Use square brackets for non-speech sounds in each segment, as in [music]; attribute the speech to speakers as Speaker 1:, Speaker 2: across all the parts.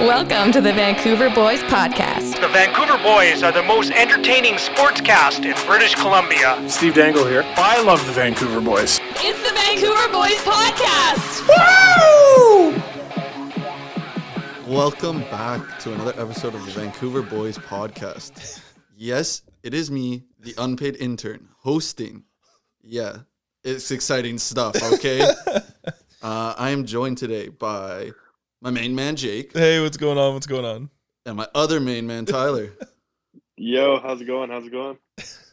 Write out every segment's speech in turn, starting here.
Speaker 1: Welcome to the Vancouver Boys Podcast.
Speaker 2: The Vancouver Boys are the most entertaining sportscast in British Columbia.
Speaker 3: Steve Dangle here. I love the Vancouver boys.
Speaker 1: It's the Vancouver Boys Podcast.
Speaker 4: Welcome back to another episode of the Vancouver Boys podcast. Yes, it is me, the unpaid intern, hosting. Yeah, it's exciting stuff, okay? uh, I am joined today by my main man, Jake,
Speaker 5: Hey, what's going on? What's going on?
Speaker 4: and my other main man, Tyler.
Speaker 6: Yo, how's it going? How's it going?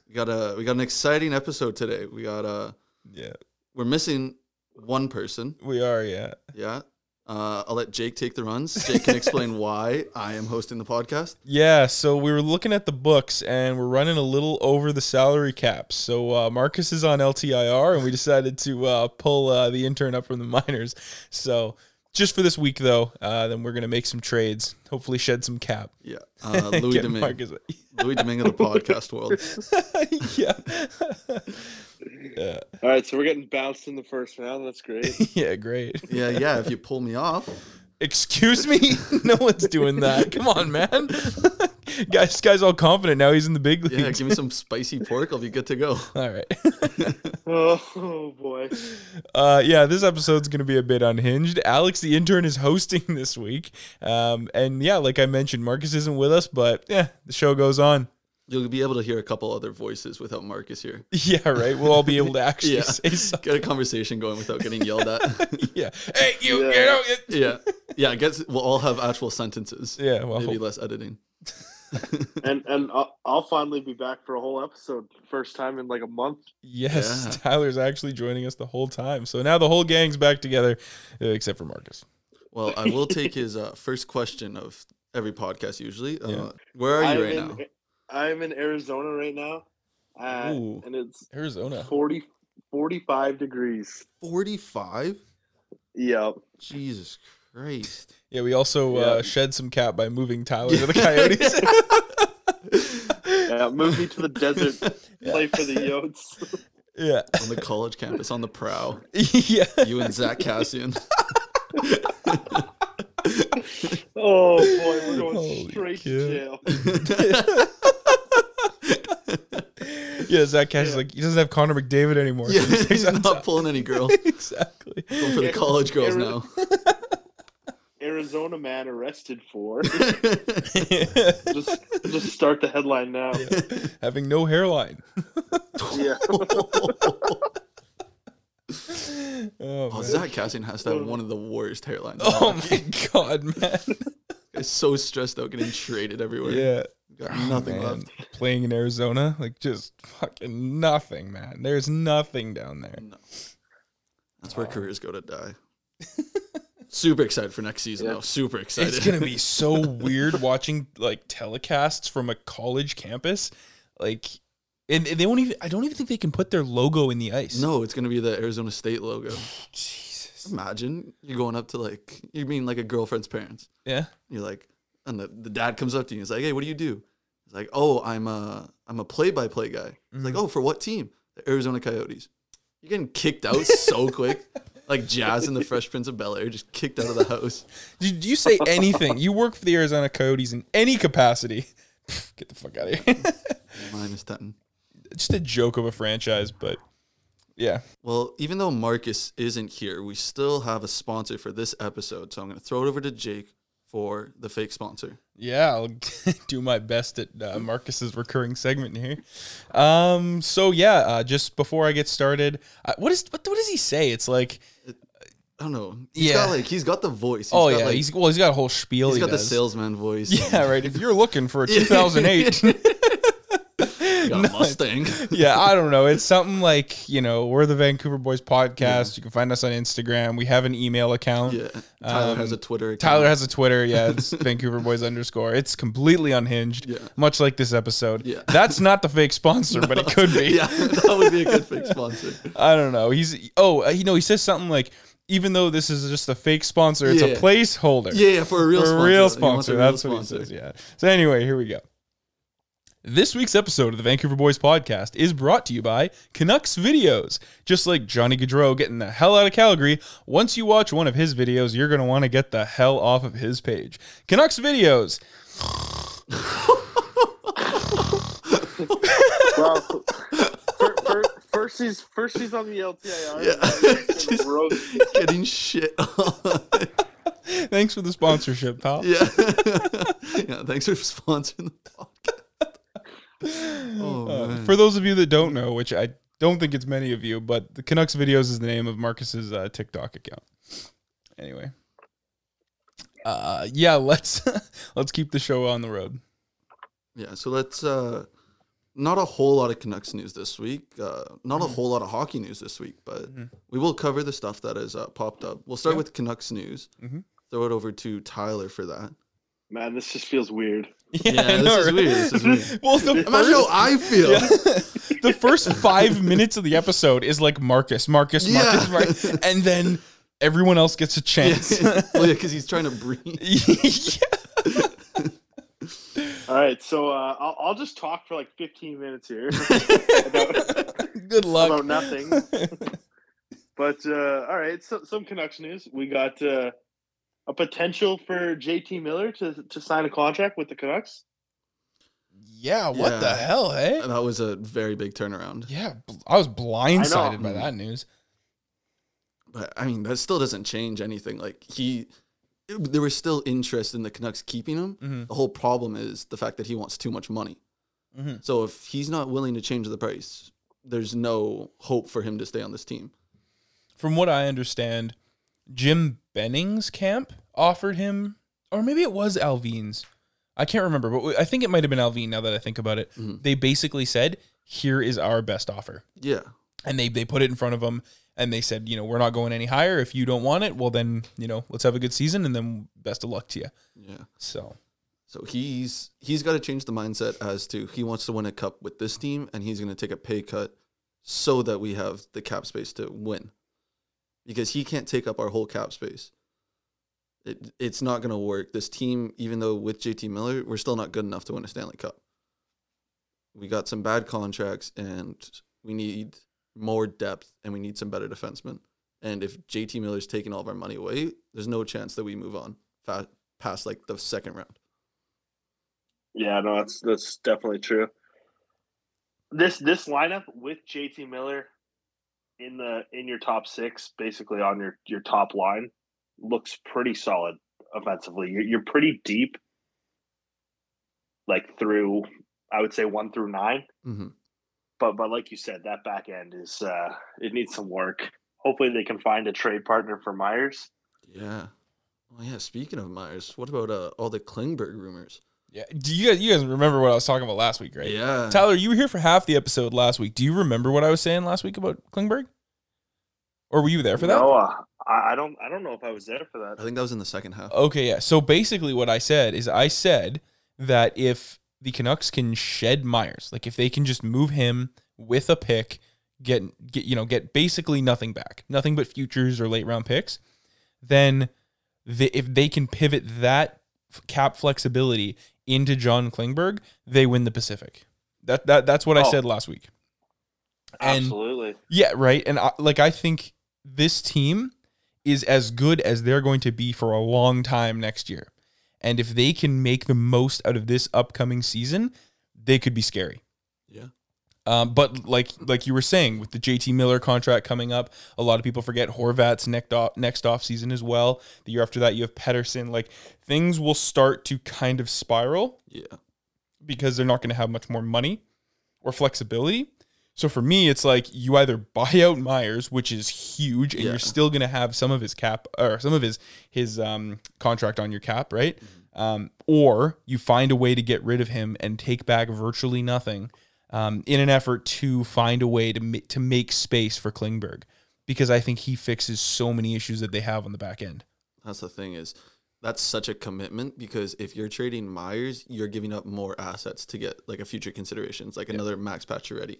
Speaker 4: We got, a, we got an exciting episode today. We got a,
Speaker 5: Yeah,
Speaker 4: we're missing one person,
Speaker 5: we are. Yeah,
Speaker 4: yeah? Uh, I'll let Jake take the runs. Jake can explain why I am hosting the podcast.
Speaker 5: yeah. So we were looking at the books, and we're running a little over the salary cap. So uh, Marcus is on LTIR, and we decided to uh, pull uh, the intern up from the [laughs] minors. So just for this week, though, uh, then we're gonna make some trades. Hopefully, shed some cap. [laughs]
Speaker 4: Yeah, uh, Louis
Speaker 5: Get
Speaker 4: Domingue.
Speaker 5: Marcus-
Speaker 4: Louis Domingue of the podcast world.
Speaker 5: [laughs] yeah. yeah.
Speaker 6: All right, so we're getting bounced in the first round. That's great.
Speaker 5: [laughs] Yeah. Great.
Speaker 4: Yeah, yeah. If you pull me off,
Speaker 5: Excuse me? [laughs] No one's doing that. Come on, man. [laughs] guys, guy's all confident now. He's in the big leagues.
Speaker 4: yeah, give me some spicy
Speaker 5: [laughs]
Speaker 4: pork. I'll be good to go.
Speaker 5: All right.
Speaker 6: oh, [laughs] oh, boy.
Speaker 5: Uh, yeah, this episode's going to be a bit unhinged. Alex, the intern, is hosting [laughs] this week. Um, and yeah, like I mentioned, Marcus isn't with us, but yeah, the show goes on. [laughs]
Speaker 4: You'll be able to hear a couple other voices without Marcus here.
Speaker 5: Yeah, right. We'll all be able to
Speaker 4: [laughs]
Speaker 5: actually
Speaker 4: Yeah, [laughs]
Speaker 5: say something.
Speaker 4: get a conversation going without getting yelled
Speaker 5: [laughs]
Speaker 4: at.
Speaker 5: Yeah. Hey, you, you
Speaker 6: Yeah.
Speaker 5: know. It.
Speaker 4: [laughs] yeah, yeah. I guess we'll all have actual sentences.
Speaker 5: Yeah, well,
Speaker 4: maybe less
Speaker 5: [laughs]
Speaker 4: editing. [laughs]
Speaker 6: And and I'll, I'll finally be back for a whole episode. First time in like a month.
Speaker 5: yes,
Speaker 4: Yeah.
Speaker 5: [laughs] Tyler's actually joining us the whole time. So now the whole gang's back together, uh, except for Marcus.
Speaker 4: Well, I will take his uh, first question of every podcast. Usually, uh,
Speaker 5: Yeah.
Speaker 4: where are you
Speaker 6: I'm
Speaker 4: right
Speaker 6: in,
Speaker 4: now?
Speaker 6: I'm in Arizona right now. Uh,
Speaker 4: Ooh.
Speaker 6: and it's
Speaker 5: Arizona.
Speaker 6: 40, 45 degrees.
Speaker 4: Forty-five.
Speaker 6: Yep.
Speaker 4: Jesus Christ.
Speaker 5: Yeah, we also
Speaker 6: Yeah.
Speaker 5: Uh, shed some cap by moving Tyler
Speaker 4: [laughs]
Speaker 5: to the Coyotes. [laughs]
Speaker 6: Yeah, move me to the desert.
Speaker 4: [laughs]
Speaker 6: Play for the Yotes.
Speaker 5: yeah. [laughs]
Speaker 4: on the college campus on the prow.
Speaker 5: yeah.
Speaker 4: You and
Speaker 5: [laughs]
Speaker 4: Zach Cassian.
Speaker 6: oh boy, we're going
Speaker 5: Holy
Speaker 6: straight
Speaker 5: cow.
Speaker 6: to
Speaker 4: [laughs]
Speaker 6: jail.
Speaker 5: Yeah, Zach Cash is like, he doesn't have Connor McDavid anymore. [laughs] so
Speaker 4: Yeah,
Speaker 5: he stays
Speaker 4: [laughs] he's
Speaker 5: on
Speaker 4: not
Speaker 5: top.
Speaker 4: pulling any girl.
Speaker 5: [laughs] exactly.
Speaker 4: Going for the
Speaker 6: [laughs] Yeah.
Speaker 4: college girls
Speaker 6: Yeah,
Speaker 4: now.
Speaker 6: Arizona man arrested
Speaker 4: [laughs]
Speaker 6: for.
Speaker 5: Having
Speaker 6: just just start the headline now.
Speaker 5: no hairline.
Speaker 6: Yeah.
Speaker 5: Oh,
Speaker 4: Oh,
Speaker 5: man.
Speaker 4: Zach Cassian has to have one of the worst [laughs] hairlines.
Speaker 5: [laughs] Oh, my god, man.
Speaker 4: It's so stressed out getting traded everywhere.
Speaker 5: yeah.
Speaker 4: Got nothing
Speaker 5: Man,
Speaker 4: left.
Speaker 5: Playing in Arizona, like just fucking nothing, man. There's nothing down there.
Speaker 4: That's where careers go to
Speaker 6: [laughs]
Speaker 4: die. Super excited for next season
Speaker 6: Yeah.
Speaker 4: though. Super excited.
Speaker 5: It's gonna [laughs] be so weird watching like telecasts from a college campus, like, and, and they won't even. I don't even think they can put their logo in the ice.
Speaker 4: [laughs] No, it's gonna be the Arizona State logo.
Speaker 5: Jesus.
Speaker 4: Imagine you're going up to like you mean like a girlfriend's parents.
Speaker 5: Yeah.
Speaker 4: You're like, and the, the dad comes up to you. He's like, "Hey, what do you do?" He's like, "Oh, I'm a I'm a play-by-play guy." He's
Speaker 5: Mm.
Speaker 4: like, "Oh, for what team?" The Arizona Coyotes. You're getting kicked out
Speaker 5: [laughs]
Speaker 4: so quick, like Jazz and the Fresh Prince of Bel Air, just kicked out of the
Speaker 5: [laughs]
Speaker 4: house.
Speaker 5: Did you say anything? You work for the Arizona Coyotes in any capacity. [laughs] Get the fuck out of here. [laughs]
Speaker 4: Minus ten.
Speaker 5: Just a joke of a franchise, but yeah.
Speaker 4: Well, even though Marcus isn't here, we still have a sponsor for this episode. So I'm gonna throw it over to Jake for the fake sponsor.
Speaker 5: Yeah, I'll [laughs] do my best at uh, Marcus's recurring segment here. Um, so yeah, uh, just before I get started, uh, what is what, what does he say? It's like,
Speaker 4: I don't know. He's
Speaker 5: Yeah.
Speaker 4: got like he's got the voice. He's
Speaker 5: oh
Speaker 4: got,
Speaker 5: yeah,
Speaker 4: like-
Speaker 5: he's well, he's got a whole spiel.
Speaker 4: he's
Speaker 5: he
Speaker 4: got the
Speaker 5: does.
Speaker 4: salesman voice.
Speaker 5: [laughs] Yeah, right. If you're
Speaker 4: [laughs]
Speaker 5: looking for a 2008, [laughs]
Speaker 4: He's got a Mustang. [laughs]
Speaker 5: yeah, I don't know. It's something like you know, we're the Vancouver Boys podcast. You can find us on Instagram. We have an email account.
Speaker 4: Yeah. Tyler
Speaker 5: Um,
Speaker 4: has a Twitter. Account.
Speaker 5: Tyler has a Twitter.
Speaker 4: [laughs]
Speaker 5: Yeah, it's Vancouver Boys underscore. It's completely unhinged,
Speaker 4: Yeah.
Speaker 5: much like this episode.
Speaker 4: Yeah.
Speaker 5: That's not the fake sponsor,
Speaker 4: [laughs]
Speaker 5: but it could be.
Speaker 4: yeah, that would be a good fake sponsor.
Speaker 5: I don't know. He's oh, uh, you know, he says something like, even though this is just a fake sponsor, it's
Speaker 4: Yeah.
Speaker 5: a placeholder.
Speaker 4: Yeah, yeah, for a real
Speaker 5: For
Speaker 4: sponsor.
Speaker 5: a real
Speaker 4: He wants
Speaker 5: sponsor.
Speaker 4: a real
Speaker 5: That's what he says. Yeah. So anyway, here we go. This week's episode of the Vancouver Boys Podcast is brought to you by Canucks Videos. Just like Johnny Gaudreau getting the hell out of Calgary, once you watch one of his videos, you're going to want to get the hell off of his page. Canucks Videos.
Speaker 6: Well, fir- fir- first he's first he's on the LTIR.
Speaker 4: Yeah.
Speaker 6: Just,
Speaker 4: Just- [laughs] Getting shit on.
Speaker 5: Thanks for the sponsorship, pal.
Speaker 4: Yeah. [laughs] yeah. Thanks for sponsoring the podcast. Oh, man.
Speaker 5: Uh, For those of you that don't know, which I don't think it's many of you, but the Canucks videos is the name of Marcus's uh, TikTok account. Anyway, uh, yeah, let's [laughs] let's keep the show on the road.
Speaker 4: [laughs] Yeah, so that's uh, not a whole lot of Canucks news this week. Uh, not a whole lot of hockey news this week, but we will cover the stuff that has uh, popped up. We'll start with Canucks news.
Speaker 5: Mhm.
Speaker 4: Throw it over to Tyler for that.
Speaker 6: Man, this just feels weird.
Speaker 5: Yeah, [laughs] I
Speaker 4: this
Speaker 5: know,
Speaker 4: is
Speaker 5: right?
Speaker 4: weird. This is weird.
Speaker 5: [laughs] Well, the
Speaker 4: Imagine how I
Speaker 5: first,
Speaker 4: feel.
Speaker 5: [laughs] Yeah. the first five minutes of the episode is like Marcus, Marcus, Marcus,
Speaker 4: Yeah. [laughs]
Speaker 5: Marcus, and then everyone else gets a
Speaker 4: [laughs]
Speaker 5: chance.
Speaker 4: Yeah. [laughs] well, yeah, because he's trying to breathe.
Speaker 5: [laughs] Yeah.
Speaker 6: All right, so uh, I'll, I'll just talk for like 15 minutes here [laughs] about,
Speaker 5: Good luck.
Speaker 6: about nothing. But uh, all right, so, some Canucks news. We got uh, a potential for JT Miller to, to sign a contract with the Canucks.
Speaker 5: yeah, what
Speaker 4: Yeah.
Speaker 5: the hell, hey?
Speaker 4: That was a very big turnaround.
Speaker 5: Yeah, bl- I was blindsided
Speaker 4: Mm.
Speaker 5: by that news.
Speaker 4: But I mean, that still doesn't change anything. Like he, there was still interest in the Canucks keeping him.
Speaker 5: Mhm.
Speaker 4: The whole problem is the fact that he wants too much money.
Speaker 5: Mhm.
Speaker 4: So if he's not willing to change the price, there's no hope for him to stay on this team.
Speaker 5: from what I understand, Jim Benning's camp offered him, or maybe it was Alvin's. I can't remember, but I think it might have been Alvin now that I think about it.
Speaker 4: Mhm.
Speaker 5: They basically said, here is our best offer.
Speaker 4: Yeah,
Speaker 5: And they, they put it in front of him and they said, you know, we're not going any higher. If you don't want it, well, then, you know, let's have a good season and then best of luck to you.
Speaker 4: yeah.
Speaker 5: So,
Speaker 4: So he's he's got to change the mindset as to he wants to win a cup with this team, and he's going to take a pay cut so that we have the cap space to win, because he can't take up our whole cap space. It, it's not going to work. This team, even though with JT Miller, we're still not good enough to win a Stanley Cup. We got some bad contracts, and we need more depth, and we need some better defensemen. And if JT Miller's taking all of our money away, there's no chance that we move on fa- past like the second round.
Speaker 6: Yeah, no, that's that's definitely true. This this lineup with JT Miller in the in your top six, basically on your your top line, looks pretty solid offensively. You're, you're pretty deep, like through I would say one through nine.
Speaker 4: hmm
Speaker 6: But but like you said, that back end is uh it needs some work. Hopefully, they can find a trade partner for Myers.
Speaker 4: Yeah. Well, yeah. Speaking of Myers, what about uh, all the Klingberg rumors?
Speaker 5: yeah. Do you guys, you guys remember what I was talking about last week, right?
Speaker 4: Yeah.
Speaker 5: Tyler, you were here for half the episode last week. Do you remember what I was saying last week about Klingberg? Or were you there for that?
Speaker 6: No, uh, I, I don't I don't know if I was there for that.
Speaker 4: I think that was in the second half.
Speaker 5: [laughs] Okay, yeah. So basically, what I said is I said that if the Canucks can shed Myers, like if they can just move him with a pick, get get you know get basically nothing back, nothing but futures or late round picks, then the, if they can pivot that f- cap flexibility into John Klingberg, they win the Pacific. That that that's what I
Speaker 6: Oh.
Speaker 5: said last week. And-
Speaker 6: Absolutely.
Speaker 5: Yeah, right. And I, like I think this team is as good as they're going to be for a long time next year. And if they can make the most out of this upcoming season, they could be scary.
Speaker 4: Yeah.
Speaker 5: Um, but like like you were saying, with the JT Miller contract coming up, a lot of people forget Horvat's next off next off season as well. The year after that, you have Pedersen. Like things will start to kind of spiral
Speaker 4: Yeah.
Speaker 5: because they're not going to have much more money or flexibility. So for me, it's like you either buy out Myers, which is huge, and
Speaker 4: Yeah.
Speaker 5: you're still going to have some of his cap or some of his his um, contract on your cap, right?
Speaker 4: Mm-hmm.
Speaker 5: Um, or you find a way to get rid of him and take back virtually nothing um, in an effort to find a way to ma- to make space for Klingberg, because I think he fixes so many issues that they have on the back end.
Speaker 4: That's the thing is, that's such a commitment because if you're trading Myers, you're giving up more assets to get like a future considerations, like another Max Pacioretty.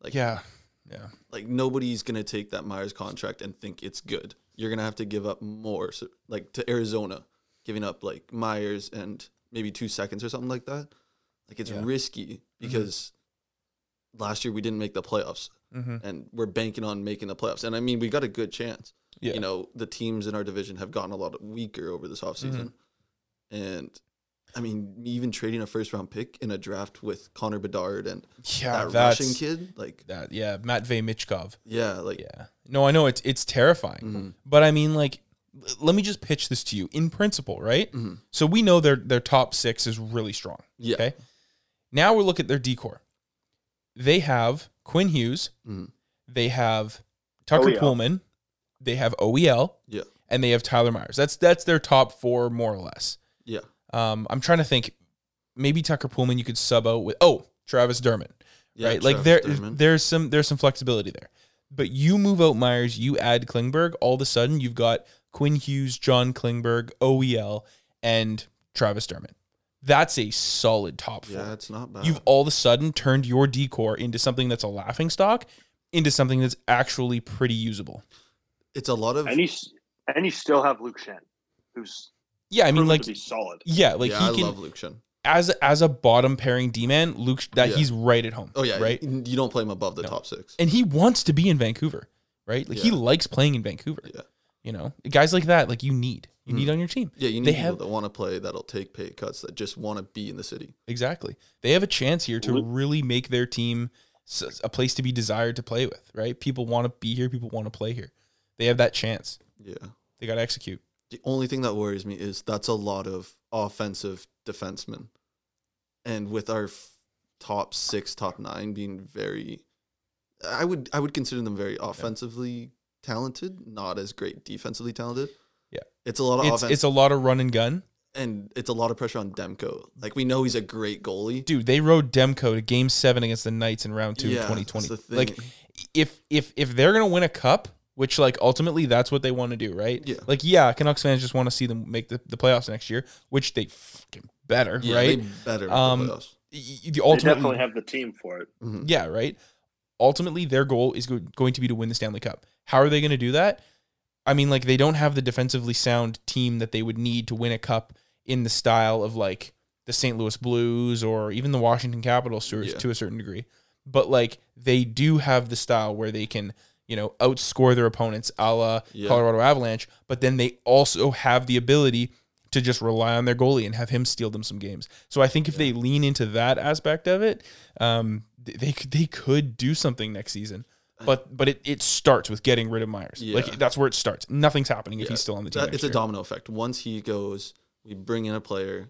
Speaker 4: Like
Speaker 5: Yeah,
Speaker 4: like nobody's gonna take that Myers contract and think it's good. You're gonna have to give up more, so, like to Arizona, giving up like Myers and maybe two seconds or something like that. Like it's
Speaker 5: Yeah.
Speaker 4: risky because last year we didn't make the playoffs
Speaker 5: Mm-hmm.
Speaker 4: and we're banking on making the playoffs. And I mean, we got a good chance.
Speaker 5: Yeah.
Speaker 4: You know, the teams in our division have gotten a lot weaker over this offseason.
Speaker 5: Mm-hmm.
Speaker 4: And I mean, even trading a first round pick in a draft with Connor Bedard and
Speaker 5: Yeah,
Speaker 4: that
Speaker 5: that's
Speaker 4: Russian kid, like,
Speaker 5: that. Yeah, Matvey Michkov.
Speaker 4: yeah, like,
Speaker 5: Yeah. No, I know it's it's terrifying.
Speaker 4: Mhm.
Speaker 5: But I mean like l- let me just pitch this to you in principle, right?
Speaker 4: Mhm.
Speaker 5: So we know their their top 6 is really strong.
Speaker 4: yeah,
Speaker 5: Okay. Now we look at their decor. They have Quinn Hughes,
Speaker 4: Mhm.
Speaker 5: they have Tucker
Speaker 6: OEL.
Speaker 5: Pullman, they have OEL,
Speaker 4: yeah,
Speaker 5: and they have Tyler Myers. That's that's their top 4 more or less.
Speaker 4: yeah,
Speaker 5: Um I'm trying to think maybe Tucker Pullman you could sub out with oh, Travis Dermott
Speaker 4: yeah.
Speaker 5: right? Like there,
Speaker 4: Travis Dermott.
Speaker 5: there's some there's some flexibility there. But you move out Myers, you add Klingberg, all of a sudden you've got Quinn Hughes, John Klingberg, OEL, and Travis Dermott. That's a solid top four.
Speaker 4: yeah, uh, it's not bad.
Speaker 5: You've all of a sudden turned your decor into something that's a laughing stock, into something that's actually pretty usable.
Speaker 4: it's a lot of,
Speaker 6: And you s- and you still have Luke Shen, who's
Speaker 5: Yeah, I mean,
Speaker 6: proven
Speaker 5: like,
Speaker 6: to be solid.
Speaker 5: yeah, like
Speaker 4: yeah, I
Speaker 5: he can
Speaker 4: love Luke Shen.
Speaker 5: as as a bottom pairing D man, Luke that
Speaker 4: Yeah.
Speaker 5: he's right at home.
Speaker 4: Oh, yeah,
Speaker 5: right.
Speaker 4: right. You don't play him above the
Speaker 5: No.
Speaker 4: top six.
Speaker 5: and he wants to be in Vancouver, right? Like he
Speaker 4: Yeah.
Speaker 5: likes playing in Vancouver.
Speaker 4: Yeah.
Speaker 5: You know, guys like that, like you need, you
Speaker 4: Mhm.
Speaker 5: need on your team.
Speaker 4: Yeah, you need
Speaker 5: They
Speaker 4: people
Speaker 5: have-
Speaker 4: that want to play, that'll take pay cuts, that just want to be in the city.
Speaker 5: Exactly. They have a chance here to
Speaker 6: Lu-
Speaker 5: really make their team s- a place to be desired to play with, right? People want to be here. People want to play here. They have that chance.
Speaker 4: Yeah.
Speaker 5: They got to execute.
Speaker 4: The only thing that worries me is that's a lot of offensive defensemen. And with our f- top 6, top 9 being very I would I would consider them very offensively talented, not as great defensively talented.
Speaker 5: Yeah.
Speaker 4: It's a lot of
Speaker 5: It's,
Speaker 4: offense
Speaker 5: it's a lot of run and gun,
Speaker 4: and it's a lot of pressure on Demko. Like we know he's a great goalie.
Speaker 5: dude. They rode Demko to Game Seven against the Knights in Round Two,
Speaker 4: Yeah,
Speaker 5: of
Speaker 4: that's
Speaker 5: twenty twenty.
Speaker 4: the thing.
Speaker 5: Like, if if if they're gonna win a cup, which like ultimately that's what they want to do, right?
Speaker 4: Yeah.
Speaker 5: Like yeah, Canucks fans just want to see them make the, the playoffs next year, which they fucking better,
Speaker 4: yeah,
Speaker 5: right?
Speaker 4: they better at the
Speaker 5: Um,
Speaker 4: playoffs.
Speaker 5: Y- y- the
Speaker 6: They
Speaker 5: ultimate,
Speaker 6: definitely have the team for it.
Speaker 4: Mhm.
Speaker 5: [clears throat] yeah, right. Ultimately, their goal is go- going to be to win the Stanley Cup. How are they going to do that? I mean, like they don't have the defensively sound team that they would need to win a cup in the style of like the St. Louis Blues or even the Washington Capitals to, a-
Speaker 4: Yeah.
Speaker 5: to a certain degree. But like they do have the style where they can, you know, outscore their opponents, a la
Speaker 4: Yeah.
Speaker 5: Colorado Avalanche. But then they also have the ability to just rely on their goalie and have him steal them some games. So I think if they lean into that aspect of it, um, th- they could they could do something next season. But but it, it starts with getting rid of Myers.
Speaker 4: Yeah.
Speaker 5: Like that's where it starts. Nothing's happening if
Speaker 4: Yeah,
Speaker 5: he's still on the team.
Speaker 4: That-
Speaker 5: next
Speaker 4: it's a
Speaker 5: year.
Speaker 4: domino effect. Once he goes, we bring in a player,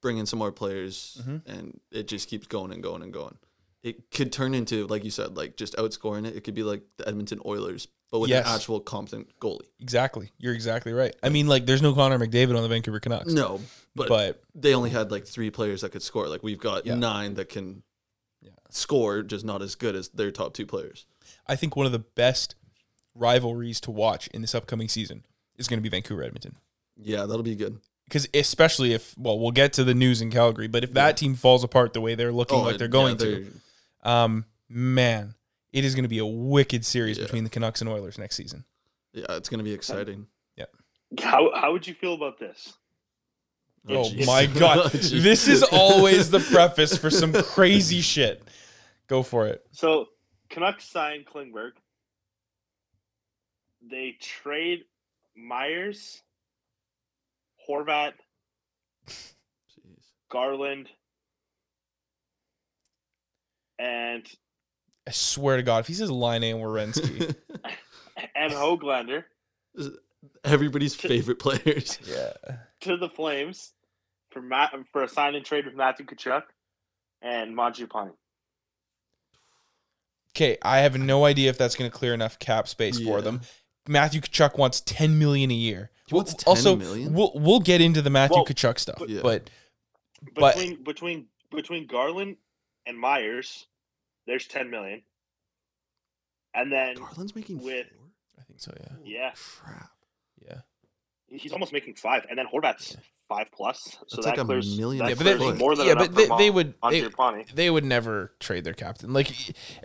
Speaker 4: bring in some more players,
Speaker 5: Mhm.
Speaker 4: and it just keeps going and going and going. It could turn into, like you said, like just outscoring it. It could be like the Edmonton Oilers, but with
Speaker 5: Yes.
Speaker 4: an actual competent goalie.
Speaker 5: Exactly. You're exactly right. I mean, like, there's no Connor McDavid on the Vancouver Canucks.
Speaker 4: No,
Speaker 5: but,
Speaker 4: but, they only had like three players that could score. Like we've got
Speaker 5: Yeah.
Speaker 4: nine that can score, just not as good as their top two players.
Speaker 5: I think one of the best rivalries to watch in this upcoming season is going to be Vancouver Edmonton.
Speaker 4: Yeah, that'll be good.
Speaker 5: Because especially if well, we'll get to the news in Calgary, but if that team falls apart the way they're looking Oh, like they're
Speaker 4: Oh, yeah,
Speaker 5: going
Speaker 4: they're-
Speaker 5: to, um, man, it is going to be a wicked series
Speaker 4: Yeah.
Speaker 5: between the Canucks and Oilers next season.
Speaker 4: Yeah, it's gonna be
Speaker 5: [laughs]
Speaker 4: exciting.
Speaker 6: How how would you feel about this?
Speaker 5: Oh
Speaker 4: jeez.
Speaker 5: my
Speaker 4: [laughs]
Speaker 5: god,
Speaker 4: Oh, jeez.
Speaker 5: this is always the preface
Speaker 4: [laughs]
Speaker 5: for some crazy shit. Go for it.
Speaker 6: So Canucks sign Klingberg. They trade Myers, Horvat,
Speaker 4: Jeez.
Speaker 6: Garland, and
Speaker 5: I swear to God, if he says Line and
Speaker 4: [laughs]
Speaker 5: Wierenski,
Speaker 6: and Hoaglander
Speaker 4: Everybody's favorite
Speaker 5: [laughs]
Speaker 4: players.
Speaker 5: yeah,
Speaker 6: to the Flames for Matt for a sign and trade with Matthew Kachuk and Mangiapane.
Speaker 5: Okay, I have no idea if that's going to clear enough cap space for
Speaker 4: Yeah.
Speaker 5: them. Matthew Kachuk wants ten million a year.
Speaker 4: He wants
Speaker 5: We'll-
Speaker 4: 10
Speaker 5: also,
Speaker 4: million?
Speaker 5: we'll we'll get into the Matthew
Speaker 6: Well,
Speaker 5: Kachuk stuff,
Speaker 6: but-
Speaker 4: Yeah.
Speaker 5: but But-
Speaker 6: Between between between Garland and Myers, there's ten million. And then
Speaker 4: Garland's making
Speaker 6: with-
Speaker 4: four.
Speaker 5: I think so. Yeah,
Speaker 6: yeah,
Speaker 4: Crap.
Speaker 5: yeah,
Speaker 6: he's almost making five, and then Horvat's five plus.
Speaker 4: That's
Speaker 6: So that
Speaker 4: like a
Speaker 6: clears
Speaker 4: million
Speaker 6: that
Speaker 4: Yeah,
Speaker 5: but
Speaker 6: clears
Speaker 5: they-
Speaker 6: more than
Speaker 5: yeah,
Speaker 6: enough
Speaker 5: but
Speaker 6: for
Speaker 5: they-
Speaker 6: Ma-
Speaker 5: they would-
Speaker 6: Andre
Speaker 5: they-
Speaker 6: Pani.
Speaker 5: they would never trade their captain. Like,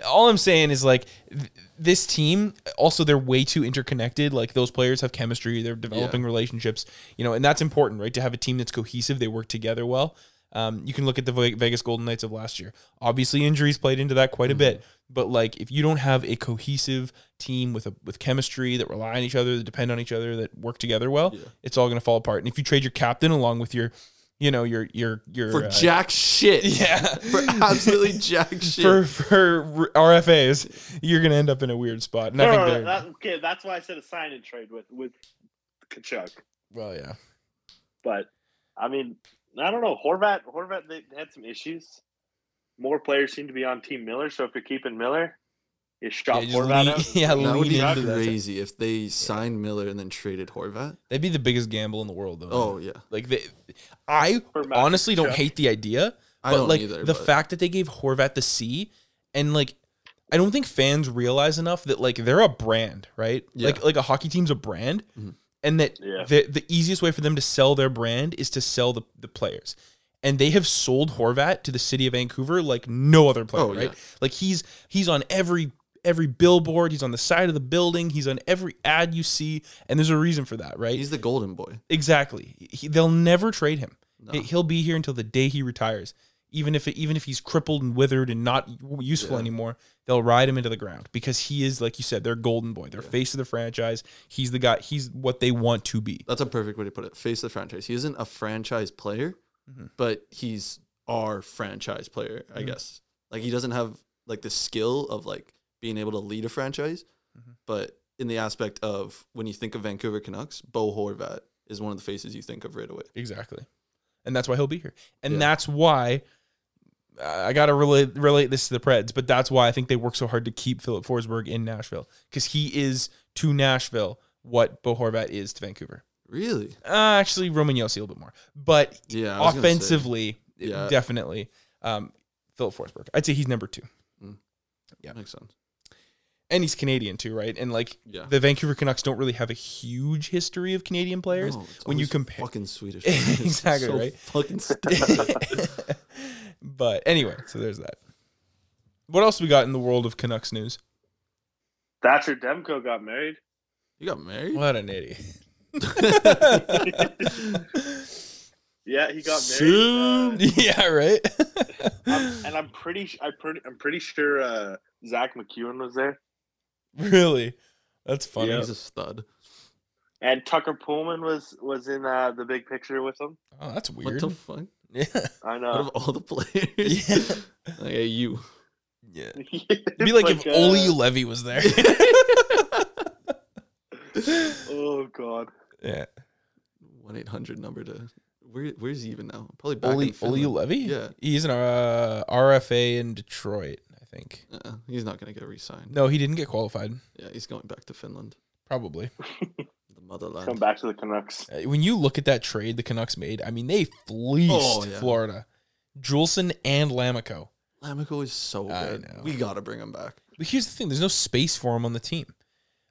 Speaker 5: all I'm saying is like th- this team. Also, they're way too interconnected. Like those players have chemistry. They're developing relationships. You know, and that's important, right? To have a team that's cohesive. They work together well. Um, you can look at the Ve- Vegas Golden Knights of last year. Obviously, injuries played into that quite a bit.
Speaker 4: Mm-hmm.
Speaker 5: But like, if you don't have a cohesive team with a with chemistry that rely on each other, that depend on each other, that work together well,
Speaker 4: Yeah.
Speaker 5: it's all going to fall apart. And if you trade your captain along with your, you know, your your your
Speaker 4: for
Speaker 5: uh,
Speaker 4: jack shit.
Speaker 5: [laughs] yeah,
Speaker 4: For
Speaker 5: [laughs]
Speaker 4: absolutely jack shit.
Speaker 5: for for RFAs, you're going to end up in a weird spot. And I
Speaker 6: No,
Speaker 5: think
Speaker 6: no, no,
Speaker 5: they're-
Speaker 6: that- okay, that's why I said a sign and trade with with Kachuk.
Speaker 5: well, yeah.
Speaker 6: But I mean, I don't know. Horvat, Horvat, they had some issues. More players seem to be on Team Miller, so if you're keeping Miller, you
Speaker 5: Yeah,
Speaker 6: shop
Speaker 5: just
Speaker 6: Horvat
Speaker 5: lean-
Speaker 6: [laughs] out.
Speaker 5: yeah,
Speaker 4: that would
Speaker 5: lean
Speaker 4: be
Speaker 5: into that.
Speaker 4: crazy if they signed Miller and then traded Horvat.
Speaker 5: That'd be the biggest gamble in the world, though.
Speaker 4: Oh yeah,
Speaker 5: Like they, I
Speaker 6: For Matt
Speaker 5: honestly don't
Speaker 6: Kachuk.
Speaker 5: hate the idea,
Speaker 4: I
Speaker 5: but
Speaker 4: don't
Speaker 5: like
Speaker 4: either.
Speaker 5: the
Speaker 4: but
Speaker 5: fact that they gave Horvat the C, and like I don't think fans realize enough that like they're a brand, right?
Speaker 4: Yeah.
Speaker 5: Like like a hockey team's a brand,
Speaker 4: Mhm.
Speaker 5: and that
Speaker 6: Yeah.
Speaker 5: the the easiest way for them to sell their brand is to sell the the players. And they have sold Horvat to the city of Vancouver like no other player,
Speaker 4: Oh, yeah.
Speaker 5: right? Like he's he's on every every billboard, he's on the side of the building, he's on every ad you see, and there's a reason for that, right?
Speaker 4: he's the golden boy.
Speaker 5: Exactly. He, they'll never trade him.
Speaker 4: No.
Speaker 5: He- He'll be here until the day he retires. Even if even if he's crippled and withered and not useful
Speaker 4: Yeah.
Speaker 5: anymore, they'll ride him into the ground because he is, like you said, their golden boy, their face of the franchise. He's the guy. He's what they want to be.
Speaker 4: That's a perfect way to put it. Face the franchise. He isn't a franchise player,
Speaker 5: Mm-hmm.
Speaker 4: but he's our franchise player, I guess. Like he doesn't have like the skill of like being able to lead a franchise,
Speaker 5: Mm-hmm.
Speaker 4: but in the aspect of when you think of Vancouver Canucks, Bo Horvat is one of the faces you think of right away.
Speaker 5: Exactly, and that's why he'll be here. And
Speaker 4: Yeah.
Speaker 5: that's why I gotta relate relate this to the Preds, but that's why I think they work so hard to keep Philip Forsberg in Nashville because he is to Nashville what Bo Horvat is to Vancouver.
Speaker 4: Really?
Speaker 5: Uh, actually, Roman Yossi a little bit more, but
Speaker 4: Yeah. I was gonna say.
Speaker 5: offensively,
Speaker 4: Yeah.
Speaker 5: definitely. Um, Philip Forsberg, I'd say he's number two,
Speaker 4: makes sense.
Speaker 5: and he's Canadian too, right? And like
Speaker 4: Yeah.
Speaker 5: the Vancouver Canucks don't really have a huge history of Canadian players
Speaker 4: No, it's
Speaker 5: when you
Speaker 4: always [laughs]
Speaker 5: compare.
Speaker 4: fucking Swedish,
Speaker 5: Exactly,
Speaker 4: So
Speaker 5: right?
Speaker 4: Fucking stupid.
Speaker 5: [laughs] but anyway, so there's that. What else we got in the world of Canucks news?
Speaker 6: Thatcher Demko got married.
Speaker 4: you got married?
Speaker 5: What an idiot!
Speaker 6: Yeah, he got
Speaker 4: Soon.
Speaker 5: [laughs]
Speaker 6: married.
Speaker 5: yeah, right.
Speaker 6: uh, I'm- and I'm pretty, su- I pretty, I'm pretty sure uh, Zach McEwen was there,
Speaker 5: really, that's funny.
Speaker 4: He's a stud.
Speaker 6: and Tucker Pullman was was in uh, the big picture with him.
Speaker 5: Oh, that's
Speaker 4: What
Speaker 5: weird.
Speaker 4: the fuck?
Speaker 5: yeah,
Speaker 6: I
Speaker 4: Out of
Speaker 6: know.
Speaker 4: all the players,
Speaker 5: [laughs]
Speaker 4: [laughs]
Speaker 5: yeah,
Speaker 4: like, hey, you.
Speaker 5: yeah.
Speaker 6: [laughs] It'd
Speaker 5: It'd be like, if
Speaker 6: uh,
Speaker 4: uh,
Speaker 5: Oli Levy
Speaker 4: [laughs]
Speaker 5: was there.
Speaker 6: Oh God.
Speaker 5: yeah.
Speaker 4: one eight hundred number to where where's he even now? Probably back
Speaker 5: Oli,
Speaker 4: in
Speaker 5: Oli
Speaker 4: Finland.
Speaker 5: Levy?
Speaker 4: Yeah.
Speaker 5: He's an uh, RFA in Detroit, I think.
Speaker 4: Uh, he's not gonna get re-signed.
Speaker 5: No, he didn't get qualified,
Speaker 4: Yeah, he's going back to Finland,
Speaker 5: probably.
Speaker 4: the motherland.
Speaker 6: Come back to the Canucks.
Speaker 5: Uh, When you look at that trade the Canucks made, I mean, they fleeced
Speaker 4: Oh, yeah.
Speaker 5: Florida. Juleson and Lamico.
Speaker 4: Lamico is so good.
Speaker 5: I know.
Speaker 4: We gotta bring him back.
Speaker 5: But here's the thing there's no space for him on the team.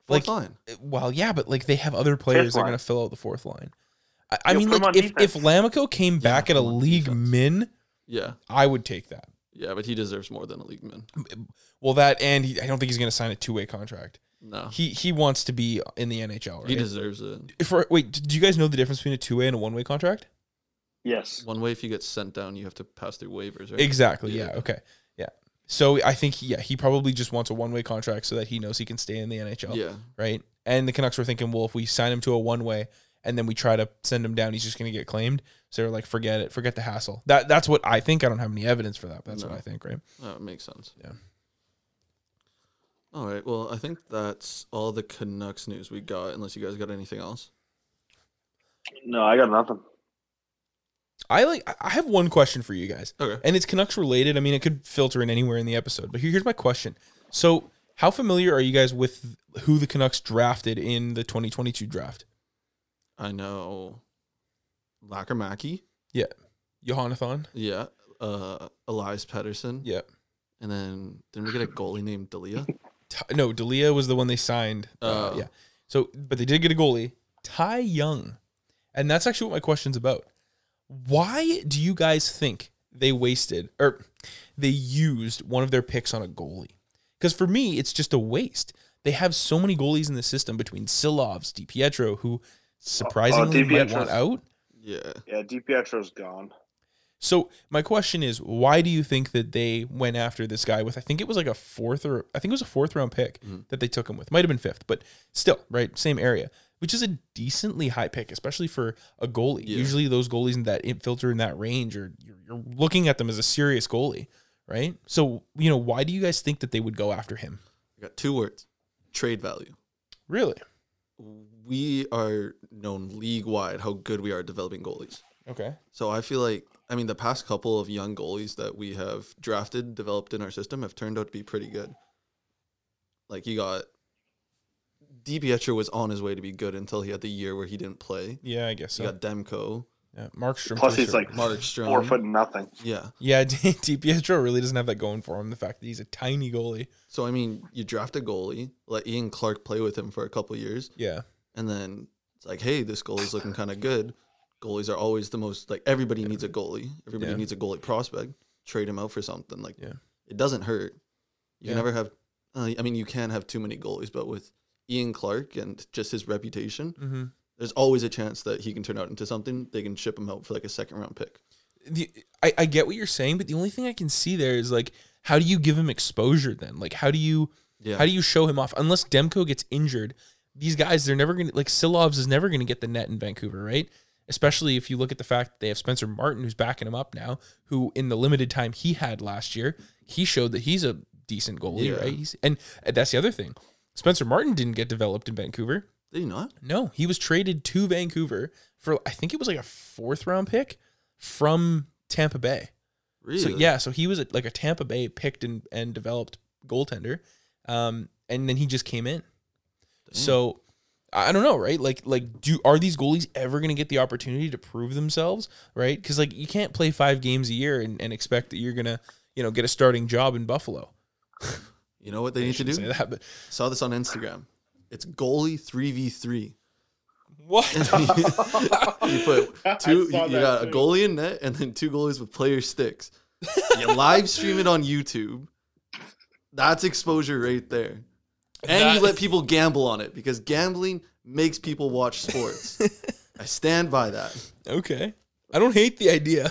Speaker 4: Fourth
Speaker 5: Like-
Speaker 4: line.
Speaker 5: Uh, Well, yeah, but like they have other players that are
Speaker 6: line.
Speaker 5: going to fill out the fourth line. I, I
Speaker 6: Yeah,
Speaker 5: mean,
Speaker 6: put him
Speaker 5: like
Speaker 6: on
Speaker 5: if, if
Speaker 6: defense.
Speaker 5: Lamico came
Speaker 4: Yeah,
Speaker 5: back at
Speaker 4: put
Speaker 5: a
Speaker 4: him on
Speaker 5: league
Speaker 4: defense.
Speaker 5: min,
Speaker 4: Yeah,
Speaker 5: I would take that.
Speaker 4: yeah, but he deserves more than a league man.
Speaker 5: Well, that and he, I don't think he's going to sign a two way contract.
Speaker 4: No, he,
Speaker 5: He he wants to be in the NHL. Right?
Speaker 4: deserves it.
Speaker 5: for wait, d- do you guys know the difference between a two-way and a one-way contract?
Speaker 6: Yes.
Speaker 4: One way, if you get sent down, you have to pass through waivers, right?
Speaker 5: Exactly.
Speaker 4: Yeah.
Speaker 5: Yeah. Okay. Yeah. So I think yeah, he probably just wants a one-way contract so that he knows he can stay in the NHL.
Speaker 4: Yeah,
Speaker 5: Right. And the Canucks were thinking, well, if we sign him to a one-way and then we try to send him down, he's just going to get claimed. So they're like, forget it, forget the hassle. That that's what I think. I don't have any evidence for that. But that's
Speaker 4: No.
Speaker 5: what I think. Right.
Speaker 4: that makes sense.
Speaker 5: Yeah.
Speaker 4: All right. Well, I think that's all the Canucks news we got. Unless you guys got anything else.
Speaker 6: No, I got nothing.
Speaker 5: I like. I- I have one question for you guys.
Speaker 4: Okay.
Speaker 5: and it's Canucks related. I mean, it could filter in anywhere in the episode. But here- here's my question: So, how familiar are you guys with who the Canucks drafted in the 2022 draft?
Speaker 4: I know. Lackermaki.
Speaker 5: Johannathon.
Speaker 4: Yeah. Uh, Elias Pettersson.
Speaker 5: Yeah.
Speaker 4: And then didn't we get a goalie named
Speaker 5: [laughs]
Speaker 4: Dalia?
Speaker 5: Ty- no, Dalia was the one they signed. Uh,
Speaker 4: Oh.
Speaker 5: yeah. So, but they did get a goalie, Ty Young, and that's actually what my question's about. Why do you guys think they wasted or they used one of their picks on a goalie? Because for me, it's just a waste. They have so many goalies in the system between Silovs, DiPietro, who surprisingly might
Speaker 6: DiPietro's-
Speaker 5: want out.
Speaker 4: yeah.
Speaker 6: Yeah, DiPietro's gone.
Speaker 5: So my question is, why do you think that they went after this guy with? I think it was like a fourth or I think it was a fourth round pick that they took him with. Might have been fifth, but still, right, same area, which is a decently high pick, especially for a goalie.
Speaker 4: Yeah.
Speaker 5: Usually those goalies in that in- filter in that range, are you're, you're looking at them as a serious goalie, right? So you know, why do you guys think that they would go after him?
Speaker 4: I got two words trade value.
Speaker 5: Really?
Speaker 4: We are known league wide how good we are at developing goalies.
Speaker 5: Okay.
Speaker 4: So I feel like, I mean, the past couple of young goalies that we have drafted, developed in our system have turned out to be pretty good. Like you got, DiPietro was on his way to be good until he had the year where he didn't play.
Speaker 5: Yeah, I guess
Speaker 4: You
Speaker 5: so.
Speaker 4: got Demko,
Speaker 5: Yeah, Markstrom.
Speaker 6: Plus,
Speaker 5: for
Speaker 6: he's
Speaker 5: sure.
Speaker 6: like
Speaker 4: Markstrom.
Speaker 6: four foot nothing.
Speaker 4: Yeah.
Speaker 5: yeah, [laughs] Di Pietro really doesn't have that going for him. The fact that he's a tiny goalie.
Speaker 4: So I mean, you draft a goalie, let Ian Clark play with him for a couple years,
Speaker 5: Yeah.
Speaker 4: and then it's like, hey, this goalie's looking kind of good. Goalies are always the most like everybody needs a goalie. Everybody
Speaker 5: Yeah.
Speaker 4: needs a goalie prospect. Trade him out for something like
Speaker 5: Yeah.
Speaker 4: it doesn't hurt. You
Speaker 5: Yeah.
Speaker 4: can never have. Uh, I mean, you can have too many goalies, but with Ian Clark and just his reputation,
Speaker 5: Mm-hmm.
Speaker 4: there's always a chance that he can turn out into something. They can ship him out for like a second round pick.
Speaker 5: the I, I get what you're saying, but the only thing I can see there is like, how do you give him exposure then? Like, how do you
Speaker 4: Yeah,
Speaker 5: how do you show him off? Unless Demko gets injured, these guys they're never gonna like Silovs is never gonna get the net in Vancouver, right? Especially if you look at the fact that they have Spencer Martin who's backing him up now, who in the limited time he had last year, he showed that he's a decent goalie,
Speaker 4: Yeah.
Speaker 5: right? He's, and that's the other thing. Spencer Martin didn't get developed in Vancouver.
Speaker 4: did he not?
Speaker 5: No, he was traded to Vancouver for I think it was like a fourth round pick from Tampa Bay.
Speaker 4: Really?
Speaker 5: So yeah, so he was a, like a Tampa Bay picked and, and developed goaltender, um, and then he just came in. So I I don't know, right? Like like do are these goalies ever going to get the opportunity to prove themselves, right? Because like you can't play five games a year and, and expect that you're gonna you know get a starting job in Buffalo.
Speaker 4: you know what they
Speaker 5: I
Speaker 4: need to do?
Speaker 5: shouldn't say that, but [laughs]
Speaker 4: Saw this on Instagram. It's goalie three v three. [laughs]
Speaker 5: what? [laughs]
Speaker 4: you put two. You
Speaker 6: saw that
Speaker 4: got a
Speaker 6: too.
Speaker 4: goalie in net, and then two goalies with player sticks. You live stream it on YouTube. That's exposure right there. And you
Speaker 5: That-
Speaker 4: let people gamble on it because gambling makes people watch
Speaker 6: [laughs]
Speaker 4: sports. I stand by that.
Speaker 5: okay, I don't hate the idea.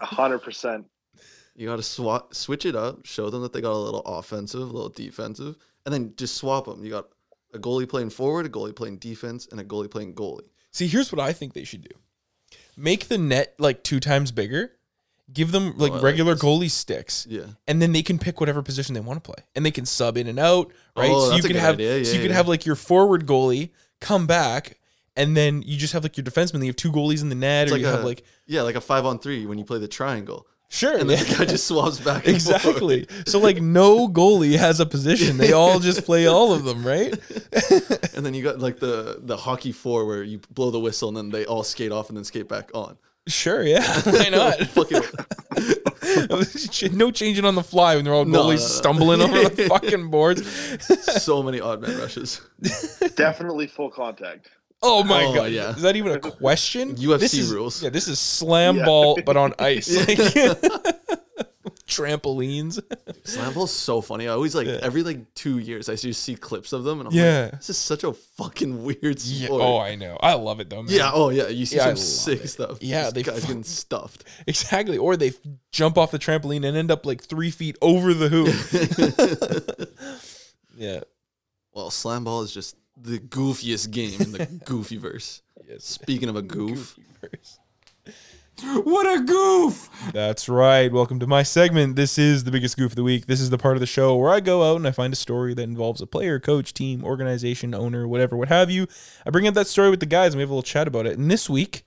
Speaker 6: hundred percent.
Speaker 4: You got to swap, switch it up, show them that they got a little offensive, a little defensive, and then just swap them. You got a goalie playing forward, a goalie playing defense, and a goalie playing goalie.
Speaker 5: See, here's what I think they should do: make the net like two times bigger, give them like
Speaker 4: Oh, I like
Speaker 5: regular goalie sticks,
Speaker 4: Yeah.
Speaker 5: and then they can pick whatever position they want to play, and they can sub in and out, right?
Speaker 4: Oh,
Speaker 5: so you
Speaker 4: that's a
Speaker 5: could
Speaker 4: good
Speaker 5: have,
Speaker 4: idea.
Speaker 5: so
Speaker 4: Yeah,
Speaker 5: you could
Speaker 4: yeah.
Speaker 5: have like your forward goalie come back, and then you just have like your defenseman. You have two goalies in the net,
Speaker 4: It's
Speaker 5: or
Speaker 4: like
Speaker 5: you
Speaker 4: a
Speaker 5: have like
Speaker 4: yeah, like a five on three when you play the triangle,
Speaker 5: sure,
Speaker 4: and
Speaker 5: yeah.
Speaker 4: then the guy just swaps back.
Speaker 5: [laughs]
Speaker 4: and forth.
Speaker 5: exactly. so like no goalie has a position; they all
Speaker 4: [laughs]
Speaker 5: just play all of them, right?
Speaker 4: And then you got like the the hockey four where you blow the whistle and then they all skate off and then skate back on.
Speaker 5: Sure, yeah, [laughs] why not?
Speaker 4: Fucking [laughs]
Speaker 5: [laughs] no changing on the fly when they're all goalies
Speaker 4: No, no, no.
Speaker 5: stumbling
Speaker 4: [laughs]
Speaker 5: over the fucking boards.
Speaker 4: so many odd man rushes.
Speaker 6: Definitely full contact.
Speaker 5: Oh my
Speaker 4: Oh,
Speaker 5: god!
Speaker 4: yeah.
Speaker 5: Is that even a question?
Speaker 4: UFC
Speaker 5: This is-
Speaker 4: rules.
Speaker 5: Yeah, this is slam ball, but on
Speaker 4: [laughs]
Speaker 5: ice. Like, [laughs] trampolines.
Speaker 4: Slam ball's so funny. I always like every like two years I just see clips of them and I'm
Speaker 5: Yeah.
Speaker 4: like, this is such a fucking weird
Speaker 5: Yeah,
Speaker 4: sport.
Speaker 5: oh, I know. I love it though. Man.
Speaker 4: yeah, oh yeah. You see
Speaker 5: Yeah, I
Speaker 4: some
Speaker 5: love
Speaker 4: sick
Speaker 5: it.
Speaker 4: stuff.
Speaker 5: Yeah,
Speaker 4: These
Speaker 5: they
Speaker 4: guys
Speaker 5: fuck-
Speaker 4: getting stuffed.
Speaker 5: exactly. Or they f- jump off the trampoline and end up like three feet over the hoop.
Speaker 4: [laughs]
Speaker 5: [laughs] yeah.
Speaker 4: Well, slam ball is just the goofiest game in the
Speaker 5: [laughs]
Speaker 4: goofy verse.
Speaker 5: Yes.
Speaker 4: Speaking of a goof,
Speaker 7: What a goof!
Speaker 5: That's right. Welcome to my segment. This is the biggest goof of the week. This is the part of the show where I go out and I find a story that involves a player, coach, team, organization, owner, whatever, what have you. I bring up that story with the guys and we have a little chat about it. And this week,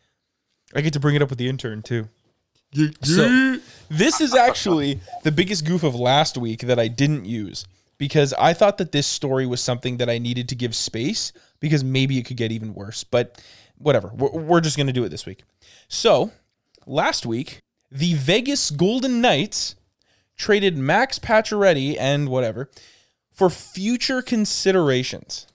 Speaker 5: I get to bring it up with the intern too. So, this is actually the biggest goof of last week that I didn't use because I thought that this story was something that I needed to give space because maybe it could get even worse. But whatever, we're, we're just going to do it this week. So, last week, the Vegas Golden Knights traded Max Pacioretty and whatever for future considerations.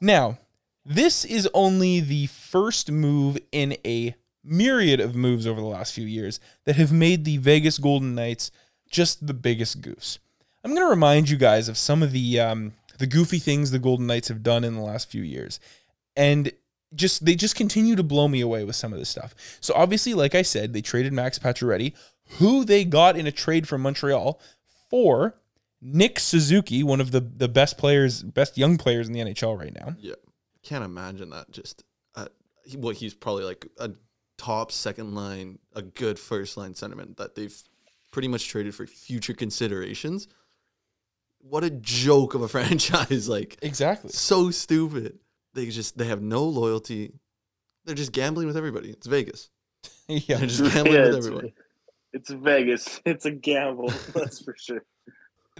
Speaker 5: Now, this is only the first move in a myriad of moves over the last few years that have made the Vegas Golden Knights just the biggest goofs. I'm going to remind you guys of some of the um, the goofy things the Golden Knights have done in the last few years, and just they just continue to blow me away with some of this stuff. So obviously, like I said, they traded Max Pacioretty, who they got in a trade from Montreal for Nick Suzuki, one of the the best players, best young players in the NHL right now.
Speaker 4: Yeah, can't imagine that. Just uh, he- well, he's probably like a top second line, a good first line sentiment that they've pretty much traded for future considerations. What a joke of a [laughs] franchise! Like
Speaker 5: Exactly.
Speaker 4: so stupid. They just they have no loyalty. They're just gambling with everybody. It's Vegas.
Speaker 5: yeah.
Speaker 4: They're just gambling
Speaker 6: Yeah,
Speaker 4: with
Speaker 6: it's-
Speaker 4: everyone.
Speaker 6: It's Vegas. [laughs] It's a gamble. That's for sure.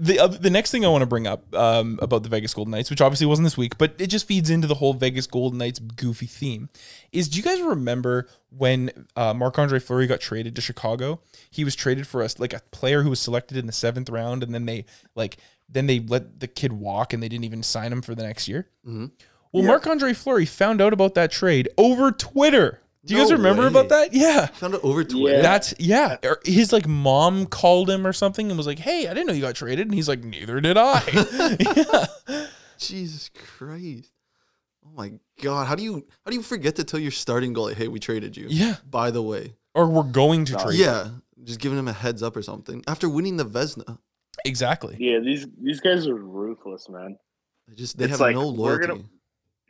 Speaker 5: the other, the next thing I want to bring up um, about the Vegas Golden Knights, which obviously wasn't this week, but it just feeds into the whole Vegas Golden Knights goofy theme, is do you guys remember when uh, Marc Andre Fleury got traded to Chicago? He was traded for us like a player who was selected in the seventh round, and then they like then they let the kid walk, and they didn't even sign him for the next year.
Speaker 4: Mhm.
Speaker 5: Well,
Speaker 6: Yeah.
Speaker 5: Marc Andre Fleury found out about that trade over Twitter. Do you
Speaker 4: No
Speaker 5: guys remember
Speaker 4: way.
Speaker 5: about that? Yeah.
Speaker 4: Found it over Twitter.
Speaker 6: Yeah.
Speaker 5: That's yeah. Or His like mom called him or something and was like, "Hey, I didn't know you got traded." And he's like, "Neither did I." Yeah.
Speaker 4: Jesus Christ. Oh my God. How do you how do you forget to tell your starting goalie, hey, we traded you?
Speaker 5: Yeah.
Speaker 4: By the way.
Speaker 5: Or we're going to trade.
Speaker 4: Yeah, just giving him a heads up or something. After winning the Vesna,
Speaker 5: exactly.
Speaker 6: Yeah, these these guys are ruthless, man.
Speaker 4: they just they
Speaker 6: It's
Speaker 4: have
Speaker 6: like,
Speaker 4: no
Speaker 6: we're
Speaker 4: loyalty.
Speaker 6: gonna-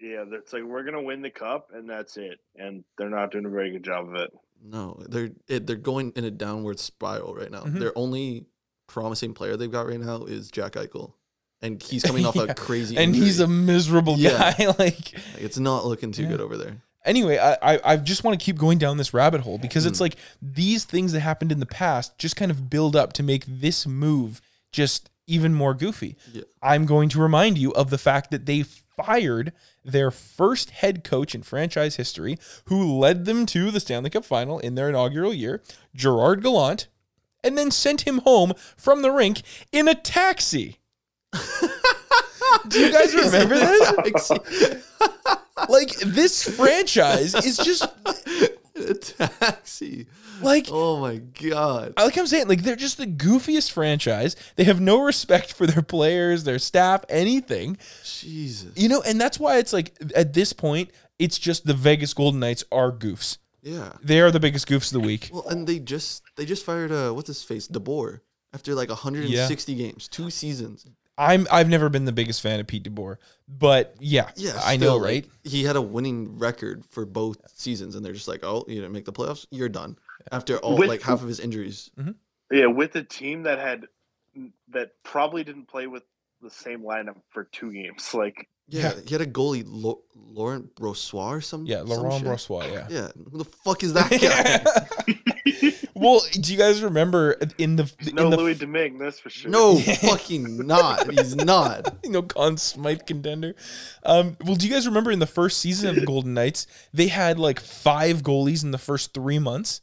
Speaker 6: Yeah, it's like we're gonna win the cup and that's it. And they're not doing a very good job of it.
Speaker 4: No, they're it, they're going in a downward spiral right now.
Speaker 5: Mhm.
Speaker 4: Their only promising player they've got right now is Jack Eichel, and
Speaker 5: [laughs]
Speaker 4: he's coming off
Speaker 5: Yeah.
Speaker 4: a crazy
Speaker 5: And he's a
Speaker 4: injury.
Speaker 5: miserable
Speaker 4: Yeah.
Speaker 5: guy. [laughs] like
Speaker 4: Like, it's not looking too
Speaker 5: Yeah.
Speaker 4: good over there.
Speaker 5: anyway, I, I I just want to keep going down this rabbit hole because it's like these things that happened in the past just kind of build up to make this move just even more goofy.
Speaker 4: Yeah.
Speaker 5: I'm going to remind you of the fact that they fired their first head coach in franchise history, who led them to the Stanley Cup final in their inaugural year, Gerard Gallant, and then sent him home from the rink in a taxi. Do you guys [laughs] remember this?
Speaker 4: [laughs]
Speaker 5: Like this franchise is just
Speaker 4: a taxi.
Speaker 5: like
Speaker 4: Oh my god.
Speaker 5: I- like I'm saying, like they're just the goofiest franchise. They have no respect for their players, their staff, anything.
Speaker 4: Jesus.
Speaker 5: You know, and that's why it's like at this point, it's just the Vegas Golden Knights are goofs.
Speaker 4: Yeah.
Speaker 5: They are the biggest goofs of the week.
Speaker 4: Well, and they just they just fired uh what's his face DeBoer after like 160 games, two seasons.
Speaker 5: I'm I've never been the biggest fan of Pete DeBoer, but yeah,
Speaker 4: Yeah,
Speaker 5: I
Speaker 4: still,
Speaker 5: know, right?
Speaker 4: like, he had a winning record for both seasons, and they're just like, oh, you didn't make the playoffs, you're done. After all,
Speaker 6: With-
Speaker 4: like half of his injuries.
Speaker 6: Yeah, with a team that had that probably didn't play with the same lineup for two games. [laughs] Like
Speaker 4: Yeah, he had a goalie, Lo- Laurent Brossois or some.
Speaker 5: yeah,
Speaker 4: some
Speaker 5: Laurent
Speaker 4: shit.
Speaker 5: Brossois, yeah.
Speaker 4: Yeah, who the fuck is [laughs]
Speaker 5: [laughs]
Speaker 4: that guy?
Speaker 5: well, do you guys remember in the in
Speaker 6: no
Speaker 5: the
Speaker 6: Louis Domingue, that's for
Speaker 5: [laughs]
Speaker 6: sure.
Speaker 4: no, fucking not. He's
Speaker 6: [laughs]
Speaker 4: not.
Speaker 5: you know, Conn Smythe contender. Um, well, do you guys remember in the first season
Speaker 4: [laughs]
Speaker 5: of the Golden Knights, they had like five goalies in the first three months?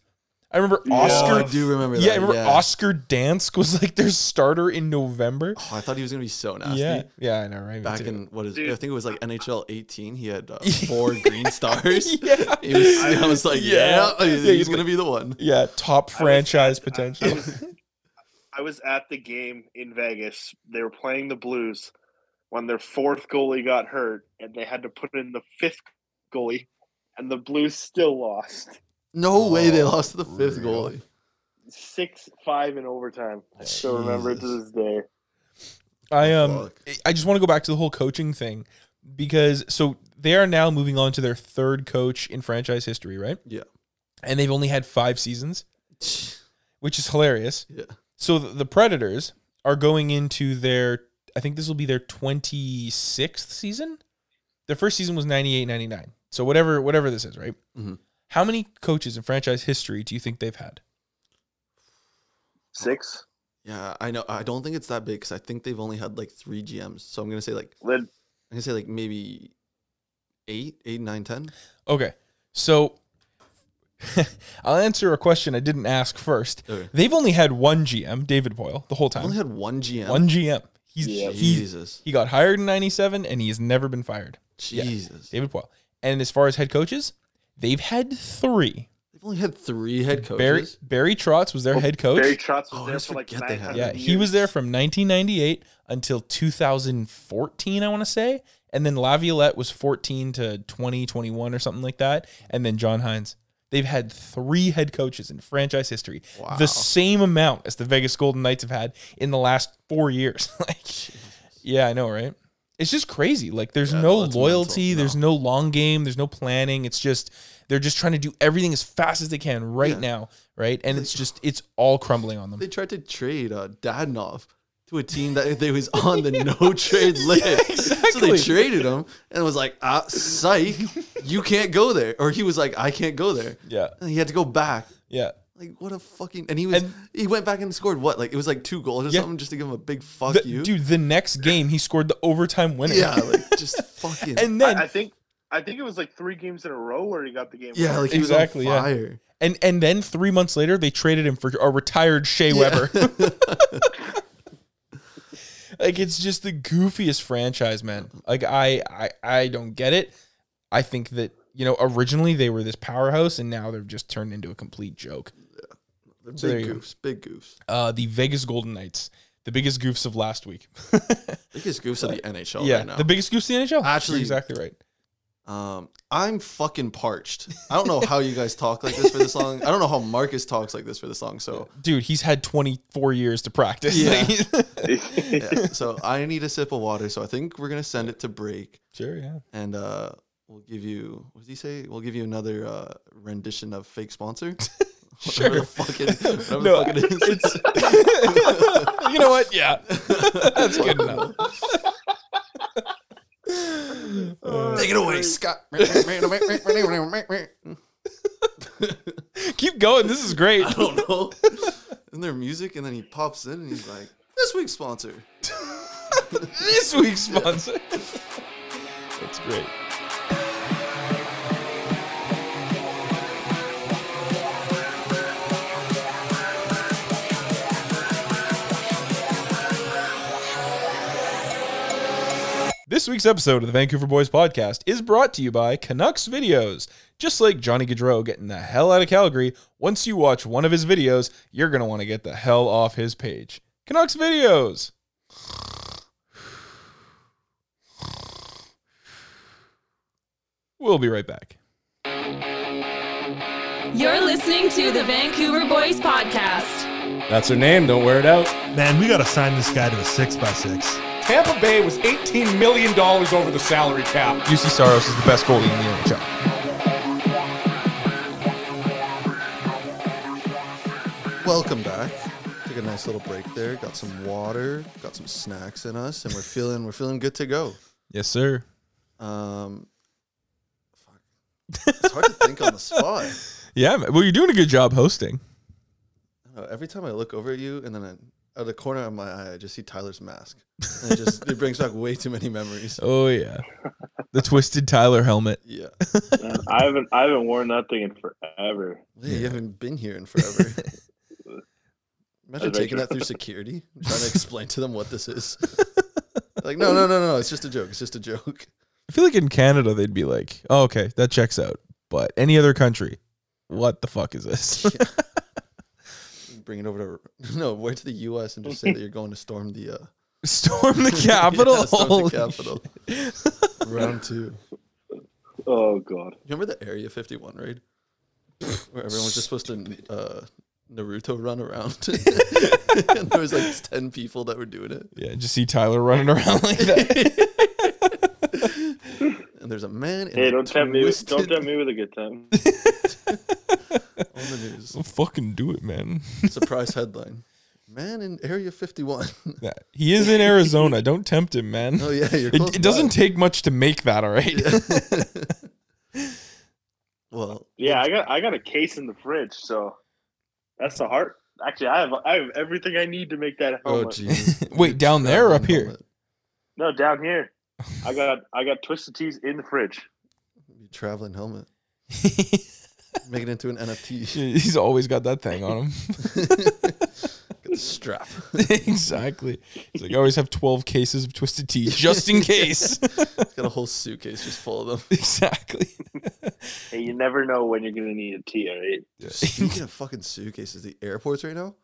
Speaker 5: I remember
Speaker 6: Yeah.
Speaker 4: Oh, I
Speaker 5: Oscar.
Speaker 4: do remember that.
Speaker 5: Yeah, I remember
Speaker 4: yeah.
Speaker 5: Oscar Dansk was like their starter in November.
Speaker 4: Oh, I thought he was gonna be so nasty.
Speaker 5: Yeah, yeah, I know, right? Me
Speaker 4: Back
Speaker 5: too. [laughs]
Speaker 4: in what is?
Speaker 6: Dude.
Speaker 4: I think it was like NHL 18. He had uh, four
Speaker 5: [laughs]
Speaker 4: green stars.
Speaker 5: yeah,
Speaker 4: He was,
Speaker 5: [laughs]
Speaker 4: I was like,
Speaker 5: Yeah.
Speaker 4: yeah, he's,
Speaker 5: Yeah,
Speaker 4: he's
Speaker 5: you-
Speaker 4: gonna be the one.
Speaker 5: yeah, top
Speaker 4: [laughs]
Speaker 5: franchise
Speaker 6: I- I was-
Speaker 5: potential.
Speaker 6: I was at the game in Vegas. They were playing the Blues when their fourth goalie got hurt, and they had to put in the fifth goalie, and the Blues still lost
Speaker 4: No way they
Speaker 5: Oh,
Speaker 4: lost to the fifth
Speaker 5: really?
Speaker 4: goalie.
Speaker 6: six five in overtime. I still remember it to
Speaker 4: Jesus.
Speaker 6: this day.
Speaker 5: I um
Speaker 4: Fuck.
Speaker 5: I just want to go back to the whole coaching thing because so they are now moving on to their third coach in franchise history, right?
Speaker 4: Yeah.
Speaker 5: And they've only had 5 seasons, which is hilarious.
Speaker 4: Yeah.
Speaker 5: So th- the Predators are going into their I think this will be their 26th season. Their first season was 98-99. So whatever whatever this is, right?
Speaker 4: Mhm.
Speaker 5: How many coaches in franchise history do you think they've had?
Speaker 6: Six.
Speaker 4: Yeah, I know. I don't think it's that big because I think they've only had like three GMs. So I'm gonna say like
Speaker 6: Then
Speaker 4: I'm gonna say like maybe eight, eight, nine, ten.
Speaker 5: Okay. So [laughs] I'll answer a question I didn't ask first.
Speaker 4: Okay.
Speaker 5: They've only had one GM, David Boyle, the whole
Speaker 4: I've
Speaker 5: time.
Speaker 4: only had one GM.
Speaker 5: one GM. He's
Speaker 6: Yeah.
Speaker 5: he,
Speaker 4: Jesus,
Speaker 5: he got hired in 97 and he has never been fired. yeah.
Speaker 4: Jesus.
Speaker 5: David Boyle. And as far as head coaches, they've had 3.
Speaker 4: They've They've only had three head coaches.
Speaker 5: Barry Barry Trotz was their head coach.
Speaker 6: Barry Trotz was
Speaker 4: Oh, I
Speaker 6: there for like
Speaker 4: forget they
Speaker 6: nine
Speaker 4: had
Speaker 6: hundred.
Speaker 5: yeah, he was there from 1998 until 2014, I want to say, and then Laviolette was 14 to 2021 or something like that, and then John Hines. They've had three head coaches in franchise history,
Speaker 4: Wow.
Speaker 5: the same amount as the Vegas Golden Knights have had in the last four years. [laughs] like, yeah, I know, right? It's just crazy. Like, there's
Speaker 4: Yeah,
Speaker 5: no
Speaker 4: that's
Speaker 5: loyalty,
Speaker 4: mental. No.
Speaker 5: there's no long game, there's no planning. It's just they're just trying to do everything as fast as they can right
Speaker 4: Yeah.
Speaker 5: now, right? And it's just it's all crumbling on them.
Speaker 4: They tried to trade uh, Dadnov to a team that they
Speaker 5: [laughs]
Speaker 4: was on the no trade list. So they
Speaker 5: exactly.
Speaker 4: traded him and was like, ah, psych, you can't go there. Or he was like, I can't go there.
Speaker 5: Yeah,
Speaker 4: And he had to go back.
Speaker 5: yeah.
Speaker 4: Like what a fucking and he was
Speaker 5: And-
Speaker 4: he went back and scored what? Like it was like two goals or
Speaker 5: Yeah.
Speaker 4: something just to give him a big fuck
Speaker 5: The-
Speaker 4: you.
Speaker 5: Dude, the next game he scored the overtime winner. [laughs]
Speaker 4: Yeah, like just fucking
Speaker 5: and
Speaker 6: I-
Speaker 5: then
Speaker 6: I think I think it was like three games in a row where he got the game.
Speaker 4: Yeah,
Speaker 6: winner.
Speaker 4: like he
Speaker 5: Exactly,
Speaker 4: was on
Speaker 5: yeah.
Speaker 4: fire.
Speaker 5: and and then three months later they traded him for a retired Shea Weber.
Speaker 4: [laughs]
Speaker 5: [laughs] like it's just the goofiest franchise, man. Like I I I don't get it. I think that you know originally they were this powerhouse and now they've just turned into a complete joke.
Speaker 4: They're
Speaker 5: So there
Speaker 4: big
Speaker 5: you go.
Speaker 4: goofs, big goofs.
Speaker 5: Uh, the Vegas Golden Knights, the biggest goofs of last week. [laughs]
Speaker 4: Biggest goofs of the NHL
Speaker 5: Uh, yeah,
Speaker 4: right now.
Speaker 5: the biggest goofs in the NHL. You're
Speaker 4: Actually-
Speaker 5: exactly right.
Speaker 4: Um, I'm fucking parched. I don't know how you guys talk like this for this long. I don't know how Marcus talks like this for this long.
Speaker 5: [laughs]
Speaker 4: So,
Speaker 5: Dude, he's had 24 years to practice. [laughs]
Speaker 4: Yeah. [laughs]
Speaker 6: [laughs] yeah.
Speaker 4: yeah. so I need a sip of water. So I think we're gonna send it to break,
Speaker 5: sure, yeah.
Speaker 4: and uh, we'll give you. What did he say? We'll give you another uh, rendition of fake sponsor. [laughs] Whatever
Speaker 5: Sure.
Speaker 4: the fuck it- whatever the
Speaker 5: No,
Speaker 4: fuck it is.
Speaker 5: you know what? Yeah, [laughs] that's good enough.
Speaker 4: Take it away, Scott.
Speaker 5: Keep going. This is great.
Speaker 4: I don't know. Isn't there music? And then he pops in and he's like, "This week's sponsor."
Speaker 5: This week's [laughs] sponsor. That's great. This week's episode of the Vancouver Boys Podcast is brought to you by Canucks Videos. Just like Johnny Gaudreau getting the hell out of Calgary, once you watch one of his videos, you're going to want to get the hell off his page. Canucks Videos! We'll be right back.
Speaker 1: You're listening to the Vancouver Boys Podcast.
Speaker 7: That's her name. Don't wear it out.
Speaker 8: Man, we got to sign this guy to a six by six.
Speaker 7: Tampa Bay was $18 million over the salary cap.
Speaker 5: UC Saros is the best goalie in the NHL.
Speaker 4: Welcome back. Took a nice little break there. Got some water. Got some snacks in us, and we're feeling we're feeling good to go.
Speaker 5: Yes, sir.
Speaker 4: Um, fuck. It's hard to think on the spot.
Speaker 5: Yeah, man. well, you're doing a good job hosting.
Speaker 4: Uh, every time I look over at you, and then I, out of the corner of my eye, I just see Tyler's mask, and it just it brings back way too many memories.
Speaker 5: [laughs] Oh yeah, the twisted Tyler helmet. [laughs]
Speaker 4: Yeah,
Speaker 6: I haven't I haven't worn that thing in forever.
Speaker 4: Wait, you haven't been here in forever.
Speaker 5: [laughs]
Speaker 4: Imagine
Speaker 6: Adventure.
Speaker 4: taking that through security, trying to explain to them what this
Speaker 5: [laughs]
Speaker 4: is. like, no, no, no, no, it's just a joke. It's just a joke.
Speaker 5: I feel like in Canada they'd be like, oh, "Okay, that checks out," but any other country, what the fuck is [laughs] this?
Speaker 4: Bring it over to [laughs] no, where to the U.S. and just say that you're going to storm the.
Speaker 5: [laughs]
Speaker 4: Uh,
Speaker 5: Storm the [laughs] Capitol.
Speaker 4: [laughs] Yeah, storm the
Speaker 5: Holy
Speaker 4: Capitol.
Speaker 5: [laughs]
Speaker 4: Round two.
Speaker 6: Oh god.
Speaker 4: You remember the Area 51 raid? Where everyone was just supposed to uh, Naruto run
Speaker 5: [laughs]
Speaker 4: around. and there was like 10 people that were doing it.
Speaker 5: Yeah, just see Tyler running [laughs] around like [laughs] that.
Speaker 4: And there's a man in
Speaker 6: Hey,
Speaker 4: a
Speaker 6: don't tempt me. with- Don't
Speaker 4: twisted-
Speaker 6: tempt me with a good time.
Speaker 4: [laughs] on the news.
Speaker 5: fucking do it, man.
Speaker 4: Surprise headline. Man in Area 51.
Speaker 5: Yeah, he is in Arizona. Don't tempt him, man.
Speaker 4: [laughs] oh yeah, you're close
Speaker 5: It, it doesn't
Speaker 4: by.
Speaker 5: take much to make that, all right?
Speaker 4: well,
Speaker 6: Yeah, I got I got a case in the fridge, so that's the heart. Actually, I have I have everything I need to make that
Speaker 4: oh
Speaker 6: helmet.
Speaker 4: jeez.
Speaker 5: Wait, down there or up here?
Speaker 4: Helmet.
Speaker 6: no, down here,
Speaker 4: [laughs]
Speaker 6: I got I got twisted teas in the fridge.
Speaker 4: Your traveling helmet. Make it into an NFT. [laughs]
Speaker 5: [laughs] He's always got that thing on him.
Speaker 4: Get the strap. [laughs]
Speaker 5: [laughs] exactly. He's like, I always have 12 cases of twisted tea just in case.
Speaker 4: Got a whole suitcase just full of them.
Speaker 5: exactly.
Speaker 6: Hey, you never know when you're going to need a tee,
Speaker 5: [laughs]
Speaker 6: right?
Speaker 4: Speaking of fucking suitcases, the airports right now,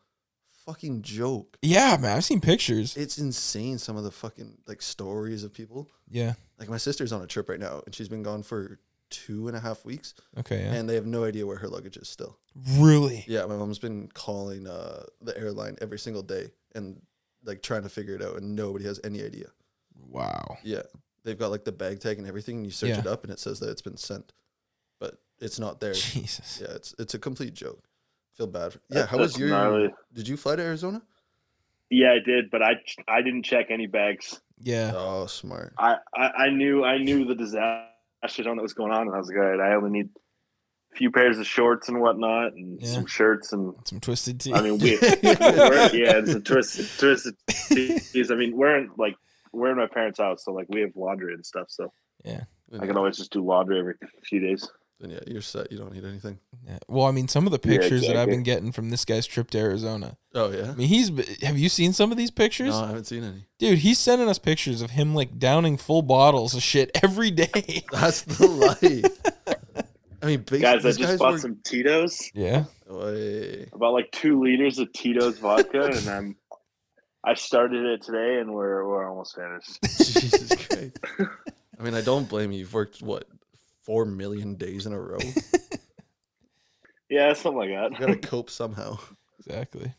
Speaker 4: fucking joke.
Speaker 5: [laughs] Yeah, man, I've seen pictures.
Speaker 4: It's insane. Some of the fucking like stories of people.
Speaker 5: Yeah.
Speaker 4: Like my sister's on a trip right now, and she's been gone for two and a half weeks,
Speaker 5: Okay. Yeah.
Speaker 4: and they have no idea where her luggage is still.
Speaker 5: really?
Speaker 4: Yeah, my mom's been calling uh, the airline every single day and like trying to figure it out, and nobody has any idea.
Speaker 5: Wow.
Speaker 4: Yeah, they've got like the bag tag and everything. And you search
Speaker 5: Yeah.
Speaker 4: it up, and it says that it's been sent, but it's not there.
Speaker 5: Jesus.
Speaker 4: Yeah, it's it's a complete joke. Feel bad. For, yeah,
Speaker 6: That-
Speaker 4: how was
Speaker 6: that's
Speaker 4: your?
Speaker 6: gnarly.
Speaker 4: Did you fly to Arizona?
Speaker 6: Yeah, I did, but I I didn't check any bags.
Speaker 5: Yeah.
Speaker 4: Oh, smart.
Speaker 6: I, I, I knew I knew the disaster zone that was going on, and I was like, all right, I only need a few pairs of shorts and whatnot, and
Speaker 5: Yeah.
Speaker 6: some shirts, and
Speaker 5: Some twisted tea.
Speaker 6: I
Speaker 4: [laughs]
Speaker 6: mean, we, we're, yeah, it's a twisted, twisted. tees. I mean, we're in like we're in my parents' house, so like we have laundry and stuff, so
Speaker 4: Then,
Speaker 6: I
Speaker 4: yeah,
Speaker 6: can always just do laundry every few days.
Speaker 4: then, yeah, you're set. You don't need anything.
Speaker 5: Yeah. Well, I mean, some of the
Speaker 6: Yeah,
Speaker 5: pictures that I've
Speaker 6: exactly.
Speaker 5: been getting from this guy's trip to Arizona.
Speaker 4: Oh yeah.
Speaker 5: I mean, he's. Have you seen some of these pictures?
Speaker 4: No, I haven't seen any. [laughs]
Speaker 5: Dude, he's sending us pictures of him like downing full bottles of shit every day.
Speaker 4: That's the life. I mean, bas-
Speaker 6: Guys, I
Speaker 4: these
Speaker 6: just bought
Speaker 4: were- [laughs]
Speaker 6: some Tito's,
Speaker 5: Yeah.
Speaker 4: Oy.
Speaker 6: about like two liters of Tito's vodka, and I'm. I started it today, and we're we're almost finished.
Speaker 4: Jesus Christ. I mean, I don't blame you. You've worked what four million days in a row. You
Speaker 6: Yeah, something like that.
Speaker 4: [laughs]
Speaker 6: [laughs]
Speaker 4: gotta cope somehow.
Speaker 5: Exactly.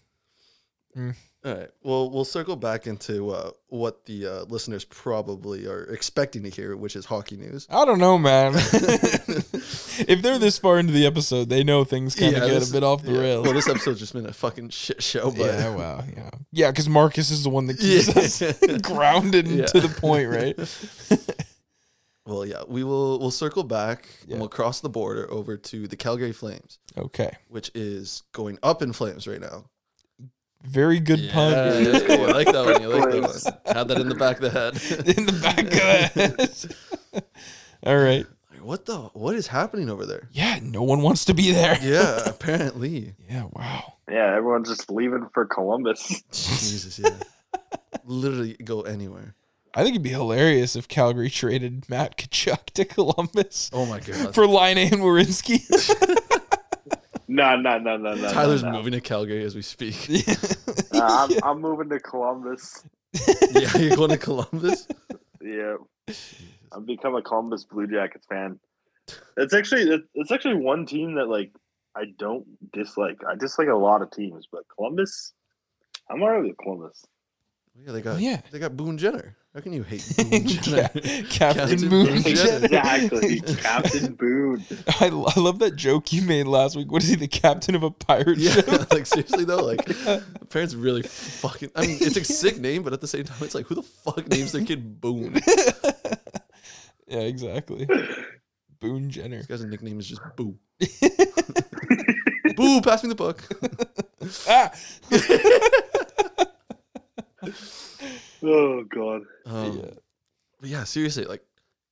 Speaker 4: All right. Well, we'll circle back into uh, what the uh, listeners probably are expecting to hear, which is hockey news.
Speaker 5: I don't know, man. [laughs] if they're this far into the episode, they know things kind of get
Speaker 4: this-
Speaker 5: a bit off the
Speaker 4: yeah. [laughs]
Speaker 5: rails.
Speaker 4: Well, this episode's just been a fucking shit show, but
Speaker 5: yeah, wow, yeah, yeah, because Marcus is the one that keeps
Speaker 4: Yeah.
Speaker 5: us [laughs] grounded and
Speaker 4: Yeah.
Speaker 5: to the point, right?
Speaker 4: well, yeah, we will we'll circle back
Speaker 5: Yeah.
Speaker 4: and we'll cross the border over to the Calgary Flames,
Speaker 5: Okay,
Speaker 4: which is going up in flames right now.
Speaker 5: very good
Speaker 4: Yeah,
Speaker 5: pun
Speaker 4: [laughs] yeah, yeah, I like that one. You like that one. Had that in the back of the
Speaker 5: [laughs]
Speaker 4: head. [laughs]
Speaker 5: in the back of that. [laughs] All right,
Speaker 4: Like, what the? What is happening over there?
Speaker 5: yeah, no one wants to be there.
Speaker 4: Yeah, apparently.
Speaker 5: Yeah, wow,
Speaker 6: Yeah, everyone's just leaving for Columbus.
Speaker 4: Jesus, yeah. Literally go anywhere.
Speaker 5: I think it'd be hilarious if Calgary traded Matt Kachuk to Columbus
Speaker 4: [laughs] Oh my god.
Speaker 5: for Line
Speaker 4: [laughs]
Speaker 5: and [laughs] Warinsky.
Speaker 6: No, no, no, no, no.
Speaker 4: Tyler's
Speaker 6: no, no.
Speaker 4: moving to Calgary as we
Speaker 5: [laughs]
Speaker 4: speak.
Speaker 6: Uh, I'm,
Speaker 4: [laughs]
Speaker 6: I'm moving to Columbus.
Speaker 4: yeah, you're going to Columbus.
Speaker 6: Yeah, I've become a Columbus Blue Jackets fan. It's actually that- it's actually one team that like I don't dislike. I dislike a lot of teams, but Columbus, I'm already with
Speaker 4: [laughs]
Speaker 6: Columbus.
Speaker 4: Yeah, they got
Speaker 5: Yeah.
Speaker 4: they got Boone Jenner. How can you hate
Speaker 5: [laughs]
Speaker 4: Boone
Speaker 5: Ca-
Speaker 4: Jenner?
Speaker 5: Captain Moon.
Speaker 4: Jenner.
Speaker 6: exactly,
Speaker 4: [laughs]
Speaker 6: Captain Boone.
Speaker 5: [laughs] I, lo- I love that joke you made last week. What is he, the captain of a pirate ship? [laughs]
Speaker 4: Yeah, [laughs] like seriously though, like parents really fucking. I mean, it's a sick name, but at the same time, it's like who the fuck names their kid Boone?
Speaker 5: [laughs]
Speaker 4: This
Speaker 5: Yeah, exactly. Boone Jenner.
Speaker 4: guy's nickname is just Boo. Boo, pass me the
Speaker 5: [laughs]
Speaker 4: book.
Speaker 5: Ah,
Speaker 6: Oh
Speaker 4: [laughs]
Speaker 6: God.
Speaker 4: Um,
Speaker 5: Yeah.
Speaker 4: But yeah, seriously, like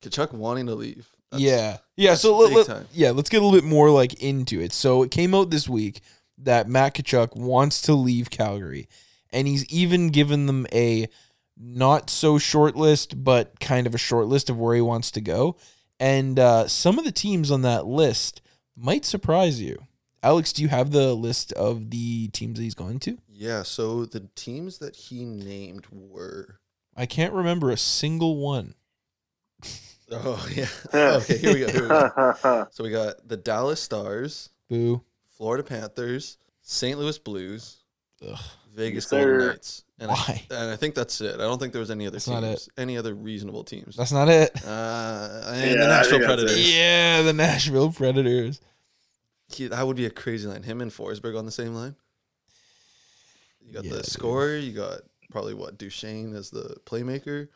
Speaker 4: Kachuk wanting to leave. That's-
Speaker 5: yeah, yeah. So
Speaker 4: that's
Speaker 5: let,
Speaker 4: big
Speaker 5: let-
Speaker 4: time.
Speaker 5: yeah, let's get a little bit more like into it. So it came out this week that Matt Kachuk wants to leave Calgary, and he's even given them a not so short list, but kind of a short list of where he wants to go. And uh, some of the teams on that list might surprise you. Alex, do you have the list of the teams that he's going to?
Speaker 4: Yeah. So the teams that he named were.
Speaker 5: I can't remember a single one.
Speaker 4: Oh yeah. [laughs] okay. Here we go. Here we go. So we got the Dallas Stars.
Speaker 5: Boo.
Speaker 4: Florida Panthers, St. Louis Blues,
Speaker 5: Ugh.
Speaker 4: Vegas
Speaker 6: Yes,
Speaker 4: Golden
Speaker 6: sir.
Speaker 4: Knights. And
Speaker 5: Why?
Speaker 4: I, and I think that's it. I don't think there was any other
Speaker 5: That's
Speaker 4: teams.
Speaker 5: not it.
Speaker 4: Any other reasonable teams.
Speaker 5: That's not it.
Speaker 4: uh,
Speaker 6: Yeah,
Speaker 4: and
Speaker 6: I
Speaker 4: the Nashville
Speaker 6: think that's it.
Speaker 4: Predators.
Speaker 5: Yeah, the Nashville Predators.
Speaker 4: He- that would be a crazy line. Him and Forsberg on the same line. You got
Speaker 5: Yeah,
Speaker 4: the
Speaker 5: dude.
Speaker 4: scorer. You got probably what Duchesne as the playmaker.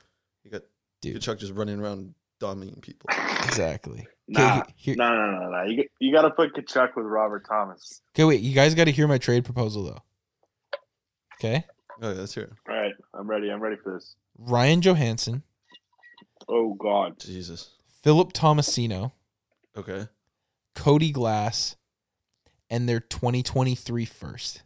Speaker 4: You got
Speaker 5: Dude.
Speaker 4: Kachuk just running around dominating people. Oh,
Speaker 5: Exactly.
Speaker 6: Nah,
Speaker 5: Okay, here-
Speaker 6: [laughs] no, no, no, no. You you got to put Kachuk with Robert Thomas.
Speaker 5: Okay, wait. You guys got to hear my trade proposal though. Okay,
Speaker 4: Oh, yeah, that's here.
Speaker 6: All right, I'm ready. I'm ready for this.
Speaker 5: Ryan Johansson,
Speaker 6: Oh God.
Speaker 4: Jesus.
Speaker 5: Philip Tomasino,
Speaker 4: Okay.
Speaker 5: Cody Glass, and their 2023 first.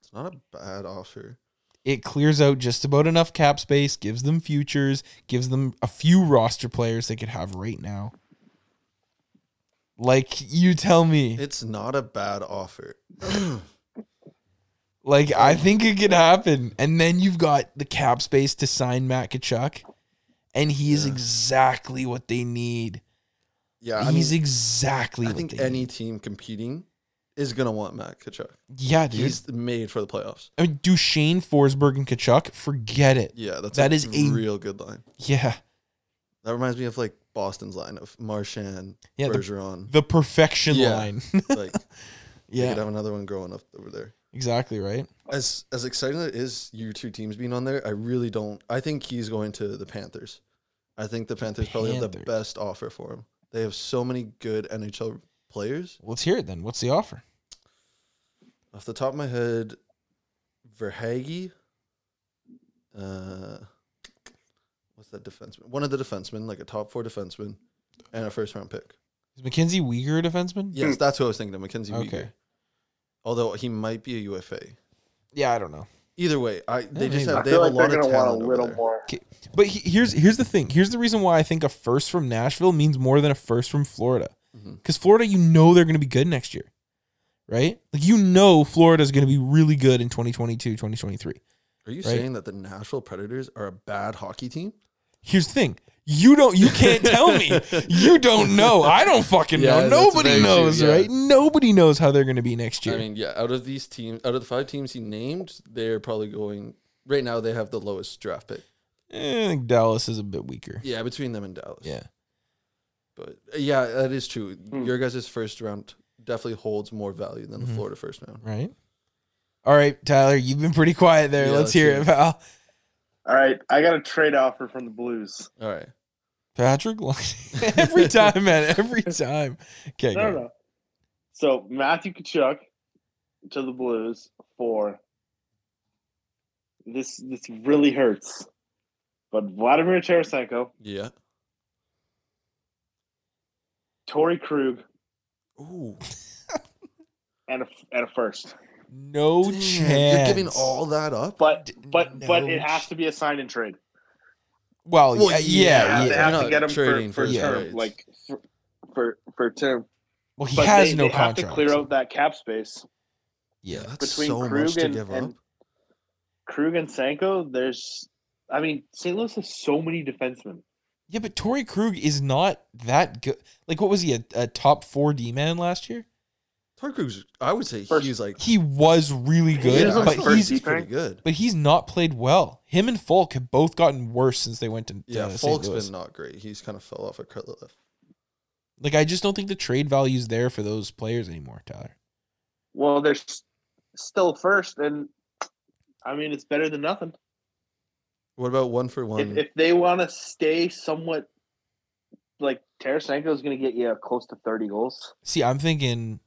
Speaker 4: It's not a bad offer.
Speaker 5: It clears out just about enough cap space, gives them futures, gives them a few roster players they could have right now. Like you tell me.
Speaker 4: It's not a bad offer.
Speaker 5: Like I think it could happen. And then you've got the cap space to sign Matt Kachuk, and he is
Speaker 4: Yeah.
Speaker 5: exactly what they need.
Speaker 4: Yeah, I
Speaker 5: He's
Speaker 4: mean,
Speaker 5: exactly
Speaker 4: I
Speaker 5: what
Speaker 4: think
Speaker 5: they
Speaker 4: any
Speaker 5: need.
Speaker 4: team competing is gonna want Matt Kachuk.
Speaker 5: Yeah, dude.
Speaker 4: He's made for the playoffs.
Speaker 5: I mean, Duchesne, Forsberg, and Kachuk, forget it.
Speaker 4: Yeah, that's
Speaker 5: That
Speaker 4: a
Speaker 5: is a-
Speaker 4: real good line.
Speaker 5: Yeah.
Speaker 4: That reminds me of like Boston's line of Marchand,
Speaker 5: Yeah, the-
Speaker 4: Bergeron.
Speaker 5: [laughs] The perfection
Speaker 4: Yeah. [laughs]
Speaker 5: line.
Speaker 4: like they could
Speaker 5: yeah.
Speaker 4: have another one growing up over there.
Speaker 5: Exactly right.
Speaker 4: As as exciting as it is you two teams being on there, I really don't. I think he's going to the Panthers. I think the Panthers, probably have the
Speaker 5: Panthers.
Speaker 4: best offer for him. They have so many good NHL players.
Speaker 5: Let's hear it then. What's the offer?
Speaker 4: Off the top of my head, Verhage. Uh, what's that defenseman? One of the defensemen, like a top four defenseman, and a first round pick.
Speaker 5: Is Mackenzie Weegar a defenseman?
Speaker 6: Hmm.
Speaker 4: Yes, that's what I was thinking of Mackenzie Weegar.
Speaker 5: Okay.
Speaker 4: Although he might be a UFA.
Speaker 5: Yeah, I don't know.
Speaker 4: Either way, I they just
Speaker 5: maybe.
Speaker 6: I
Speaker 4: have they
Speaker 6: feel
Speaker 4: have
Speaker 6: like
Speaker 4: a
Speaker 6: they're
Speaker 4: lot
Speaker 6: going to
Speaker 4: of
Speaker 6: want a
Speaker 4: talent.
Speaker 6: little
Speaker 4: over there.
Speaker 6: more.
Speaker 5: But he- here's here's the thing. Here's the reason why I think a first from Nashville means more than a first from Florida.
Speaker 4: Mhm.
Speaker 5: Because Florida, you know they're going to be good next year, right? Like you know Florida's going to be really good in 2022, 2023.
Speaker 4: Are you
Speaker 5: right?
Speaker 4: saying that the Nashville Predators are a bad hockey team?
Speaker 5: Here's the thing. You don't. You can't tell
Speaker 4: [laughs]
Speaker 5: me. You don't know. I don't fucking
Speaker 4: Yeah,
Speaker 5: know.
Speaker 4: that's
Speaker 5: Nobody
Speaker 4: very true,
Speaker 5: knows,
Speaker 4: yeah.
Speaker 5: right? Nobody knows how they're going to be next year.
Speaker 4: I mean, yeah, out of these teams, out of the five teams he named, they're probably going right now they have the lowest draft pick.
Speaker 5: Eh, I think Dallas is a bit weaker.
Speaker 4: Yeah, between them and Dallas.
Speaker 5: Yeah.
Speaker 4: But uh, yeah, that is true. Your guys' first round definitely holds more value than the Florida first round.
Speaker 5: Right. All right, Tyler. You've been pretty quiet there.
Speaker 4: Yeah,
Speaker 5: let's,
Speaker 4: let's
Speaker 5: hear
Speaker 4: hear
Speaker 5: it,
Speaker 4: it.
Speaker 5: pal.
Speaker 6: All right, I got a trade offer from the Blues.
Speaker 4: All right.
Speaker 5: Patrick [laughs] Line. every time, man. Every time. Okay. go.
Speaker 6: No, no, no. So Matthew Kachuk to the Blues for this. This really hurts, but Vladimir Tarasenko,
Speaker 4: Yeah.
Speaker 6: Tori Krug,
Speaker 4: Ooh.
Speaker 6: and a and a first.
Speaker 5: No chance.
Speaker 4: You're giving all that up?
Speaker 6: But but but
Speaker 5: no
Speaker 6: it has to be a sign and trade.
Speaker 5: Well,
Speaker 4: Well,
Speaker 5: yeah,
Speaker 6: Yeah,
Speaker 5: yeah,
Speaker 4: yeah,
Speaker 6: they
Speaker 5: yeah.
Speaker 6: have
Speaker 4: You're
Speaker 6: to
Speaker 4: not
Speaker 6: get him
Speaker 4: trading
Speaker 6: for, for
Speaker 4: for
Speaker 6: term,
Speaker 4: trades.
Speaker 6: like for for, for term.
Speaker 5: Well, he
Speaker 6: But
Speaker 5: has
Speaker 6: they,
Speaker 5: no
Speaker 6: they
Speaker 5: contract.
Speaker 6: have to clear out that cap space.
Speaker 5: Yeah.
Speaker 4: that's
Speaker 6: between
Speaker 4: so
Speaker 6: Krug
Speaker 4: much to
Speaker 6: and-
Speaker 4: give
Speaker 6: and-
Speaker 4: up.
Speaker 6: Krug and Sanko, there's. I mean, St. Louis has so many defensemen.
Speaker 5: Yeah, but Tori Krug is not that good. Like, what was he, a, a top four D man last year?
Speaker 4: Tori Krug's, I would say
Speaker 6: First-
Speaker 4: he's like
Speaker 5: He was really [laughs] good,
Speaker 6: is on
Speaker 5: but
Speaker 6: the first
Speaker 5: he's
Speaker 6: D.
Speaker 4: pretty good.
Speaker 5: but he's not played well. Him and Falk have both gotten worse since they went to to
Speaker 4: Yeah,
Speaker 5: St.
Speaker 4: Falk's
Speaker 5: Louis.
Speaker 4: been not great. He's kind of fell off a cliff.
Speaker 5: Like, I just don't think the trade value's there for those players anymore, Tyler.
Speaker 6: Well, they're s- still first, and I mean it's better than nothing.
Speaker 4: What about one for one?
Speaker 6: If, if they want to stay somewhat, like Tarasenko is going to get you close to thirty goals.
Speaker 5: See, I'm thinking,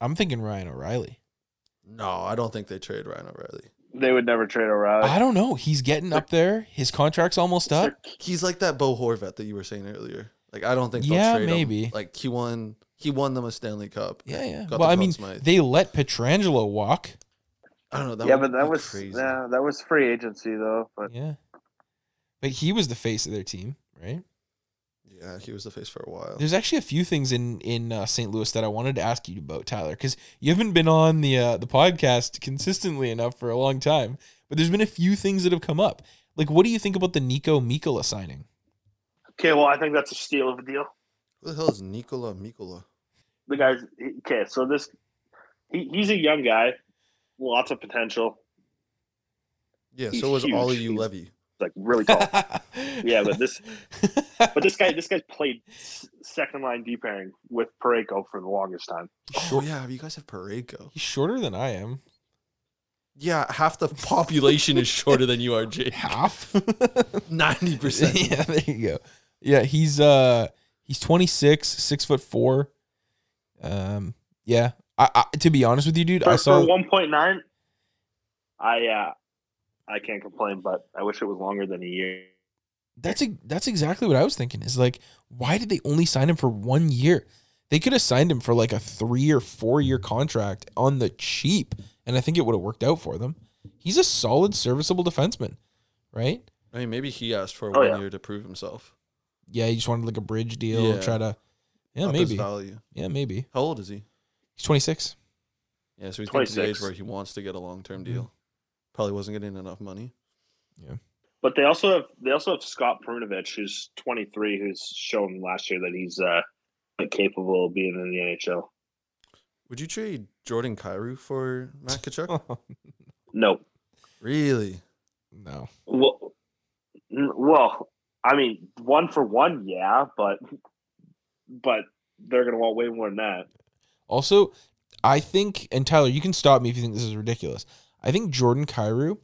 Speaker 5: I'm thinking Ryan O'Reilly.
Speaker 4: no, I don't think they trade Ryan O'Reilly.
Speaker 6: They would never trade O'Reilly.
Speaker 5: I don't know. He's getting up there. His contract's almost up.
Speaker 4: He's like that Bo Horvat that you were saying earlier. Like I don't think
Speaker 5: Yeah,
Speaker 4: they'll trade
Speaker 5: maybe.
Speaker 4: him. Like he won he won them a Stanley Cup.
Speaker 5: Yeah, yeah.
Speaker 4: Got
Speaker 5: Well,
Speaker 4: the
Speaker 5: I mean,
Speaker 4: Conn Smythe.
Speaker 5: they let Petrangelo walk.
Speaker 4: I don't know. That
Speaker 6: yeah,
Speaker 4: would
Speaker 6: but that
Speaker 4: be
Speaker 6: was
Speaker 4: crazy.
Speaker 6: yeah, that was free agency though. But
Speaker 5: Yeah. But he was the face of their team, right?
Speaker 4: Yeah, he was the face for a
Speaker 6: Oh.
Speaker 4: while.
Speaker 5: There's actually a few things in in uh, St. Louis that I wanted to ask you about, Tyler, because you haven't been on the uh, the podcast consistently enough for a long time. But there's been a few things that have come up. Like, what do you think about the Nico Mikola signing?
Speaker 6: okay, well, I think that's a steal of a deal.
Speaker 4: Who the hell is Nikola Mikola?
Speaker 6: The guys, okay, so this he, he's a young guy, lots of potential,
Speaker 4: Yeah,
Speaker 6: He's
Speaker 4: so was
Speaker 6: huge.
Speaker 4: Ollie U
Speaker 6: He's-
Speaker 4: Levy.
Speaker 6: like really tall. yeah, but this but
Speaker 5: but
Speaker 6: this guy this guy's played s- second line D pairing with Pareko for the longest time.
Speaker 4: Oh yeah, you guys have Pareko.
Speaker 5: [laughs] he's shorter than I am.
Speaker 4: Yeah, half the population is shorter than you are,
Speaker 6: [laughs]
Speaker 4: Jake.
Speaker 5: Half. [laughs]
Speaker 4: Ninety percent.
Speaker 5: yeah, there you go. Yeah, he's uh he's 26, six foot four. Um, yeah. I, I to be honest with you, dude,
Speaker 6: For,
Speaker 5: I saw
Speaker 6: for one point nine, I uh, I can't complain, but I wish it was longer than a year.
Speaker 5: that's a, that's exactly what I was thinking. Is like, why did they only sign him for one year? They could have signed him for like a three or four year contract on the cheap, and I think it would have worked out for them. He's a solid, serviceable defenseman, right?
Speaker 4: I mean, maybe he asked for
Speaker 6: Oh,
Speaker 4: one
Speaker 6: yeah.
Speaker 4: year to prove himself.
Speaker 5: Yeah, he just wanted like a bridge deal,
Speaker 4: Yeah.
Speaker 5: try to Yeah,
Speaker 4: up his
Speaker 5: maybe.
Speaker 4: value.
Speaker 5: Yeah, maybe.
Speaker 4: How old is he? [laughs]
Speaker 5: He's 26.
Speaker 4: Yeah, so he's getting to the age
Speaker 6: 26.
Speaker 4: where he wants to get a long term
Speaker 6: Mm-hmm.
Speaker 4: deal. Probably wasn't getting enough money.
Speaker 6: But they also have they also have Scott Prunovich, who's 23, who's shown last year that he's uh, capable of being in the NHL.
Speaker 4: Would you trade Jordan Cairo for Matt
Speaker 6: [laughs]
Speaker 4: Kachuk?
Speaker 6: No,
Speaker 4: really?
Speaker 5: no.
Speaker 6: well, n- well, I mean, one for one, yeah, but but they're gonna want way more than that.
Speaker 5: Also, I think, and Tyler, you can stop me if you think this is ridiculous. I think Jordan Cairo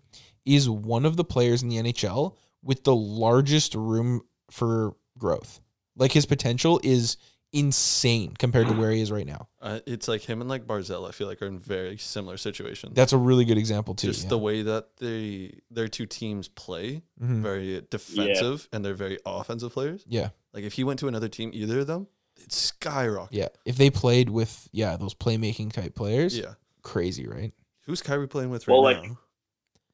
Speaker 5: is one of the players in the NHL with the largest room for growth. Like his potential is insane compared to where he is right now.
Speaker 4: Uh, it's like him and like Barzell. I feel like are in very similar situations.
Speaker 5: That's a really good example too.
Speaker 4: just
Speaker 5: yeah.
Speaker 4: the way that they their two teams play,
Speaker 5: Mhm.
Speaker 4: very defensive, and they're very offensive players.
Speaker 5: yeah,
Speaker 4: Like if he went to another team, either of them, it'd skyrocket.
Speaker 5: yeah. If they played with yeah those playmaking type players,
Speaker 4: Yeah. [laughs]
Speaker 5: crazy, right? [laughs]
Speaker 4: Who's Kyrie playing with right
Speaker 6: Well,
Speaker 4: now?
Speaker 6: like-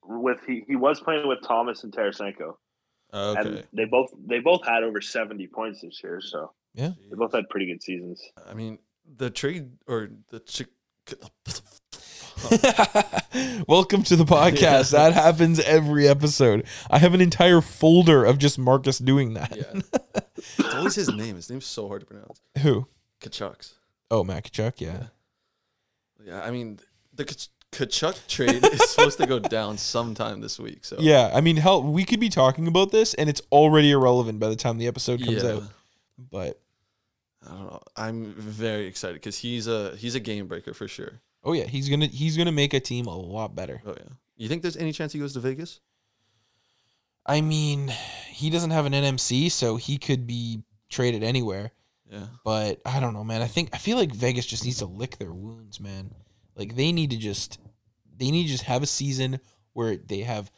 Speaker 6: With he, he was playing with Thomas and Tarasenko,
Speaker 4: Uh, okay.
Speaker 6: and they both they both had over 70 points this year, so
Speaker 5: Yeah.
Speaker 6: they both had pretty good seasons.
Speaker 4: I mean, the trade or the chick.
Speaker 5: Welcome to the podcast. That happens every episode. I have an entire folder of just Marcus doing
Speaker 4: [laughs]
Speaker 5: that. [laughs]
Speaker 4: Yeah. it's always his name. His name's so hard to pronounce.
Speaker 5: Who?
Speaker 4: Kachucks.
Speaker 5: Oh, Makachuk, yeah.
Speaker 4: Yeah, I mean, the Kach- Kachuk trade
Speaker 5: [laughs]
Speaker 4: is supposed to go down sometime this week. So
Speaker 5: Yeah, I mean, hell, we could be talking about this and it's already irrelevant by the time the episode comes
Speaker 4: Yeah.
Speaker 5: out. But
Speaker 4: I don't know. I'm very excited because he's a he's a game breaker for sure.
Speaker 5: oh yeah, he's gonna he's gonna make a team a lot better.
Speaker 4: Oh yeah. You think there's any chance he goes to Vegas?
Speaker 5: I mean, he doesn't have an NMC, so he could be traded anywhere.
Speaker 4: Yeah.
Speaker 5: But I don't know, man. I think I feel like Vegas just needs to lick their wounds, man. Like they need to just they need to just have a season where they have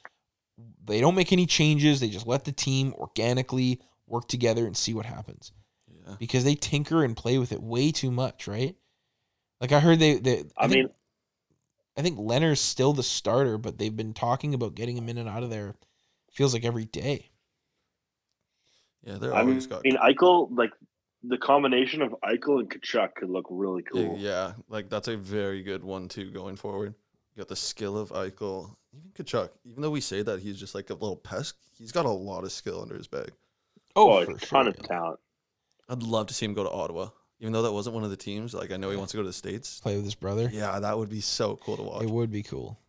Speaker 5: they don't make any changes. They just let the team organically work together and see what happens.
Speaker 4: Yeah.
Speaker 5: Because they tinker and play with it way too much, right? Like I heard they they
Speaker 6: I,
Speaker 5: think-
Speaker 6: mean,
Speaker 5: I think Leonard's still the starter, but they've been talking about getting him in and out of there feels like every day.
Speaker 4: Yeah, they're
Speaker 6: I mean,
Speaker 4: always got.
Speaker 6: Eichel like the combination of Eichel and Kachuk could look really cool.
Speaker 4: Yeah, like that's a very good one too going forward. You got the skill of Eichel, even Kachuk. Even though we say that he's just like a little pest, he's got a lot of skill under his bag.
Speaker 6: Oh, a ton of
Speaker 5: yeah.
Speaker 6: talent.
Speaker 4: I'd love to see him go to Ottawa, even though that wasn't one of the teams. Like I know he wants to go to the
Speaker 5: [laughs]
Speaker 4: states.
Speaker 5: Play with his brother.
Speaker 4: Yeah, that would be so cool to watch.
Speaker 5: It would be cool.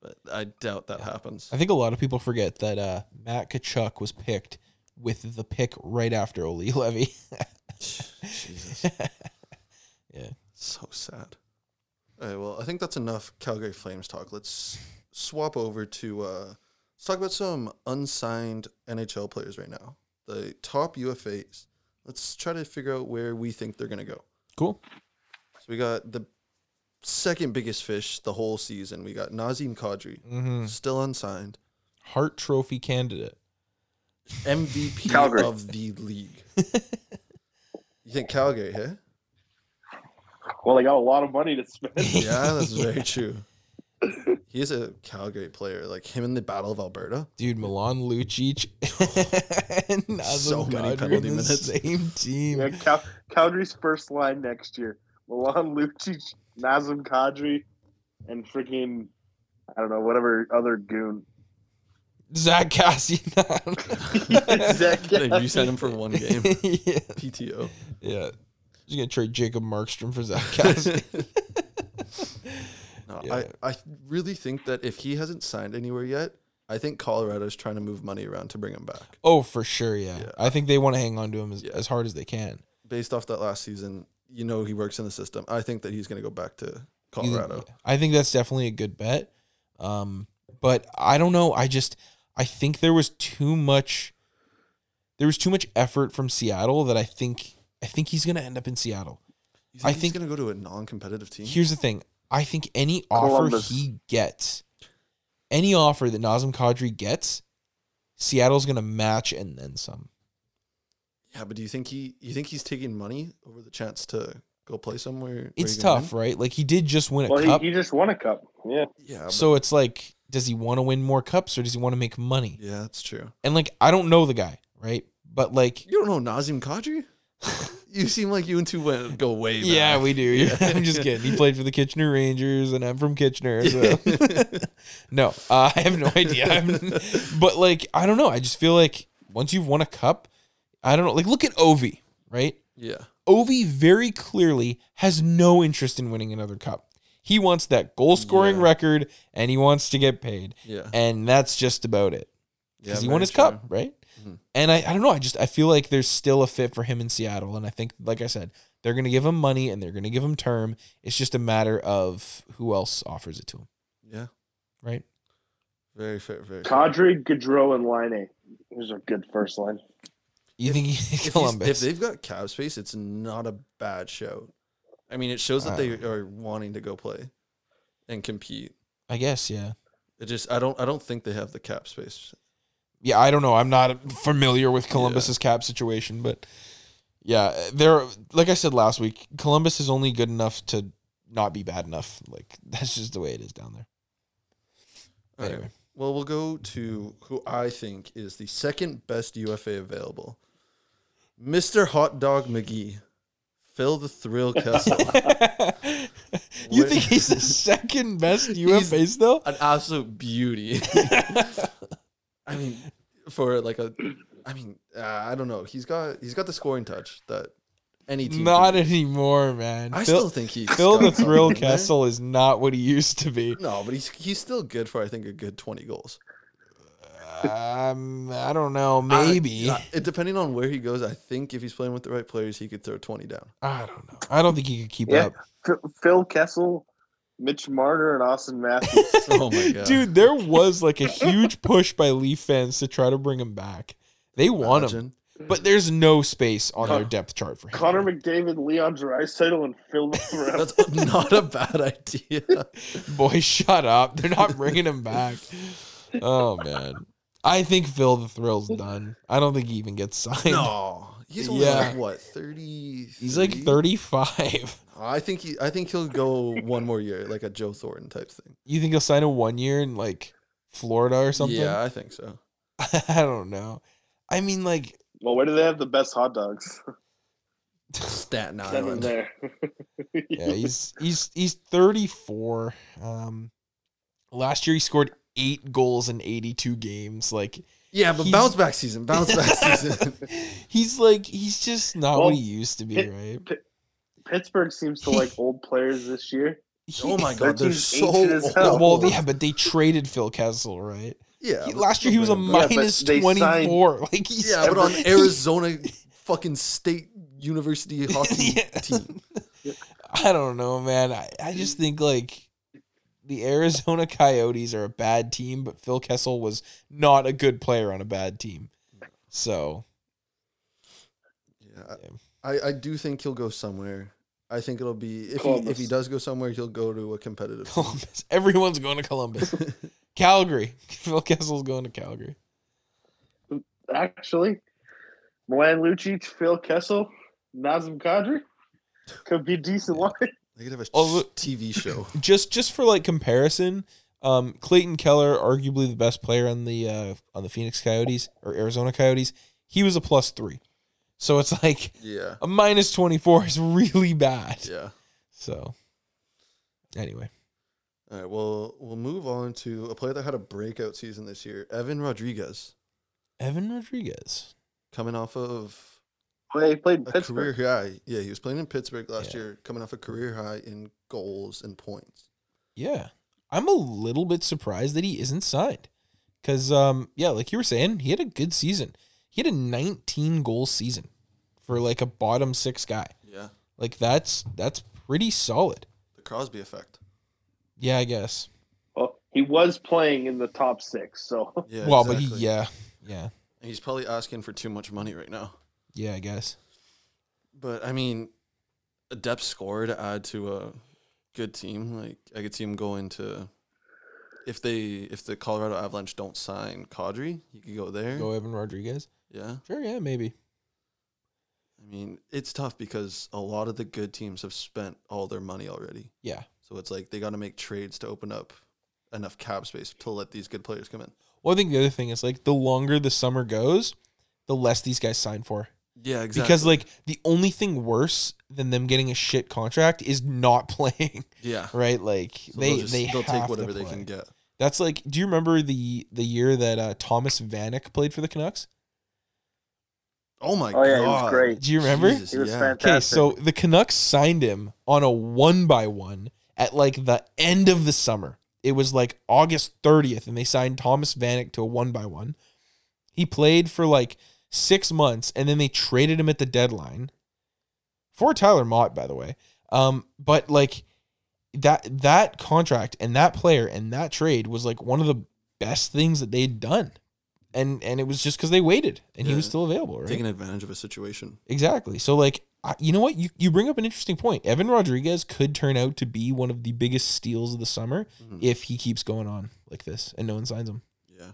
Speaker 4: But I doubt that
Speaker 5: [laughs]
Speaker 4: happens.
Speaker 5: I think a lot of people forget that uh, Matt Kachuk was picked with the pick right after Oli Levy. [laughs]
Speaker 4: Jesus,
Speaker 5: yeah.
Speaker 4: so sad. All right, well, I think that's enough Calgary Flames talk. Let's swap over to uh, let's talk about some unsigned NHL players right now. The top UFAs. Let's try to figure out where we think they're gonna go.
Speaker 5: Cool.
Speaker 4: So we got the second biggest fish the whole season. We got Nazim Kadri,
Speaker 5: Mm-hmm.
Speaker 4: still [laughs] unsigned,
Speaker 5: Hart Trophy candidate.
Speaker 4: MVP
Speaker 6: Calgary.
Speaker 4: of the league. you think Calgary? Huh?
Speaker 6: Well, they got a lot of money to
Speaker 4: [laughs]
Speaker 6: spend.
Speaker 4: Yeah, that's very true. He is a Calgary player. Like him in the Battle of Alberta.
Speaker 5: Dude, Milan Lucic and Nazem
Speaker 4: So many
Speaker 5: Kadri on
Speaker 4: penalty
Speaker 5: the
Speaker 4: minutes.
Speaker 5: same team.
Speaker 6: Yeah, Cal- Calgary's first line next year: Milan [laughs] Lucic, Nazem Kadri, and freaking I don't know whatever other goon. [laughs]
Speaker 5: Zach Cassian. [laughs]
Speaker 6: Zach
Speaker 4: Then you sent him for one [laughs] game.
Speaker 5: yeah.
Speaker 4: PTO.
Speaker 5: Yeah. Just gonna trade Jacob Markstrom for Zach Cassian.
Speaker 4: No,
Speaker 5: Yeah.
Speaker 4: I, I really think that if he hasn't signed anywhere yet, I think Colorado's trying to move money around to bring him back.
Speaker 5: oh, for sure, yeah.
Speaker 4: Yeah.
Speaker 5: I think they want to hang on to him as,
Speaker 4: Yeah.
Speaker 5: as hard as they can.
Speaker 4: Based off that last season, you know he works in the system. I think that he's going to go back to
Speaker 5: You-
Speaker 4: Colorado.
Speaker 5: I think that's definitely a good bet. Um, but I don't know. I just I think there was too much there was too much effort from Seattle that I think I think he's gonna end up in Seattle.
Speaker 4: You
Speaker 5: I
Speaker 4: he's
Speaker 5: think-
Speaker 4: going to go to a non-competitive team.
Speaker 5: Here's the thing. I think any offer
Speaker 6: Columbus.
Speaker 5: he gets, any offer that Nazem Kadri gets, Seattle's gonna match and then some.
Speaker 4: yeah, but do you think he you think he's taking money over the chance to go play somewhere? where he
Speaker 5: It's
Speaker 4: can win?
Speaker 5: tough, right? Like he did just win a
Speaker 6: Well,
Speaker 5: cup.
Speaker 6: he, he just won a cup. Yeah,
Speaker 4: Yeah. but-
Speaker 5: so it's like, does he want to win more cups or does he want to make money?
Speaker 4: yeah, that's true.
Speaker 5: And like I don't know the guy, right? But like
Speaker 4: You don't know Nazim Kadri? [laughs] You seem like you and two went go way back.
Speaker 5: Yeah,
Speaker 4: [laughs]
Speaker 5: we do. Yeah. [laughs] I'm just kidding. He played for the Kitchener Rangers, and I'm from Kitchener. So. [laughs] no, uh, I have no idea. I'm, [laughs] but like, I don't know. I just feel like once you've won a cup, I don't know. Like, look at Ovi, right?
Speaker 4: Yeah.
Speaker 5: Ovi very clearly has no interest in winning another cup. He wants that goal scoring
Speaker 4: Yeah.
Speaker 5: record, and he wants to get paid,
Speaker 4: Yeah.
Speaker 5: and that's just about it
Speaker 4: Yeah,
Speaker 5: because he won
Speaker 4: very
Speaker 5: his
Speaker 4: true. Mm-hmm.
Speaker 5: cup, right? And I, I don't know. I just I feel like there's still a fit for him in Seattle, and I think, like I said, they're going to give him money and they're going to give him term. It's just a matter of who else offers it to him,
Speaker 4: Yeah.
Speaker 5: right?
Speaker 4: Very fair. Very fair.
Speaker 6: Kadri, Gaudreau, and Line. Who's a good first line?
Speaker 5: You think [laughs] he,
Speaker 4: if, he's- if
Speaker 5: Columbus?
Speaker 4: they've got cap space, it's not a bad show. I mean, it shows that they are wanting to go play and compete.
Speaker 5: I guess, yeah,
Speaker 4: It just I don't I don't think they have the cap space.
Speaker 5: yeah. I don't know. I'm not familiar with Columbus's cap situation, but yeah, they're like I said last week. Columbus is only good enough to not be bad enough. Like [laughs] that's just the way it is down there.
Speaker 4: All right.
Speaker 5: Anyway.
Speaker 4: Well, we'll go to who I think is the second best UFA available. Mr. Hot Dog McGee. Phil the
Speaker 5: [laughs]
Speaker 4: Thrill Kessel.
Speaker 5: you
Speaker 4: Wait.
Speaker 5: think he's the second
Speaker 4: [laughs]
Speaker 5: best UFA still?
Speaker 4: An absolute beauty. I mean, for like a I mean, uh, I don't know. He's got he's got the scoring touch that any team
Speaker 5: Not
Speaker 4: can-
Speaker 5: anymore, man.
Speaker 4: I
Speaker 5: Phil,
Speaker 4: still think he's
Speaker 5: Phil
Speaker 4: got
Speaker 5: the Thrill
Speaker 4: something there.
Speaker 5: Kessel is not what he used to be.
Speaker 4: No, but he's he's still good for I think a good twenty goals.
Speaker 5: Um, I don't know.
Speaker 4: I-
Speaker 5: Maybe
Speaker 4: I- it, depending on where he goes, I think if he's playing with the right players, he could throw twenty
Speaker 5: [laughs]
Speaker 4: down.
Speaker 5: I don't know. I don't think he could keep
Speaker 6: Yeah.
Speaker 5: up,
Speaker 6: F- Phil Kessel, Mitch Marner, and
Speaker 4: [laughs]
Speaker 6: Austin Matthews.
Speaker 4: Oh my god,
Speaker 5: dude. There was like
Speaker 6: [laughs]
Speaker 5: a huge push by Leaf fans to try to bring him back. They want him,
Speaker 4: Imagine.
Speaker 5: but there's no space on their
Speaker 6: Con-
Speaker 5: depth chart for him.
Speaker 6: Connor McDavid, Leon Draisaitl, and
Speaker 4: [laughs]
Speaker 6: Phil Thrill.
Speaker 4: That's not a bad
Speaker 5: [laughs]
Speaker 4: idea.
Speaker 5: Boy, [laughs] shut up. They're not bringing him back. Oh, man. I think Phil the Thrill's done. I don't think he even gets signed.
Speaker 4: no, he's only
Speaker 5: Yeah.
Speaker 4: like what thirty.
Speaker 5: He's like 35.
Speaker 4: I think he. I think he'll go one more year, like a Joe Thornton type thing.
Speaker 5: You think he'll sign a one year in like Florida or something?
Speaker 4: Yeah, I think so.
Speaker 5: [laughs] I don't know. I mean, like,
Speaker 6: Well, where do they have the best
Speaker 4: [laughs]
Speaker 6: hot dogs?
Speaker 4: Staten
Speaker 6: Send them
Speaker 4: Island. [laughs]
Speaker 6: there.
Speaker 5: yeah, [laughs] he's he's he's 34. Um, last year he scored eight goals in 82 games. Like,
Speaker 4: Yeah, but
Speaker 5: He's-
Speaker 4: bounce back season, bounce
Speaker 6: [laughs]
Speaker 4: back season.
Speaker 5: he's like he's just not
Speaker 6: Well,
Speaker 5: what he used to be,
Speaker 6: it-
Speaker 5: right?
Speaker 6: Pittsburgh seems to like old players this year.
Speaker 4: oh my
Speaker 5: He-
Speaker 4: god, they're
Speaker 6: Thirteen's
Speaker 4: so
Speaker 6: ancient as hell.
Speaker 4: old.
Speaker 5: [laughs] Well, yeah, but they traded Phil Kessel, right?
Speaker 4: yeah.
Speaker 5: He-
Speaker 4: but
Speaker 5: last year he was a
Speaker 4: bring him back.
Speaker 6: back. Yeah, but
Speaker 5: minus
Speaker 6: they signed-
Speaker 5: 24. [laughs] Like he's
Speaker 4: Yeah, but on
Speaker 5: [laughs]
Speaker 4: Arizona fucking state university hockey
Speaker 5: Yeah.
Speaker 4: team.
Speaker 5: I don't know, man. I, I just think like the Arizona [laughs] Coyotes are a bad team, but Phil Kessel was not a good player on a bad team. So [laughs]
Speaker 4: Yeah, I, I do think he'll go somewhere. I think it'll be if he, if
Speaker 6: Columbus.
Speaker 4: he does go somewhere, he'll go to a
Speaker 5: [laughs]
Speaker 4: competitive. team.
Speaker 5: Columbus. Everyone's going to
Speaker 6: [laughs]
Speaker 5: Columbus. Calgary. [laughs] Phil Kessel's going to Calgary.
Speaker 6: Actually, Milan Lucic, Phil Kessel, Nazem Kadri could be a decent line.
Speaker 4: They could have a sh-
Speaker 5: Although-
Speaker 4: TV
Speaker 5: [laughs]
Speaker 4: show.
Speaker 5: Just just for like comparison, um, Clayton Keller, arguably the best player on the uh, on the Phoenix Coyotes or Arizona Coyotes, he was a plus three. So it's like
Speaker 4: yeah,
Speaker 5: a minus twenty four is really bad.
Speaker 4: yeah.
Speaker 5: So anyway.
Speaker 4: All right, well, we'll move on to a player that had a breakout season this year, Evan Rodriguez,
Speaker 5: Evan Rodriguez.
Speaker 4: coming off of
Speaker 6: [laughs] Well, he played
Speaker 4: a
Speaker 6: Pittsburgh.
Speaker 4: career high. Yeah, he was playing in Pittsburgh last
Speaker 5: Yeah.
Speaker 4: year, coming off a career high in goals and points.
Speaker 5: Yeah. I'm a little bit surprised that he isn't signed. Cause um yeah, like you were saying, he had a good season. He had a 19 goal season for like a bottom six guy.
Speaker 4: Yeah,
Speaker 5: Like that's that's pretty solid.
Speaker 4: the Crosby effect.
Speaker 5: Yeah, I guess.
Speaker 6: Well, he was playing in the top six, so
Speaker 4: Yeah,
Speaker 5: well, but he
Speaker 4: exactly.
Speaker 5: yeah. Yeah.
Speaker 4: And he's probably asking for too much money right now.
Speaker 5: Yeah, I guess.
Speaker 4: But I mean, a depth scorer to add to a good team, like I could see him going to if they if the Colorado Avalanche don't sign Kadri, he could go there.
Speaker 5: Go Evan Rodriguez.
Speaker 4: Yeah,
Speaker 5: Sure, yeah, maybe.
Speaker 4: I mean it's tough because a lot of the good teams have spent all their money already,
Speaker 5: Yeah.
Speaker 4: so it's like they got to make trades to open up enough cap space to let these good players come in.
Speaker 5: Well, I think the other thing is like the longer the summer goes, the less these guys sign for.
Speaker 4: Yeah, exactly.
Speaker 5: Because like the only thing worse than them getting a shit contract is not [laughs] playing,
Speaker 4: yeah,
Speaker 5: right? Like
Speaker 4: So
Speaker 5: they
Speaker 4: they'll
Speaker 5: they
Speaker 4: just- they'll
Speaker 5: have
Speaker 4: take
Speaker 5: to
Speaker 4: whatever they
Speaker 5: play.
Speaker 4: can get.
Speaker 5: That's like, do you remember the the year that uh, Thomas Vanek played for the Canucks?
Speaker 4: Oh my
Speaker 9: Oh, yeah,
Speaker 4: god,
Speaker 9: he was great.
Speaker 5: Do you remember?
Speaker 4: Jesus,
Speaker 9: He was
Speaker 4: yeah.
Speaker 9: fantastic.
Speaker 5: Okay, so the Canucks signed him on a one by one at like the end of the summer. It was like August 30th, and they signed Thomas Vanek to a one by one. He played for like six months, and then they traded him at the deadline for Tyler Mott, by the way. Um, but like that that contract and that player and that trade was like one of the best things that they'd done, and and it was just because they waited and he
Speaker 4: Yeah.
Speaker 5: was still available. Right?
Speaker 4: Taking advantage of a situation.
Speaker 5: Exactly. So like I- you know what you, you bring up an interesting point. Evan Rodriguez could turn out to be one of the biggest steals of the summer
Speaker 4: Mhm.
Speaker 5: if he keeps going on like this and no one signs him.
Speaker 4: Yeah.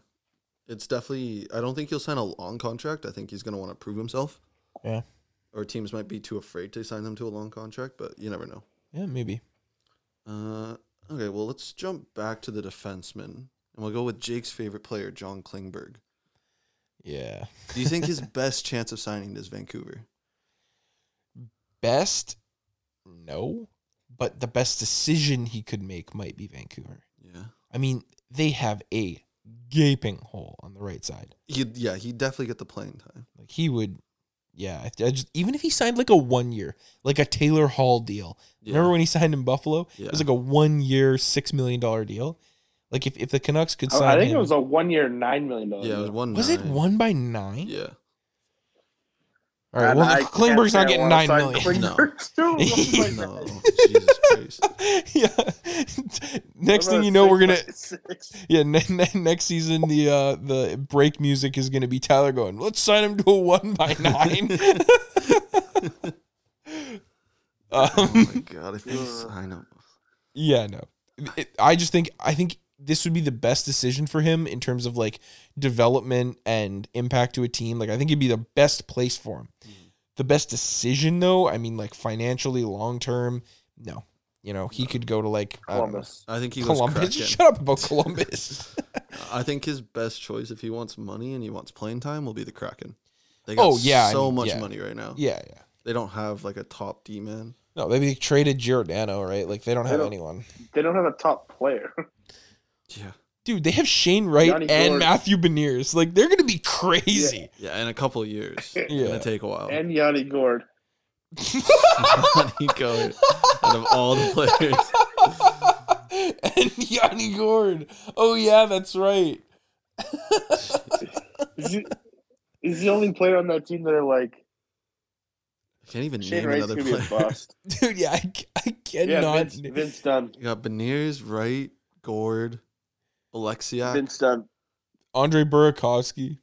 Speaker 4: It's definitely I don't think he'll sign a long contract. I think he's gonna want to prove himself.
Speaker 5: Yeah.
Speaker 4: Or teams might be too afraid to sign him to a long contract, but you never know.
Speaker 5: Yeah, maybe.
Speaker 4: Uh okay, well let's jump back to the defenseman. And we'll go with Jake's favorite player, John Klingberg.
Speaker 5: Yeah.
Speaker 4: Do you think his best chance of signing is Vancouver?
Speaker 5: Best no, but the best decision he could make might be Vancouver.
Speaker 4: Yeah.
Speaker 5: I mean, they have a gaping hole on the right side.
Speaker 4: He'd yeah, he'd definitely get the playing time.
Speaker 5: Like he would yeah, I, I just, even if he signed like a one year, like a Taylor Hall deal,
Speaker 4: Yeah.
Speaker 5: Remember when he signed in Buffalo?
Speaker 4: Yeah.
Speaker 5: It was like a one year, six million dollar deal. Like if, if the Canucks could sign
Speaker 6: I, I think
Speaker 5: him,
Speaker 6: it was a one year nine million dollar.
Speaker 4: yeah, it was one
Speaker 5: was it
Speaker 4: nine.
Speaker 5: one by nine? [laughs]
Speaker 4: Yeah.
Speaker 5: All right.
Speaker 9: And
Speaker 5: Well,
Speaker 9: I
Speaker 5: Klingberg's not
Speaker 9: can't say I
Speaker 5: getting
Speaker 9: wanna
Speaker 5: nine
Speaker 9: sign
Speaker 5: million.
Speaker 9: Klingberg too. [laughs] Oh my
Speaker 6: [laughs]
Speaker 9: God.
Speaker 4: No, Jesus Christ.
Speaker 5: [laughs] yeah.
Speaker 9: What
Speaker 5: next thing
Speaker 9: about
Speaker 5: you know, we're
Speaker 6: [laughs]
Speaker 5: gonna.
Speaker 9: six by six?
Speaker 5: [laughs] Yeah, ne- ne- next season the uh, the break music is gonna be Tyler going. Let's sign him to a one by
Speaker 4: [laughs]
Speaker 5: nine. [laughs]
Speaker 4: Oh
Speaker 5: um,
Speaker 4: my god, if he sign up.
Speaker 5: Yeah, no. It- I just think I think this would be the best decision for him in terms of like development and impact to a team. Like I think it'd be the best place for him. The best decision though, I mean like financially long term, no. You know, he could go to like I don't know,
Speaker 6: Columbus.
Speaker 4: I think he goes
Speaker 5: Columbus.
Speaker 4: Kraken.
Speaker 5: [laughs] Shut up
Speaker 6: [laughs]
Speaker 5: about Columbus.
Speaker 4: I think his best choice, if he wants money and he wants playing time, will be the Kraken. They
Speaker 5: Oh, yeah, I
Speaker 4: so
Speaker 5: mean,
Speaker 4: much
Speaker 5: yeah.
Speaker 4: money right now.
Speaker 5: yeah, yeah.
Speaker 4: They don't have like a top D man.
Speaker 5: No, they they traded Giordano, right? Like they don't have
Speaker 6: don't-
Speaker 5: anyone.
Speaker 6: They don't have a top player.
Speaker 4: Yeah,
Speaker 5: Dude, they have Shane Wright
Speaker 6: Johnny
Speaker 5: and
Speaker 6: Gord.
Speaker 5: Matthew Beniers. Like they're gonna be crazy.
Speaker 4: yeah. In a couple of
Speaker 5: [laughs]
Speaker 4: years, it's
Speaker 5: Yeah.
Speaker 4: gonna take a while.
Speaker 6: and Yanni Gord.
Speaker 4: [laughs] Johnny Gord, out of all the players,
Speaker 5: [laughs] and Yanni Gord. Oh yeah, that's right.
Speaker 6: Is he, is the only player on that team that are like
Speaker 4: I can't even
Speaker 6: Shane
Speaker 4: name
Speaker 6: Wright's
Speaker 4: another
Speaker 6: gonna be a
Speaker 4: player.
Speaker 6: bust.
Speaker 5: Dude, yeah, I, c- I
Speaker 6: yeah,
Speaker 5: cannot.
Speaker 6: Vince, Vince Dunn.
Speaker 4: [laughs] You got Beniers, Wright, Gord, Alexia.
Speaker 6: Vince Dunn.
Speaker 5: Andre Burakovsky,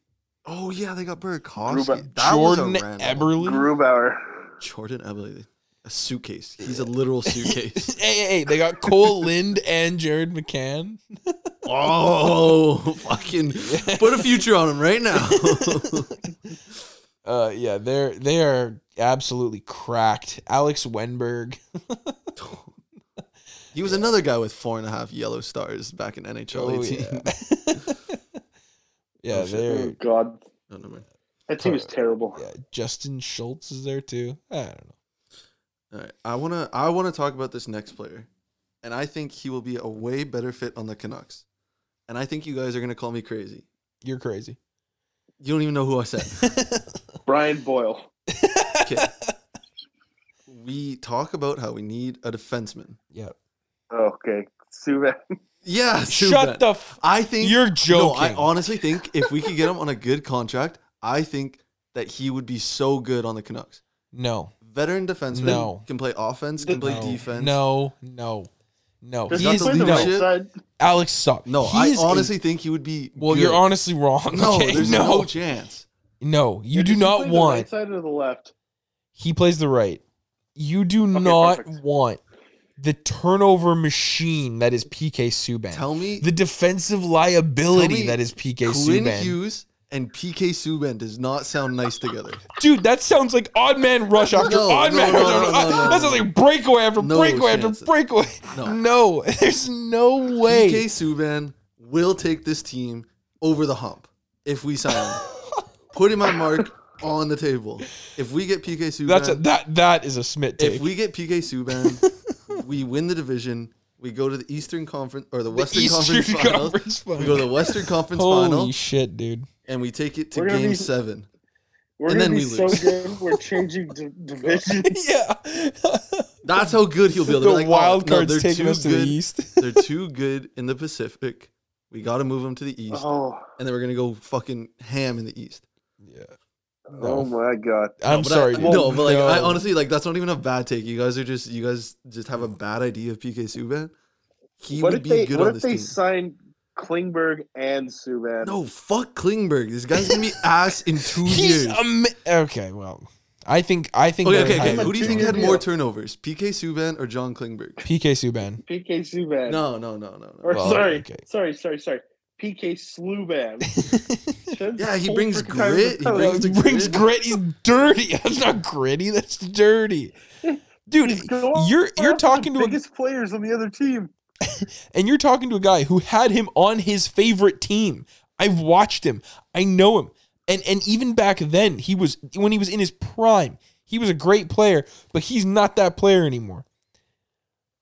Speaker 4: Oh yeah, they got Burakovsky.
Speaker 6: Gruba-
Speaker 4: That was a
Speaker 5: Jordan
Speaker 4: random one.
Speaker 5: Eberle.
Speaker 6: Grubauer.
Speaker 4: Jordan Eberle. A suitcase. He's a literal suitcase.
Speaker 5: [laughs] hey, hey, hey, they got Cole Lind and
Speaker 4: [laughs]
Speaker 5: Jared McCann.
Speaker 4: [laughs]
Speaker 5: [laughs]
Speaker 4: oh, fucking put a future on him right [laughs] now.
Speaker 5: Uh, yeah, they're they are absolutely cracked. Alex Wenberg.
Speaker 4: He was another guy with four and a half yellow stars back in NHL
Speaker 5: Oh,
Speaker 4: 18. [laughs]
Speaker 5: yeah, [laughs] yeah,
Speaker 4: Oh, shit.
Speaker 5: they're
Speaker 6: Oh God,
Speaker 4: No, never mind.
Speaker 6: that team is terrible.
Speaker 5: yeah. Justin Schultz is there too. I don't know.
Speaker 4: All right, I wanna I wanna talk about this next player, and I think he will be a way better fit on the Canucks, and I think you guys are gonna call me crazy.
Speaker 5: You're crazy.
Speaker 4: You don't even know who I said.
Speaker 6: Brian Boyle.
Speaker 4: [laughs] Okay. we talk about how we need a defenseman.
Speaker 5: [laughs] Yeah.
Speaker 6: Oh, Okay, Subban. [laughs]
Speaker 4: Yeah,
Speaker 5: Shut
Speaker 4: Subban.
Speaker 5: the. F-
Speaker 4: I think
Speaker 5: You're
Speaker 4: No, I
Speaker 5: joking.
Speaker 4: honestly think if we could get him on a good contract, I think that he would be so good on the Canucks.
Speaker 5: no.
Speaker 4: Veteran defenseman
Speaker 5: No.
Speaker 4: can play offense, can play
Speaker 5: no,
Speaker 4: defense.
Speaker 5: No. No. No.
Speaker 6: Does
Speaker 5: He
Speaker 4: not
Speaker 6: he
Speaker 5: is
Speaker 6: play the
Speaker 5: no.
Speaker 6: right side?
Speaker 5: Alex sucks.
Speaker 4: No,
Speaker 5: He
Speaker 4: I
Speaker 5: is a-
Speaker 4: honestly think he would be.
Speaker 5: well,
Speaker 4: good.
Speaker 5: you're honestly wrong.
Speaker 4: [laughs] No,
Speaker 5: okay?
Speaker 4: there's
Speaker 5: no,
Speaker 4: no. chance.
Speaker 5: no, you
Speaker 6: Yeah,
Speaker 5: do
Speaker 6: does he
Speaker 5: not
Speaker 6: play
Speaker 5: want.
Speaker 6: the right side or the left.
Speaker 5: He plays the right. You do not
Speaker 6: perfect.
Speaker 5: want the turnover machine that is PK Subban.
Speaker 4: Tell me,
Speaker 5: the defensive liability
Speaker 4: Tell me
Speaker 5: that is PK
Speaker 4: Quinn
Speaker 5: Subban.
Speaker 4: Hughes and PK Subban does not sound nice
Speaker 5: [laughs]
Speaker 4: together.
Speaker 5: Dude, that sounds like odd man rush after
Speaker 4: No,
Speaker 5: odd
Speaker 4: no,
Speaker 5: man
Speaker 4: no,
Speaker 5: rush.
Speaker 4: no,
Speaker 5: after
Speaker 4: no, no,
Speaker 5: that sounds like breakaway after
Speaker 4: No
Speaker 5: breakaway
Speaker 4: chance.
Speaker 5: after breakaway. No.
Speaker 4: No.
Speaker 5: there's no way.
Speaker 4: PK Subban
Speaker 5: [laughs]
Speaker 4: will take this team over the hump if we sign him. Put him on Mark. on the table. If we get PK Subban,
Speaker 5: That's a, that. That is a Smit take.
Speaker 4: if we get PK
Speaker 5: [laughs]
Speaker 4: Subban, we win the division. We go to the Eastern Conference or the Western Conference Finals. We go to the Western Conference
Speaker 5: Holy
Speaker 4: Final
Speaker 5: shit, dude! [laughs]
Speaker 4: and we take it to
Speaker 9: We're gonna
Speaker 4: Game
Speaker 9: be-
Speaker 4: Seven.
Speaker 9: We're gonna
Speaker 4: And then
Speaker 9: be
Speaker 4: we
Speaker 9: so
Speaker 4: lose.
Speaker 9: good. We're changing d- division.
Speaker 5: yeah,
Speaker 4: That's how good he'll be. They'll
Speaker 5: the
Speaker 4: be like, oh,
Speaker 5: wild
Speaker 4: no,
Speaker 5: cards
Speaker 4: they're
Speaker 5: taking
Speaker 4: too
Speaker 5: us to
Speaker 4: good.
Speaker 5: the East. [laughs]
Speaker 4: they're too good in the Pacific. We got to move them to the East,
Speaker 9: Uh-huh.
Speaker 6: Oh,
Speaker 4: and then we're gonna go fucking ham in the East.
Speaker 5: yeah,
Speaker 6: oh my god.
Speaker 5: I'm
Speaker 4: But I-
Speaker 5: sorry. dude.
Speaker 4: no, but like I
Speaker 5: No.
Speaker 4: honestly like that's not even a bad take. You guys are just you guys just have a bad idea of PK Subban. He
Speaker 9: what
Speaker 4: would
Speaker 9: if
Speaker 4: be
Speaker 9: they?
Speaker 4: good
Speaker 9: What
Speaker 4: on
Speaker 9: if
Speaker 4: this
Speaker 9: they
Speaker 4: team.
Speaker 9: sign Klingberg and Subban?
Speaker 4: no, fuck Klingberg. This guy's
Speaker 5: [laughs]
Speaker 4: gonna be ass in two
Speaker 5: he's
Speaker 4: years.
Speaker 5: ama- okay. Well, I think I think.
Speaker 4: Okay,
Speaker 5: very
Speaker 4: okay, okay.
Speaker 5: highly
Speaker 4: Who do you
Speaker 5: of
Speaker 4: think
Speaker 5: John.
Speaker 4: had more turnovers, PK Subban or John Klingberg?
Speaker 5: PK Subban?
Speaker 9: PK Subban.
Speaker 4: No, no, no, no, no.
Speaker 9: Or
Speaker 5: Well,
Speaker 9: sorry,
Speaker 5: okay.
Speaker 9: sorry, sorry, sorry. PK
Speaker 4: [laughs]
Speaker 9: Sluban.
Speaker 4: Yeah, he
Speaker 9: Whole
Speaker 4: brings
Speaker 9: freaking time
Speaker 4: grit, he
Speaker 9: to-
Speaker 4: brings
Speaker 5: He
Speaker 4: the
Speaker 5: brings
Speaker 4: grit.
Speaker 5: grit. He's dirty. [laughs] That's not gritty. That's dirty, dude. You're you're talking to
Speaker 9: the
Speaker 5: a
Speaker 9: biggest players on the other team.
Speaker 5: and you're talking to a guy who had him on his favorite team. I've watched him. I know him. And and even back then, he was when he was in his prime, he was a great player, but he's not that player anymore.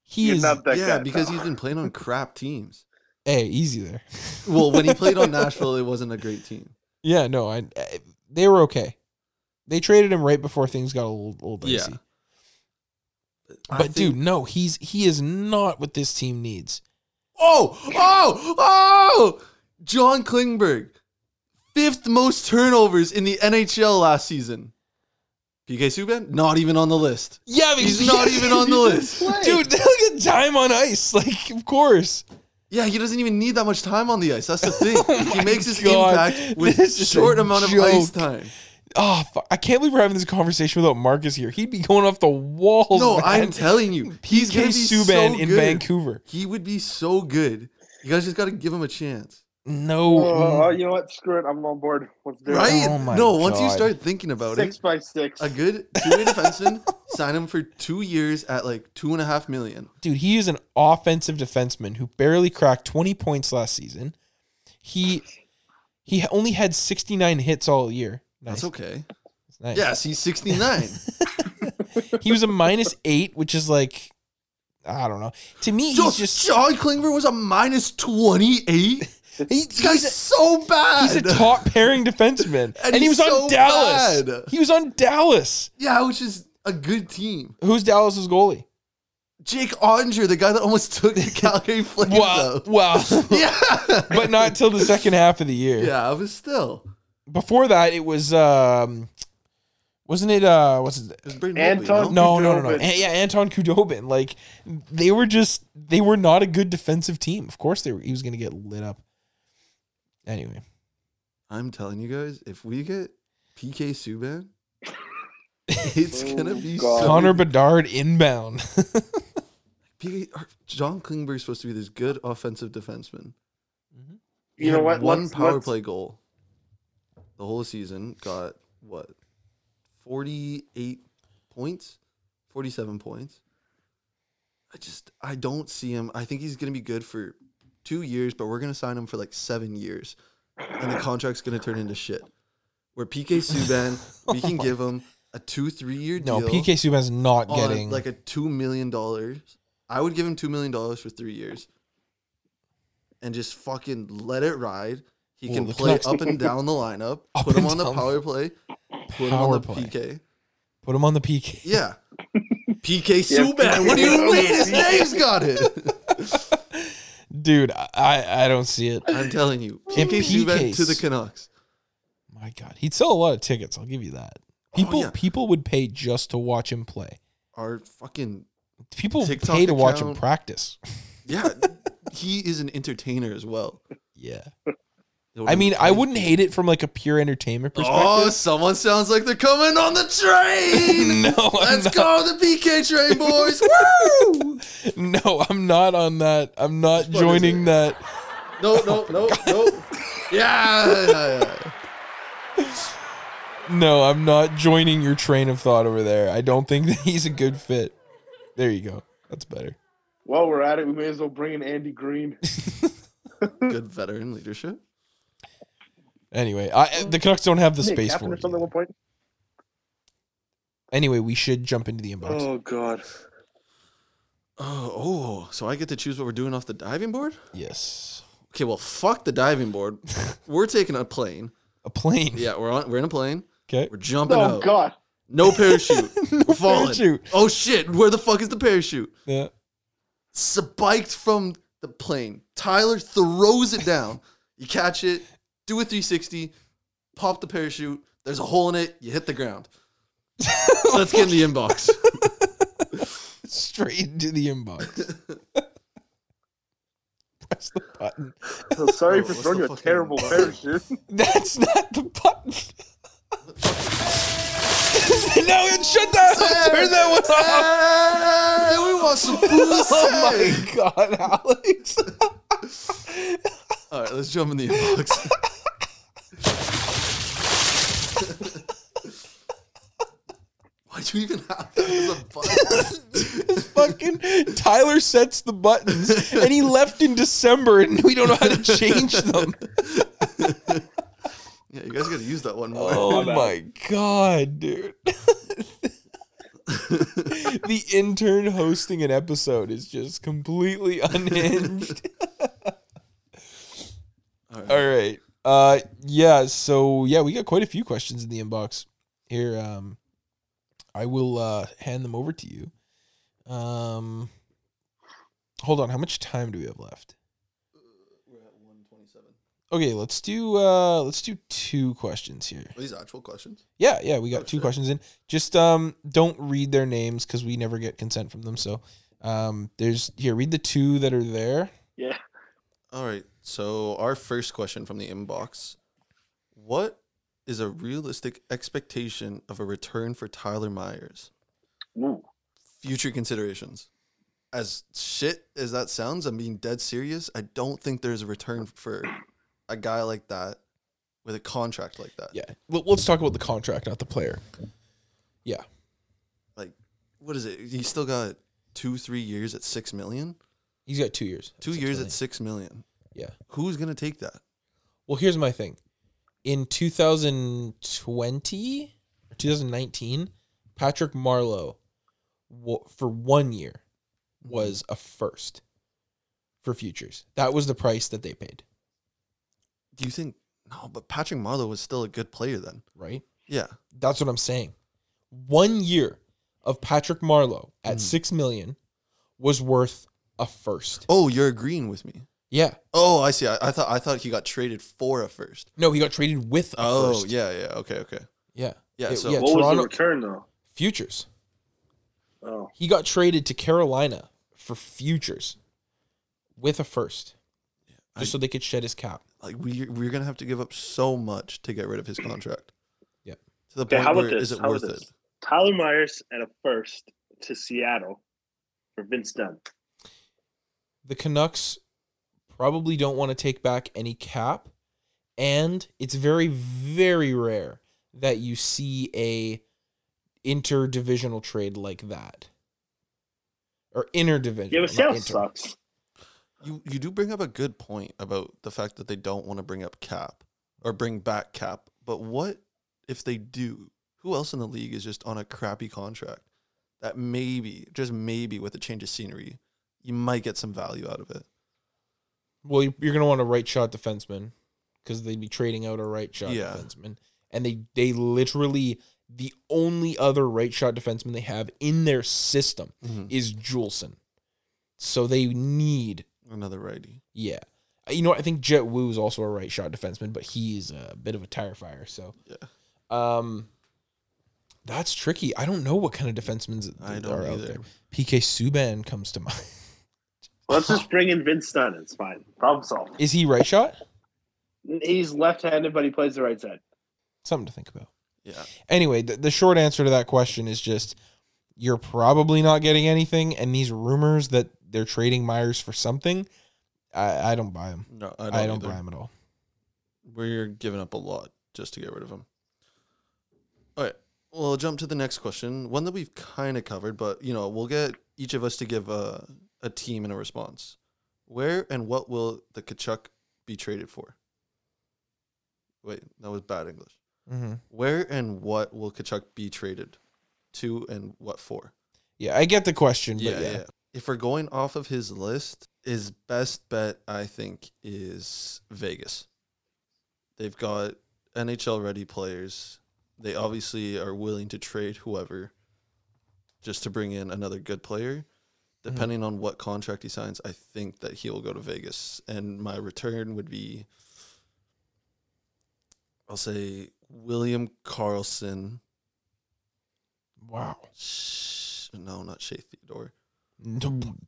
Speaker 5: He
Speaker 9: You're
Speaker 5: is
Speaker 9: not that
Speaker 4: Yeah,
Speaker 9: guy.
Speaker 4: because
Speaker 9: no.
Speaker 4: he's been playing on crap teams.
Speaker 5: hey, easy there. [laughs]
Speaker 4: Well, when he
Speaker 9: [laughs]
Speaker 4: played on Nashville, it wasn't a great team.
Speaker 5: Yeah, no, I, I- they were okay. They traded him right before things got a little, little
Speaker 4: Yeah.
Speaker 5: dicey.
Speaker 4: I
Speaker 5: But
Speaker 4: think-
Speaker 5: dude, no, he's he is not what this team needs.
Speaker 4: Oh, oh, oh! John Klingberg, fifth most turnovers in the NHL last season. PK Subban, not even on the list.
Speaker 5: Yeah,
Speaker 4: He's
Speaker 5: [laughs]
Speaker 4: not even on the list.
Speaker 5: Dude, [laughs] they look at time on ice. Like, of course.
Speaker 4: Yeah, he doesn't even need that much time on the ice. That's the thing.
Speaker 5: [laughs] Oh my
Speaker 4: he makes his
Speaker 5: God.
Speaker 4: impact with
Speaker 5: This is
Speaker 4: short
Speaker 5: a
Speaker 4: amount of ice
Speaker 5: joke.
Speaker 4: time.
Speaker 5: Oh, fuck. I can't believe we're having this conversation without Marcus here. He'd be going off the walls.
Speaker 4: No,
Speaker 5: Oh man.
Speaker 4: I'm telling you, he's
Speaker 5: PK
Speaker 4: gonna be
Speaker 5: Subban
Speaker 4: so
Speaker 5: in
Speaker 4: good.
Speaker 5: Vancouver.
Speaker 4: He would be so good. You guys just got to give him a chance,
Speaker 5: No,
Speaker 9: Oh,
Speaker 6: uh,
Speaker 5: mm,
Speaker 9: you know what? Screw it. I'm on board. Let's do
Speaker 4: right?
Speaker 5: Oh my
Speaker 4: no, once you
Speaker 5: God.
Speaker 4: start thinking about
Speaker 9: it.
Speaker 4: it,
Speaker 9: Six by six.
Speaker 4: a good
Speaker 5: [laughs]
Speaker 4: two-way defenseman. Sign him for two years at like two and a half million.
Speaker 5: dude, he is an offensive defenseman who barely cracked 20 points last season. He he only had 69 hits all year. Nice.
Speaker 4: That's okay.
Speaker 5: That's nice.
Speaker 4: Yes, he's
Speaker 5: [laughs]
Speaker 4: 69.
Speaker 5: He was a minus [laughs] eight, which is like, I don't know. To me,
Speaker 4: John,
Speaker 5: he's just
Speaker 4: John Klingberg was a minus 28.
Speaker 5: [laughs] he-
Speaker 4: This guy's
Speaker 5: he's,
Speaker 4: so bad.
Speaker 5: a, he's a top pairing defenseman, and,
Speaker 4: [laughs] And
Speaker 5: he was
Speaker 4: he's so
Speaker 5: on Dallas.
Speaker 4: bad.
Speaker 5: He was on Dallas.
Speaker 4: Yeah, which is a good team.
Speaker 5: Who's Dallas's goalie?
Speaker 4: Jake Onger, the guy that almost [laughs] took the Calgary Flames
Speaker 5: Wow, [laughs]
Speaker 4: out.
Speaker 5: wow.
Speaker 4: [laughs] Yeah.
Speaker 5: but not till the second half of the year.
Speaker 4: Yeah, I was still.
Speaker 5: Before that, it was um, wasn't it uh, what's his
Speaker 4: It was Braden
Speaker 9: Anton-
Speaker 4: Holtby, no?
Speaker 5: No, no, no, no.
Speaker 9: Kudobin.
Speaker 5: An- yeah, Anton Kudobin. Like they were just they were not a good defensive team. Of course, they were. He was going to get lit up. Anyway,
Speaker 4: I'm telling you guys, if we get PK Subban, it's gonna be
Speaker 9: God.
Speaker 4: so
Speaker 5: Connor Bedard inbound. [laughs]
Speaker 4: PK, or John Klingberg's supposed to be this good offensive defenseman. He
Speaker 9: you know
Speaker 4: had
Speaker 9: what?
Speaker 4: One
Speaker 9: Let's-
Speaker 4: power
Speaker 9: let's-
Speaker 4: play goal. The whole season got what? Forty-eight points, forty-seven points. I just I don't see him. I think he's gonna be good for two years, but we're gonna sign him for like seven years,
Speaker 9: [laughs]
Speaker 4: and the contract's gonna turn into shit. Where PK Subban, we
Speaker 9: [laughs]
Speaker 4: can give him a two, three-year
Speaker 5: no,
Speaker 4: deal.
Speaker 5: PK Subban's not
Speaker 4: on,
Speaker 5: getting.
Speaker 4: like a two million dollars. I would give him two million dollars for three years, and just fucking let it ride. He
Speaker 5: Well,
Speaker 4: can
Speaker 5: the
Speaker 4: play
Speaker 5: Canucks-
Speaker 4: up
Speaker 5: [laughs]
Speaker 4: and down the lineup.
Speaker 5: Up
Speaker 4: put him
Speaker 5: and
Speaker 4: on the
Speaker 5: down.
Speaker 4: power play. Put him on the
Speaker 5: Power play.
Speaker 4: PK.
Speaker 5: put him on the PK.
Speaker 4: Yeah. PK
Speaker 9: Yeah,
Speaker 4: Subban.
Speaker 9: PK.
Speaker 4: What do you mean? His name's got it.
Speaker 5: Dude, I- I I don't see it.
Speaker 4: I'm telling you,
Speaker 5: If
Speaker 4: PK Subban to the
Speaker 5: PK's
Speaker 4: Canucks.
Speaker 5: My God, he'd sell a lot of tickets. I'll give you that. People
Speaker 4: Oh, yeah.
Speaker 5: people would pay just to watch him play.
Speaker 4: Our fucking
Speaker 5: People
Speaker 4: TikTok
Speaker 5: pay to watch him
Speaker 4: account.
Speaker 5: practice. [laughs]
Speaker 4: yeah. he is an entertainer as well.
Speaker 5: Yeah. I mean, I wouldn't hate it from like a pure entertainment perspective.
Speaker 4: Oh, someone sounds like they're coming on the train.
Speaker 5: [laughs] no, I'm
Speaker 4: Let's
Speaker 5: not-
Speaker 4: go the PK train,
Speaker 5: [laughs]
Speaker 4: boys. Woo!
Speaker 5: No, I'm not on that. I'm not
Speaker 4: is
Speaker 5: joining
Speaker 4: it?
Speaker 5: that.
Speaker 4: No, no, no,
Speaker 5: [laughs]
Speaker 4: no. Yeah, yeah, yeah.
Speaker 5: No, I'm not joining your train of thought over there. I don't think [laughs] that he's a good fit. There you go. That's better.
Speaker 9: While we're at it, we may as well bring in Andy Green.
Speaker 4: Good veteran leadership.
Speaker 5: Anyway, I uh, the Canucks don't have the
Speaker 9: Nick
Speaker 5: space
Speaker 9: Kapanen
Speaker 5: for it.
Speaker 9: from the
Speaker 5: either.
Speaker 9: one point.
Speaker 5: Anyway, we should jump into the inbox.
Speaker 9: Oh God.
Speaker 4: Oh, oh, so I get to choose what we're doing off the diving board?
Speaker 5: Yes.
Speaker 4: Okay, well, fuck the diving
Speaker 5: [laughs]
Speaker 4: board. we're taking a plane.
Speaker 5: A plane.
Speaker 4: Yeah, we're on. We're in a plane.
Speaker 5: Okay.
Speaker 4: We're jumping
Speaker 9: Oh
Speaker 4: out.
Speaker 9: God.
Speaker 4: No parachute.
Speaker 5: [laughs] No
Speaker 4: We're falling.
Speaker 5: parachute.
Speaker 4: Oh shit! Where the fuck is the parachute?
Speaker 5: Yeah.
Speaker 4: Spiked from the plane. Tyler throws it down. You catch it. Do a 360. Pop the parachute. There's a hole in it. You hit the ground. Let's get in the [laughs] inbox.
Speaker 5: Straight into the [laughs] inbox. Press the button.
Speaker 9: So sorry
Speaker 4: [laughs] Oh,
Speaker 9: for
Speaker 4: what's
Speaker 9: throwing
Speaker 4: the
Speaker 9: you a
Speaker 4: fucking-
Speaker 9: terrible parachute. [laughs]
Speaker 5: That's not the button. [laughs] no, it shut that off. Turn that one off.
Speaker 4: [laughs] Hey, we want some pussy.
Speaker 5: Oh my god, Alex. [laughs]
Speaker 4: All right, let's jump in the inbox. [laughs] Why'd you even have that as a [laughs] button?
Speaker 5: Fucking Tyler sets the buttons and he left in December and we don't know how to change them.
Speaker 4: yeah, you guys gotta use that one more.
Speaker 5: [laughs] Oh my god, dude. [laughs] the intern hosting an episode is just completely unhinged. [laughs] All right. Uh yeah, so yeah, we got quite a few questions in the inbox. Here um I will uh hand them over to you. Um Hold on, how much time do we have left?
Speaker 4: We're at 127.
Speaker 5: Okay, let's do uh let's do two questions here.
Speaker 4: Are these actual questions?
Speaker 5: Yeah, yeah, we got
Speaker 4: Oh,
Speaker 5: two
Speaker 4: shit.
Speaker 5: questions in. Just um, don't read their names because we never get consent from them. So, um, there's here read the two that are there.
Speaker 6: Yeah.
Speaker 4: All right, so our first question from the inbox What is a realistic expectation of a return for Tyler Myers?
Speaker 6: Ooh.
Speaker 4: Future considerations. As shit as that sounds, I'm being dead serious. I don't think there's a return for a guy like that with a contract like that.
Speaker 5: Yeah, well, let's talk about the contract, not the player.
Speaker 4: Like, what is it? He still got two, three years at six million?
Speaker 5: He's got two years.
Speaker 4: Two
Speaker 5: Six
Speaker 4: years
Speaker 5: million.
Speaker 4: at six million.
Speaker 5: Yeah.
Speaker 4: Who's gonna take that?
Speaker 5: Well, here's my thing. In 2020 or 2019, Patrick Marlowe wa- for one year
Speaker 4: Mm-hmm.
Speaker 5: was a first for futures. That was the price that they paid,
Speaker 4: Do you think no, but Patrick Marlowe was still a good player then.
Speaker 5: right?
Speaker 4: Yeah.
Speaker 5: That's what I'm saying. One year of Patrick Marlowe at six million was worth a first.
Speaker 4: Oh, you're agreeing with me.
Speaker 5: Yeah.
Speaker 4: Oh, I see. I, I thought I thought he got traded for a first.
Speaker 5: No, he got traded with a
Speaker 4: Oh,
Speaker 5: first.
Speaker 4: yeah, yeah. Okay, okay.
Speaker 5: Yeah.
Speaker 4: Yeah,
Speaker 5: Yeah.
Speaker 4: so-
Speaker 5: yeah,
Speaker 6: What was the
Speaker 5: Toronto
Speaker 6: return though?
Speaker 5: futures.
Speaker 6: Oh,
Speaker 5: He got traded to Carolina for futures with a first. Just so they could shed his cap.
Speaker 4: Like we we're gonna have to give up so much to get rid of his contract.
Speaker 5: Yeah.
Speaker 4: To the
Speaker 6: Okay,
Speaker 4: point
Speaker 6: how about
Speaker 4: where
Speaker 6: this?
Speaker 4: is it
Speaker 6: How
Speaker 4: worth
Speaker 6: about
Speaker 4: it?
Speaker 6: this? Tyler Myers at a first to Seattle for Vince Dunn.
Speaker 5: The Canucks probably don't want to take back any cap. And it's very, very rare that you see a interdivisional trade like that. Or interdivisional.
Speaker 6: Yeah, but
Speaker 5: not
Speaker 6: Seattle
Speaker 5: inter.
Speaker 6: sucks.
Speaker 4: You you do bring up a good point about the fact that they don't want to bring up cap or bring back cap. But what if they do? Who else in the league is just on a crappy contract that maybe, just maybe, with a change of scenery, you might get some value out of it.
Speaker 5: Well, you- you're going to want a right shot defenseman because they'd be trading out a right shot
Speaker 4: Yeah.
Speaker 5: defenseman. And they, they literally, the only other right shot defenseman they have in their system
Speaker 4: Mm-hmm.
Speaker 5: is Juleson. So they need
Speaker 4: Another righty.
Speaker 5: Yeah. Uh, You know, what? I think Jet Wu is also a right shot defenseman, but he's a bit of a tire fire. So,
Speaker 4: Yeah.
Speaker 5: um, that's tricky. I don't know what kind of defensemen
Speaker 4: I
Speaker 5: are
Speaker 4: don't
Speaker 5: out
Speaker 4: either.
Speaker 5: there. PK Subban comes to [laughs] mind.
Speaker 6: Let's just bring in Vince Dunn. It's fine. Problem solved.
Speaker 5: Is he right shot?
Speaker 6: He's left-handed, but he plays the right side.
Speaker 5: Something to think about.
Speaker 4: Yeah.
Speaker 5: Anyway, the, the short answer to that question is just you're probably not getting anything, and these rumors that they're trading Myers for something, I, I don't buy them.
Speaker 4: No,
Speaker 5: I
Speaker 4: I
Speaker 5: don't,
Speaker 4: don't.
Speaker 5: I don't
Speaker 4: either.
Speaker 5: buy them at all.
Speaker 4: We're giving up a lot just to get rid of him. All right. Well, I'll jump to the next question. One that we've kind of covered, but you know, we'll get each of us to give a, a team and a response. Where and what will the Kachuk be traded for? Wait, that was bad English.
Speaker 5: Mm-hmm.
Speaker 4: Where and what will Kachuk be traded two, and what four?
Speaker 5: Yeah, I get the question, but yeah.
Speaker 4: If we're going off of his list, his best bet I think is Vegas. They've got NHL ready players. They obviously are willing to trade whoever just to bring in another good player.
Speaker 5: Mm-hmm.
Speaker 4: Depending on what contract he signs, I think that he will go to Vegas. And my return would be I'll say William Carlson.
Speaker 5: Wow.
Speaker 4: Sh- No, not Shea Theodore.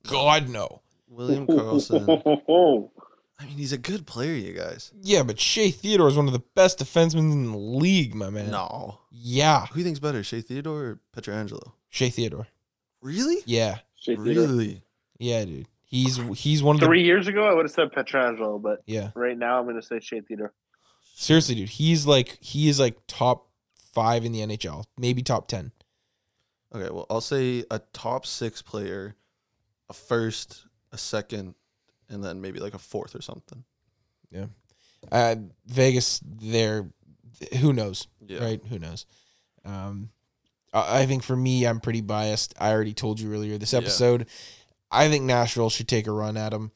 Speaker 5: God no.
Speaker 4: William
Speaker 6: [laughs]
Speaker 4: Carlson.
Speaker 9: Oh,
Speaker 4: I mean, he's a good player, you guys.
Speaker 5: Yeah, but Shea Theodore is one of the best defensemen in the league, my man.
Speaker 4: No.
Speaker 5: Yeah,
Speaker 4: Who you think's better, Shea Theodore or Petrangelo?
Speaker 5: Shea Theodore.
Speaker 4: Really?
Speaker 5: Yeah,
Speaker 4: Really?
Speaker 5: yeah, dude. He's he's one of
Speaker 6: Three years ago, I would have said Petrangelo, but
Speaker 5: the yeah.
Speaker 6: right now I'm going to say Shea Theodore.
Speaker 5: Seriously, dude. He's like he is like top five in the NHL, maybe top ten.
Speaker 4: Okay, well, I'll say a top six player, a first, a second, and then maybe like a fourth or something.
Speaker 5: Uh, Vegas, they're who knows,
Speaker 4: Yeah.
Speaker 5: right? Who knows? Um, I, I think for me, I'm pretty biased. I already told you earlier this
Speaker 4: Yeah.
Speaker 5: episode. I think Nashville should take a run at him.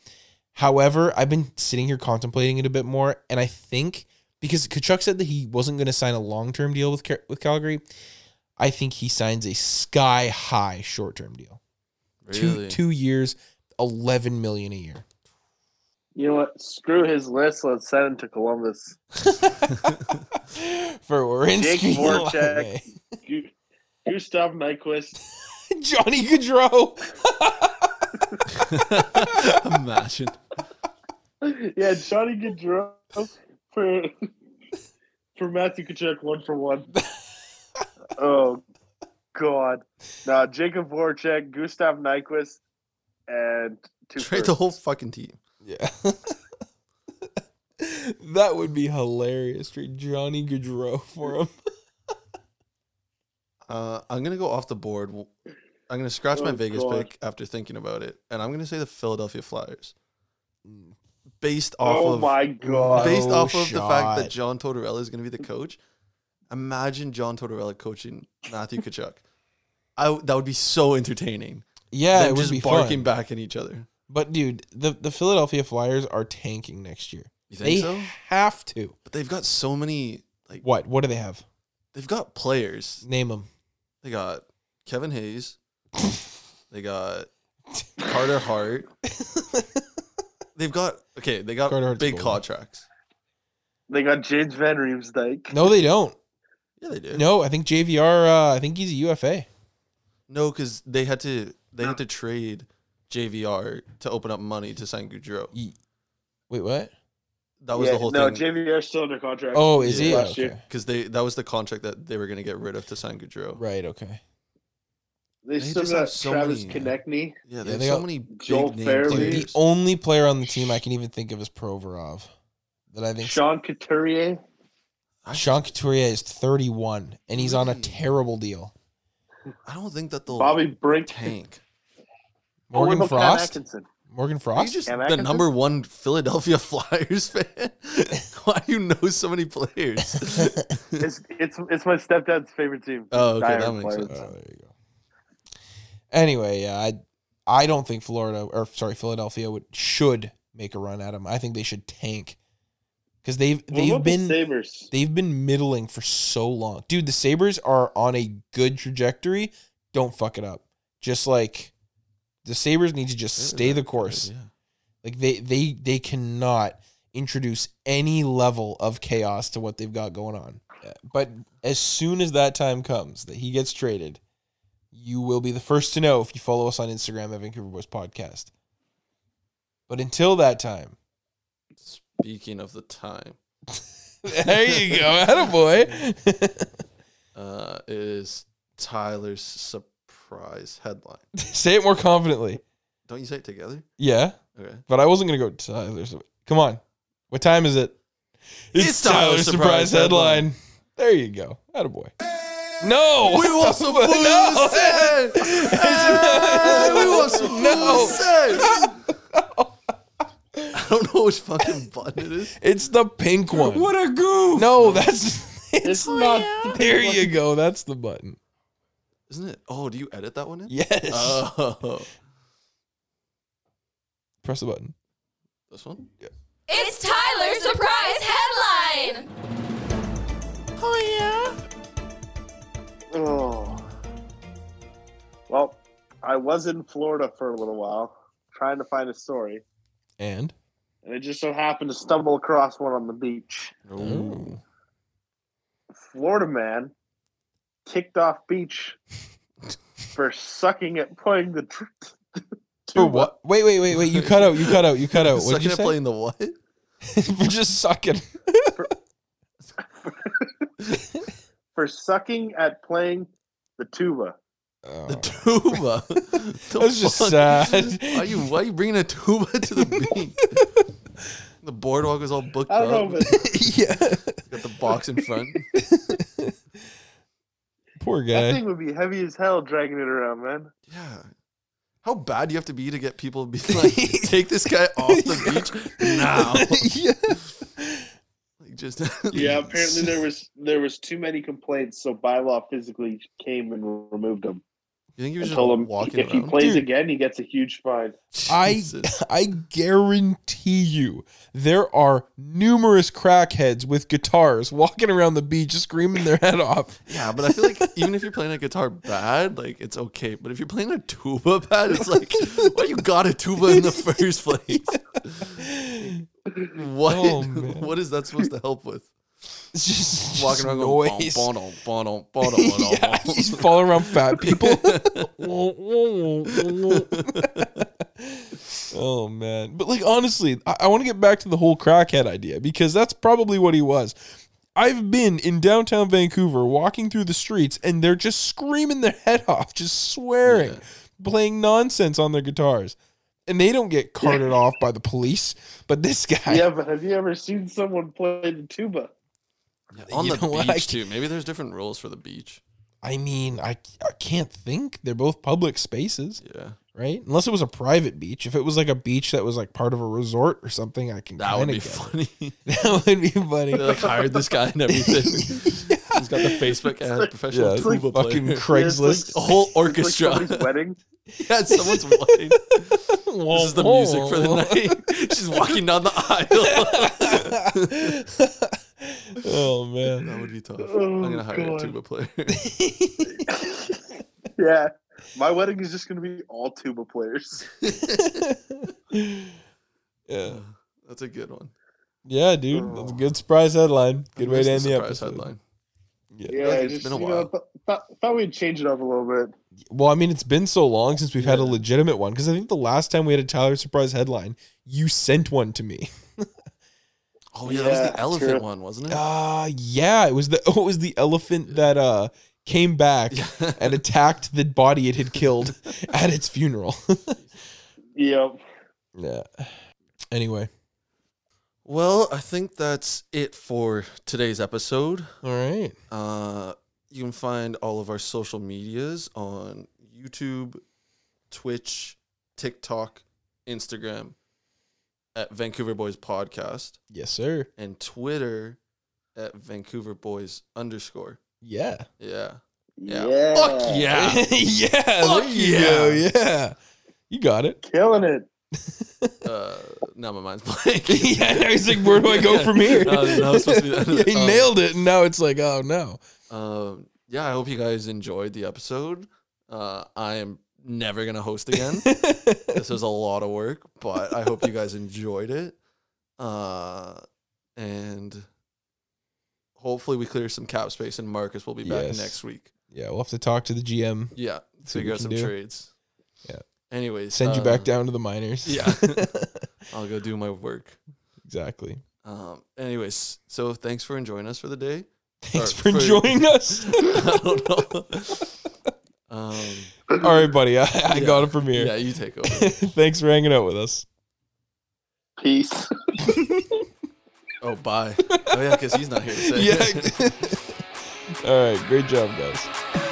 Speaker 5: However, I've been sitting here contemplating it a bit more, and I think because Kachuk said that he wasn't going to sign a long term deal with Cal- with Calgary, I think he signs a sky high short term deal.
Speaker 4: [laughs]
Speaker 5: Two two years, eleven million a year.
Speaker 6: You know what? Screw his list. Let's send him to Columbus.
Speaker 5: For Wierenski,
Speaker 6: Voracek. Gu- Gustav Nyquist.
Speaker 5: [laughs] Johnny Gaudreau.
Speaker 4: Imagine.
Speaker 6: [laughs] yeah, Johnny Gaudreau for [laughs] for Matthew Kachuk, one
Speaker 4: [laughs]
Speaker 6: for one. oh God! Now Jacob Voracek, Gustav Nyquist, and [laughs] two
Speaker 4: Trade
Speaker 6: firsts.
Speaker 4: the whole fucking team.
Speaker 5: Yeah. [laughs] that would be hilarious. Trade Johnny Gaudreau for him.
Speaker 4: Uh, I'm going to go off the board. W- I'm going to scratch my
Speaker 6: Oh,
Speaker 4: Vegas
Speaker 6: God.
Speaker 4: pick after thinking about it, and I'm going to say the Philadelphia Flyers. Based off
Speaker 6: Mm. oh
Speaker 4: of
Speaker 6: my God!
Speaker 4: based
Speaker 5: No
Speaker 4: off of the fact
Speaker 5: Oh, shot.
Speaker 4: that John Tortorella is going to be the coach. Imagine John Tortorella coaching Matthew Kachuk. I w- that would be so entertaining.
Speaker 5: Yeah,
Speaker 4: Them
Speaker 5: it would
Speaker 4: just
Speaker 5: be
Speaker 4: barking
Speaker 5: fun.
Speaker 4: back at each other.
Speaker 5: But dude, the, the Philadelphia Flyers are tanking next year.
Speaker 4: You think
Speaker 5: They
Speaker 4: so?
Speaker 5: have to.
Speaker 4: But they've got so many. Like
Speaker 5: What? What do they have?
Speaker 4: they've got players.
Speaker 5: Name them.
Speaker 4: They got Kevin
Speaker 5: [laughs]
Speaker 4: Hayes. they got Carter
Speaker 5: [laughs]
Speaker 4: Hart. they've got okay. They got
Speaker 5: Carter Hart's
Speaker 4: big
Speaker 5: goalie.
Speaker 4: contracts.
Speaker 6: They got James Van Riemsdyk.
Speaker 5: No, they don't.
Speaker 4: Yeah, they do.
Speaker 5: No, I think JVR. Uh, I think he's a UFA.
Speaker 4: no, because they had to they had to trade JVR to open up money to sign Goudreau.
Speaker 5: Ye- Wait, what?
Speaker 4: That was
Speaker 6: Yeah,
Speaker 4: the whole
Speaker 6: no,
Speaker 4: thing.
Speaker 6: JVR's still under contract.
Speaker 5: Oh, is he?
Speaker 4: Yeah.
Speaker 6: Last
Speaker 5: Okay.
Speaker 6: year.
Speaker 4: because they that was the contract that they were going to get rid of to sign Gaudreau.
Speaker 5: Right. Okay.
Speaker 6: They,
Speaker 4: They
Speaker 6: still
Speaker 4: just have
Speaker 6: got
Speaker 4: so
Speaker 6: Travis
Speaker 4: many,
Speaker 6: Konechny.
Speaker 4: Yeah, they
Speaker 5: Yeah,
Speaker 4: have
Speaker 5: they
Speaker 4: so
Speaker 5: got
Speaker 4: many
Speaker 6: Joel
Speaker 4: big name
Speaker 6: Farabee.
Speaker 5: Dude, the
Speaker 4: players.
Speaker 5: only player on the team I can even think of is Provorov. That I think
Speaker 6: Sean Couturier.
Speaker 4: I,
Speaker 5: Sean Couturier is 31 and he's on a
Speaker 4: Really?
Speaker 5: terrible deal.
Speaker 4: I don't think that they'll
Speaker 6: Bobby Brink.
Speaker 4: tank.
Speaker 6: Oh, what
Speaker 5: Morgan
Speaker 6: about Pat
Speaker 5: Frost.
Speaker 4: [laughs]
Speaker 6: Atkinson?
Speaker 5: Morgan
Speaker 4: Are you
Speaker 5: Frost.
Speaker 4: just
Speaker 6: Cam
Speaker 4: the
Speaker 6: Atkinson?
Speaker 4: number one Philadelphia [laughs] Flyers fan? [laughs] Why do you know so many
Speaker 5: [laughs]
Speaker 4: players?
Speaker 6: It's, it's it's my stepdad's favorite team.
Speaker 4: Oh, okay,
Speaker 6: Dire
Speaker 4: that makes
Speaker 5: Oh,
Speaker 6: players.
Speaker 5: there you go. Anyway, yeah, I I don't think Florida or sorry Philadelphia would should make a run at him. I think they should tank because they've
Speaker 6: What
Speaker 5: they've
Speaker 6: about the
Speaker 5: been
Speaker 6: Sabres.
Speaker 5: they've been middling for so long, dude. The Sabers are on a good trajectory. Don't fuck it up. Just like the Sabers need to just stay the course.
Speaker 4: Yeah.
Speaker 5: Like they they they cannot introduce any level of chaos to what they've got going on. But as soon as that time comes that he gets traded, you will be the first to know if you follow us on Instagram at Vancouver Boys Podcast. But until that time,
Speaker 4: Speaking of the time,
Speaker 5: there you go, attaboy.
Speaker 4: uh, it is Tyler's surprise headline.
Speaker 5: [laughs] Say it more confidently.
Speaker 4: Don't you say it together?
Speaker 5: Yeah,
Speaker 4: Okay.
Speaker 5: but I wasn't gonna go Tyler's. Come on, what time is it?
Speaker 4: It's Tyler's surprise headline.
Speaker 5: There you go, attaboy. [laughs] No,
Speaker 4: We want some pussy.
Speaker 5: No.
Speaker 4: [laughs] Hey, [laughs] we want some
Speaker 5: No.
Speaker 4: pussy. I don't know which fucking button it is.
Speaker 5: It's the pink one. What a [laughs] goof! No, that's it's, not. There you go. That's the button.
Speaker 4: isn't it? Oh, do you edit that one in?
Speaker 5: Yes.
Speaker 4: Oh,
Speaker 5: Press the button.
Speaker 4: this one. Yeah.
Speaker 1: It's Tyler's surprise headline.
Speaker 9: Oh. Well, I was in Florida for a little while trying to find a story,
Speaker 5: And
Speaker 9: and I just so happened to stumble across one on the beach.
Speaker 5: Ooh.
Speaker 9: Florida man kicked off
Speaker 5: [laughs]
Speaker 9: beach for sucking at playing the. Tr- [laughs]
Speaker 5: for what? Wait, wait, wait, wait. You cut out. You cut out. You cut out. What
Speaker 4: Second
Speaker 5: you
Speaker 4: at
Speaker 5: say?
Speaker 4: playing the what?
Speaker 5: for [laughs]
Speaker 4: [laughs]
Speaker 5: just sucking.
Speaker 9: for sucking at playing the tuba.
Speaker 4: The
Speaker 5: [laughs]
Speaker 4: tuba. The
Speaker 5: That's just
Speaker 4: fuck? [laughs]
Speaker 5: sad.
Speaker 4: Why you Why you bringing a tuba to the
Speaker 5: [laughs]
Speaker 4: beach? the boardwalk is all booked
Speaker 9: I don't
Speaker 5: Oh,
Speaker 4: up.
Speaker 9: know, but
Speaker 5: yeah.
Speaker 4: Got the box
Speaker 9: [laughs]
Speaker 4: in front.
Speaker 5: Poor
Speaker 9: that
Speaker 5: guy.
Speaker 9: thing would be heavy as hell dragging it around, man.
Speaker 4: Yeah. How bad do you have to be to get people to
Speaker 5: [laughs]
Speaker 4: be like, take this guy off the beach now?
Speaker 5: [laughs] yeah.
Speaker 4: Like just [laughs]
Speaker 9: Yeah, apparently there was there was too many complaints, so bylaw physically came and removed him.
Speaker 4: You think he
Speaker 9: I
Speaker 4: was just
Speaker 9: told him
Speaker 4: walking
Speaker 9: if he
Speaker 4: around?
Speaker 9: plays
Speaker 5: Dude.
Speaker 9: again, he gets a huge fine.
Speaker 5: [laughs] I
Speaker 4: Jesus.
Speaker 5: [laughs] I guarantee you there are numerous crackheads with guitars walking around the beach screaming their head off. [laughs]
Speaker 4: Yeah, but I feel like even if you're playing a guitar bad, like it's okay. But if you're playing a tuba bad, it's like
Speaker 5: [laughs]
Speaker 4: why you got a tuba in the first place? What [laughs]
Speaker 5: Oh, man.
Speaker 4: what is that supposed to help with?
Speaker 5: It's [laughs] just
Speaker 4: Walking around going
Speaker 5: noise.
Speaker 4: "Bon, bon, bon, bon,
Speaker 5: [laughs]
Speaker 4: bon, bon, bon,
Speaker 5: yeah,
Speaker 4: bon."
Speaker 5: he's falling around [laughs] fat people. oh man! But like honestly, I, I want to get back to the whole crackhead idea because that's probably what he was. I've been in downtown Vancouver, walking through the streets, and they're just screaming their [laughs] head off, just swearing,
Speaker 4: Yeah.
Speaker 5: playing nonsense on their guitars, and they don't get carted off by the police. But this guy,
Speaker 9: yeah, but have you ever seen someone play the tuba?
Speaker 4: On
Speaker 5: You
Speaker 4: the
Speaker 5: know what?
Speaker 4: beach
Speaker 5: I
Speaker 4: too. Maybe there's different rules for the beach.
Speaker 5: I mean, I I can't think. They're both public spaces.
Speaker 4: Yeah.
Speaker 5: right? Unless it was a private beach. If it was like a beach that was like part of a resort or something, I can
Speaker 4: That would
Speaker 5: kinda
Speaker 4: be
Speaker 5: get it.
Speaker 4: funny.
Speaker 5: [laughs]
Speaker 4: [laughs]
Speaker 5: That would be funny.
Speaker 4: they like hired this guy and
Speaker 5: [laughs]
Speaker 4: everything. He's got the Facebook ad professional
Speaker 5: Yeah, it's like
Speaker 4: tuba [laughs]
Speaker 5: fucking
Speaker 4: player.
Speaker 5: [laughs] Craigslist.
Speaker 4: a whole
Speaker 9: Like
Speaker 4: orchestra.
Speaker 9: somebody's wedding.
Speaker 4: [laughs]
Speaker 9: [laughs]
Speaker 4: yeah, it's
Speaker 5: [laughs]
Speaker 4: someone's wedding. This is the music for the [laughs] night. She's walking down the aisle.
Speaker 5: [laughs] night. oh
Speaker 4: [laughs] [laughs]
Speaker 5: man.
Speaker 4: that would be tough.
Speaker 9: Oh,
Speaker 4: I'm gonna hire
Speaker 9: God.
Speaker 4: a tuba [laughs] player.
Speaker 9: Yeah, my wedding is just going to be all tuba
Speaker 4: [laughs]
Speaker 9: players.
Speaker 5: Yeah.
Speaker 4: That's a good one.
Speaker 5: Yeah, dude. That's a good surprise headline. Good way
Speaker 4: Where's
Speaker 5: to
Speaker 4: the
Speaker 5: end the
Speaker 4: surprise
Speaker 5: episode.
Speaker 4: Headline.
Speaker 9: Yeah,
Speaker 4: like
Speaker 9: I
Speaker 4: it's
Speaker 9: just,
Speaker 4: been a
Speaker 9: you know,
Speaker 4: while.
Speaker 9: th- th- thought we'd change it up a little bit.
Speaker 5: Well, I mean, it's been so long since we've had a
Speaker 4: Yeah.
Speaker 5: legitimate one because I think the last time we had a Tyler surprise headline, you sent one to me.
Speaker 4: Oh yeah, that was
Speaker 9: Yeah,
Speaker 4: the elephant
Speaker 9: true.
Speaker 4: one, wasn't [laughs] it?
Speaker 5: Uh yeah, it was the [laughs] oh, it was the elephant that uh came back and attacked the body it
Speaker 4: [laughs]
Speaker 5: had killed at its funeral. [laughs]
Speaker 9: Yep.
Speaker 5: yeah. Anyway,
Speaker 4: Well, I think that's it for today's episode.
Speaker 5: all right.
Speaker 4: Uh, you can find all of our social medias on YouTube, Twitch, TikTok, Instagram at Vancouver Boys Podcast
Speaker 5: Yes, sir.
Speaker 4: and Twitter at Vancouver Boys underscore.
Speaker 5: Yeah.
Speaker 4: Yeah.
Speaker 9: Yeah.
Speaker 4: Yeah. Fuck
Speaker 5: [laughs] Yeah.
Speaker 4: [laughs] yeah.
Speaker 5: there you go. Yeah. You got it. [laughs]
Speaker 9: Killing it.
Speaker 4: uh, now my mind's [laughs] blank.
Speaker 5: [laughs] yeah.
Speaker 4: [laughs]
Speaker 5: Now he's like, where do I go from here?
Speaker 4: No, [laughs] that was
Speaker 5: [laughs]
Speaker 4: supposed to be the end of
Speaker 5: yeah,
Speaker 4: it.
Speaker 5: he
Speaker 4: Um,
Speaker 5: nailed it, and now it's like, oh
Speaker 4: [laughs]
Speaker 5: no.
Speaker 4: Um, yeah, I hope you guys enjoyed the episode. Uh, I am never gonna host again.
Speaker 5: [laughs]
Speaker 4: this was a lot of work, but I hope you guys enjoyed it. Uh, and hopefully we clear some cap space, and Marcus will be back
Speaker 5: Yes.
Speaker 4: next week.
Speaker 5: yeah, we'll have to talk to the GM.
Speaker 4: Yeah,
Speaker 5: See what
Speaker 4: figure
Speaker 5: we
Speaker 4: out
Speaker 5: can
Speaker 4: some
Speaker 5: do.
Speaker 4: trades.
Speaker 5: Yeah.
Speaker 4: Anyways,
Speaker 5: Send you
Speaker 4: uh,
Speaker 5: back down to the miners.
Speaker 4: Yeah, I'll go do my work.
Speaker 5: [laughs] exactly.
Speaker 4: Um. Anyways, so thanks for enjoying us for the day. [laughs]
Speaker 5: Thanks
Speaker 4: Or
Speaker 5: for
Speaker 4: for- [laughs]
Speaker 5: joining us.
Speaker 4: I don't know. um.
Speaker 5: All right, buddy. I, I
Speaker 4: Yeah.
Speaker 5: got it from here.
Speaker 4: Yeah, you take over.
Speaker 5: [laughs] Thanks for hanging out with us.
Speaker 9: Peace. [laughs]
Speaker 4: Oh,
Speaker 5: [laughs]
Speaker 4: bye. Oh, [laughs] yeah, because he's not here to say.
Speaker 5: Yeah. All right. Great job, guys.